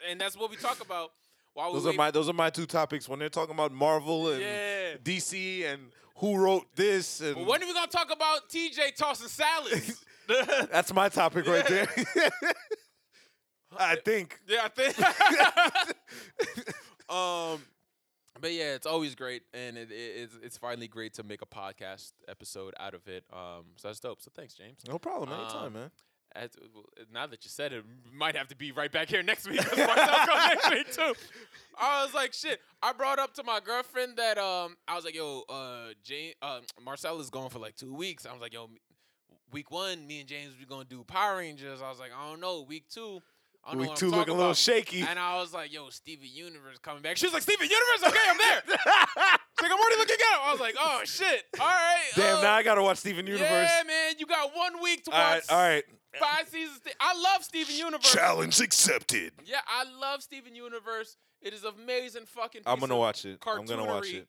Speaker 4: and that's what we talk about. While
Speaker 5: Those
Speaker 4: we
Speaker 5: are
Speaker 4: wait-
Speaker 5: my those are my two topics when they're talking about Marvel and
Speaker 4: yeah.
Speaker 5: DC and who wrote this and
Speaker 4: Well, when are we gonna talk about TJ tossing salads?
Speaker 5: that's my topic right there. I think
Speaker 4: Yeah, I think. um, but yeah, it's always great, and it, it, it's it's finally great to make a podcast episode out of it. Um, so that's dope. So thanks, James.
Speaker 5: no problem anytime,
Speaker 4: Um,
Speaker 5: man.
Speaker 4: As- well, now that you said it, we might have to be right back here next week. 'cause Marcel come next week too. I was like, shit. I brought up to my girlfriend that um, I was like, yo, uh, James, uh, Marcel is gone for like two weeks. I was like, yo, week one, me and James we gonna do Power Rangers. I was like, I don't know. Week two, I don't know
Speaker 5: We
Speaker 4: what
Speaker 5: two
Speaker 4: I'm
Speaker 5: looking
Speaker 4: talking
Speaker 5: a little
Speaker 4: about.
Speaker 5: shaky.
Speaker 4: And I was like, yo, Steven Universe coming back. She was like, Steven Universe? Okay, I'm there. She's like, I'm already looking at him. I was like, oh, shit. All right.
Speaker 5: Damn,
Speaker 4: uh,
Speaker 5: now I gotta watch Steven Universe.
Speaker 4: Yeah, man. You got one week to
Speaker 5: all right,
Speaker 4: watch
Speaker 5: all right.
Speaker 4: five seasons. I love Steven Universe.
Speaker 5: Challenge accepted.
Speaker 4: Yeah, I love Steven Universe. It is amazing fucking
Speaker 5: I'm
Speaker 4: piece
Speaker 5: gonna
Speaker 4: of
Speaker 5: watch it. I'm gonna watch
Speaker 4: cartoonery.
Speaker 5: it.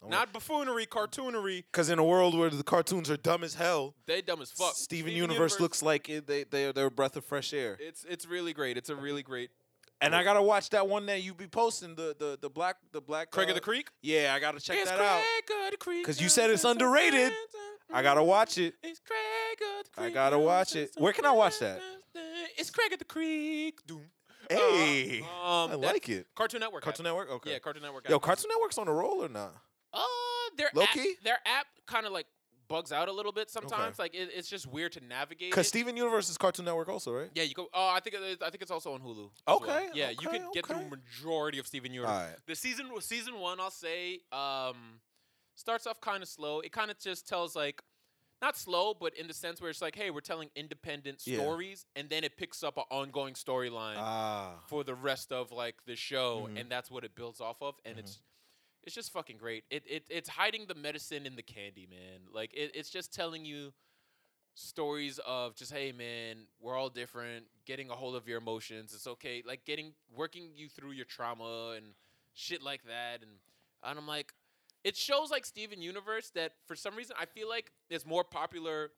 Speaker 5: gonna-
Speaker 4: Not buffoonery, cartoonery.
Speaker 5: Cause in a world where the cartoons are dumb as hell,
Speaker 4: They dumb as fuck.
Speaker 5: Steven, Universe, looks like it, they they they're a breath of fresh air.
Speaker 4: It's it's really great. It's a really great
Speaker 5: and I gotta watch that one that you be posting the the the black the black
Speaker 4: Craig of the
Speaker 5: uh,
Speaker 4: Creek.
Speaker 5: Yeah, I gotta check
Speaker 4: it's
Speaker 5: that
Speaker 4: Craig
Speaker 5: out.
Speaker 4: of the Creek.
Speaker 5: 'Cause you said it's underrated. I gotta watch it.
Speaker 4: It's Craig of the
Speaker 5: I
Speaker 4: Creek.
Speaker 5: gotta watch it. Where can I watch that?
Speaker 4: It's Craig of the Creek. Doom. Uh,
Speaker 5: Hey,
Speaker 4: um,
Speaker 5: I
Speaker 4: that's
Speaker 5: like it.
Speaker 4: Cartoon Network.
Speaker 5: Cartoon
Speaker 4: app.
Speaker 5: Network. Okay.
Speaker 4: Yeah, Cartoon Network.
Speaker 5: Yo,
Speaker 4: app.
Speaker 5: Cartoon Network's on a roll or not?
Speaker 4: Uh, their
Speaker 5: Low-key?
Speaker 4: app, their app kind of like bugs out a little bit sometimes. Like it, it's just weird to navigate.
Speaker 5: Cause
Speaker 4: it.
Speaker 5: Steven Universe is Cartoon Network also, right?
Speaker 4: yeah, you go. Oh, I think it, I think it's also on Hulu. as well.
Speaker 5: Okay,
Speaker 4: Yeah, you
Speaker 5: okay,
Speaker 4: can get
Speaker 5: okay.
Speaker 4: the majority of Steven Universe.
Speaker 5: Alright.
Speaker 4: The season well, season one, I'll say, um, starts off kind of slow. It kind of just tells like. Not slow, but in the sense where it's like, hey, we're telling independent
Speaker 5: Yeah.
Speaker 4: stories, and then it picks up an ongoing storyline
Speaker 5: Ah,
Speaker 4: for the rest of like the show,
Speaker 5: Mhm.
Speaker 4: and that's what it builds off of, and it's it's just fucking great. It, it it's hiding the medicine in the candy, man. Like it, it's just telling you stories of just hey man we're all different getting a hold of your emotions it's okay like getting working you through your trauma and shit like that and and i'm like it shows like steven universe that for some reason i feel like it's more popular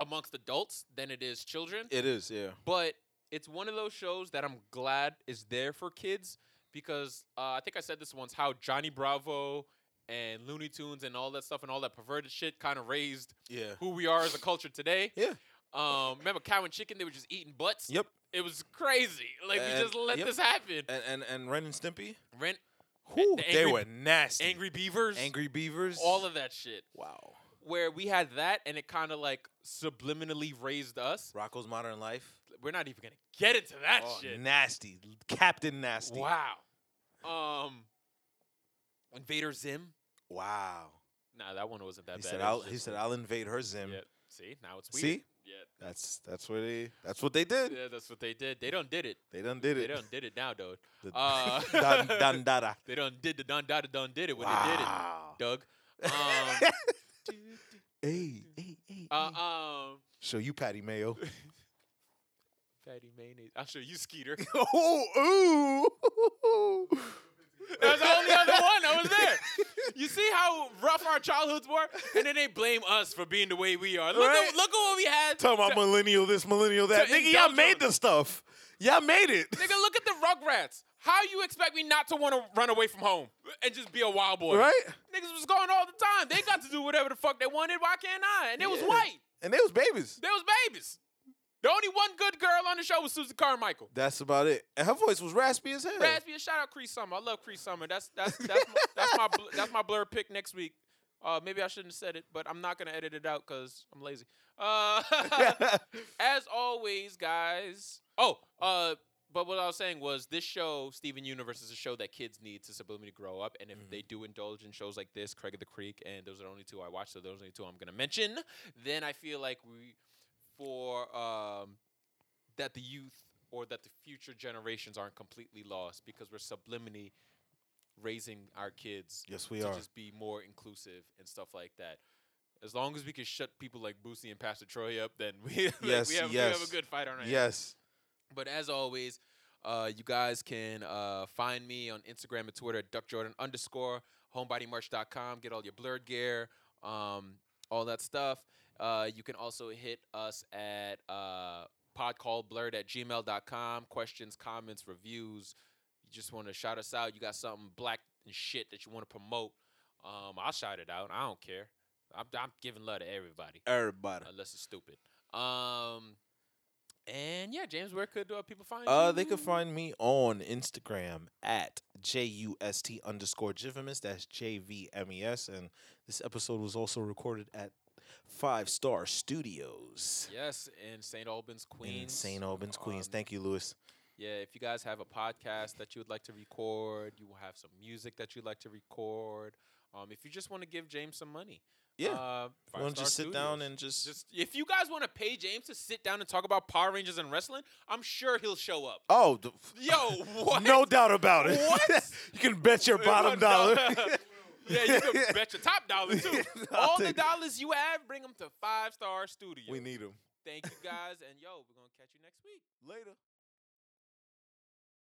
Speaker 4: amongst adults than it is children
Speaker 5: It is, yeah.
Speaker 4: but it's one of those shows that i'm glad is there for kids because uh, i think i said this once how johnny bravo and looney tunes and all that stuff and all that perverted shit kind of raised
Speaker 5: Yeah.
Speaker 4: who we are as a culture today.
Speaker 5: Yeah.
Speaker 4: Um, remember cow and chicken? They were just eating butts.
Speaker 5: Yep.
Speaker 4: It was crazy. Like we
Speaker 5: And-
Speaker 4: just let
Speaker 5: yep.
Speaker 4: this happen.
Speaker 5: And and, and Ren and Stimpy,
Speaker 4: Rent,
Speaker 5: Whew,
Speaker 4: the
Speaker 5: they
Speaker 4: Angry-
Speaker 5: were nasty.
Speaker 4: Angry Beavers,
Speaker 5: Angry Beavers.
Speaker 4: all of that shit.
Speaker 5: wow.
Speaker 4: Where we had that, and it kind of like subliminally raised us.
Speaker 5: Rocco's Modern Life.
Speaker 4: We're not even gonna get into that
Speaker 5: Oh,
Speaker 4: shit.
Speaker 5: nasty. Captain Nasty.
Speaker 4: Wow. Um, Invader Zim.
Speaker 5: Wow.
Speaker 4: Nah, that one wasn't that
Speaker 5: He
Speaker 4: bad.
Speaker 5: said,
Speaker 4: It was
Speaker 5: "I'll." He
Speaker 4: just-
Speaker 5: said, "I'll invade her Zim."
Speaker 4: Yeah. See, now it's weird.
Speaker 5: See,
Speaker 4: Yeah.
Speaker 5: that's that's what they that's what they did.
Speaker 4: Yeah, that's what they did. They done did it.
Speaker 5: They done did
Speaker 4: They
Speaker 5: it.
Speaker 4: done did it now, though.
Speaker 5: The-
Speaker 4: Uh,
Speaker 5: dun, dun, dada.
Speaker 4: They done did the dun dada done did it when they did it,
Speaker 5: wow.
Speaker 4: Doug. Um,
Speaker 5: Hey, hey, hey.
Speaker 4: uh, um,
Speaker 5: Show you Patty Mayo.
Speaker 4: fatty mayonnaise. I'll show you Skeeter. That
Speaker 5: oh, ooh.
Speaker 4: was the only other one. I was there. You see how rough our childhoods were, and then they blame us for being the way we are. Look,
Speaker 5: Right?
Speaker 4: at, look at what we had.
Speaker 5: Talking about millennial this, millennial that.
Speaker 4: to
Speaker 5: Nigga, y'all
Speaker 4: indulge
Speaker 5: made
Speaker 4: on.
Speaker 5: the stuff. Y'all made it.
Speaker 4: Nigga, look at the Rugrats. How you expect me not to want to run away from home and just be a wild boy?
Speaker 5: Right?
Speaker 4: Niggas was going all the time. They got to do whatever the fuck they wanted. Why can't I? And it was
Speaker 5: Yeah.
Speaker 4: white.
Speaker 5: And they was babies.
Speaker 4: They was babies. The only one good girl on the show was Susan Carmichael.
Speaker 5: That's about it. And her voice was raspy as hell.
Speaker 4: Raspy, shout out Cree Summer. I love Cree Summer. That's that's that's my, that's my bl- that's my blur pick next week. Uh, maybe I shouldn't have said it, but I'm not gonna edit it out because I'm lazy. Uh, as always, guys. Oh, uh, but what I was saying was this show, Steven Universe, is a show that kids need to subliminally grow up, and if they do indulge in shows like this, Craig of the Creek, and those are the only two I watch, so those are the only two I'm gonna mention. Then I feel like we, for um, that the youth or that the future generations aren't completely lost because we're subliminally raising our kids
Speaker 5: Yes, we
Speaker 4: to
Speaker 5: are.
Speaker 4: just be more inclusive and stuff like that. As long as we can shut people like Boosie and Pastor Troy up, then we, like,
Speaker 5: Yes,
Speaker 4: we, have, we have
Speaker 5: yes.
Speaker 4: a good fight on our hands.
Speaker 5: Yes.
Speaker 4: But as always, uh, you guys can uh, find me on Instagram and Twitter at duckjordan underscore homebodymerch.com. Get all your blurred gear, um, all that stuff. Uh, you can also hit us at uh, podcallblurred at gmail.com. Questions, comments, reviews. You just want to shout us out. You got something black and shit that you want to promote. Um, I'll shout it out. I don't care. I'm, I'm giving love to everybody
Speaker 5: Everybody.
Speaker 4: unless it's stupid. Um, and yeah, James, where could uh, people find you?
Speaker 5: Uh, they can find me on Instagram at J-U-S-T underscore Jivimus. E That's J-V-M-E-S. E And this episode was also recorded at Five Star Studios
Speaker 4: Yes, in St. Albans, Queens.
Speaker 5: in St. Albans, Queens.
Speaker 4: Um,
Speaker 5: Thank you, Lewis.
Speaker 4: Yeah, if you guys have a podcast that you would like to record, you will have some music that you'd like to record. Um, if you just want to give James some money,
Speaker 5: Yeah.
Speaker 4: uh,
Speaker 5: Why don't
Speaker 4: Firestar
Speaker 5: you sit down
Speaker 4: Studios.
Speaker 5: and just,
Speaker 4: just if you guys want to pay James to sit down and talk about Power Rangers and wrestling, I'm sure he'll show up.
Speaker 5: Oh, d-
Speaker 4: Yo, what?
Speaker 5: no doubt about it.
Speaker 4: What?
Speaker 5: you can bet your bottom dollar.
Speaker 4: yeah, you can bet your top dollar too.
Speaker 5: I'll
Speaker 4: All the
Speaker 5: take it.
Speaker 4: dollars you have, bring them to Five Star Studio.
Speaker 5: we need him.
Speaker 4: Thank you guys, and yo, we're gonna catch you next week.
Speaker 5: Later.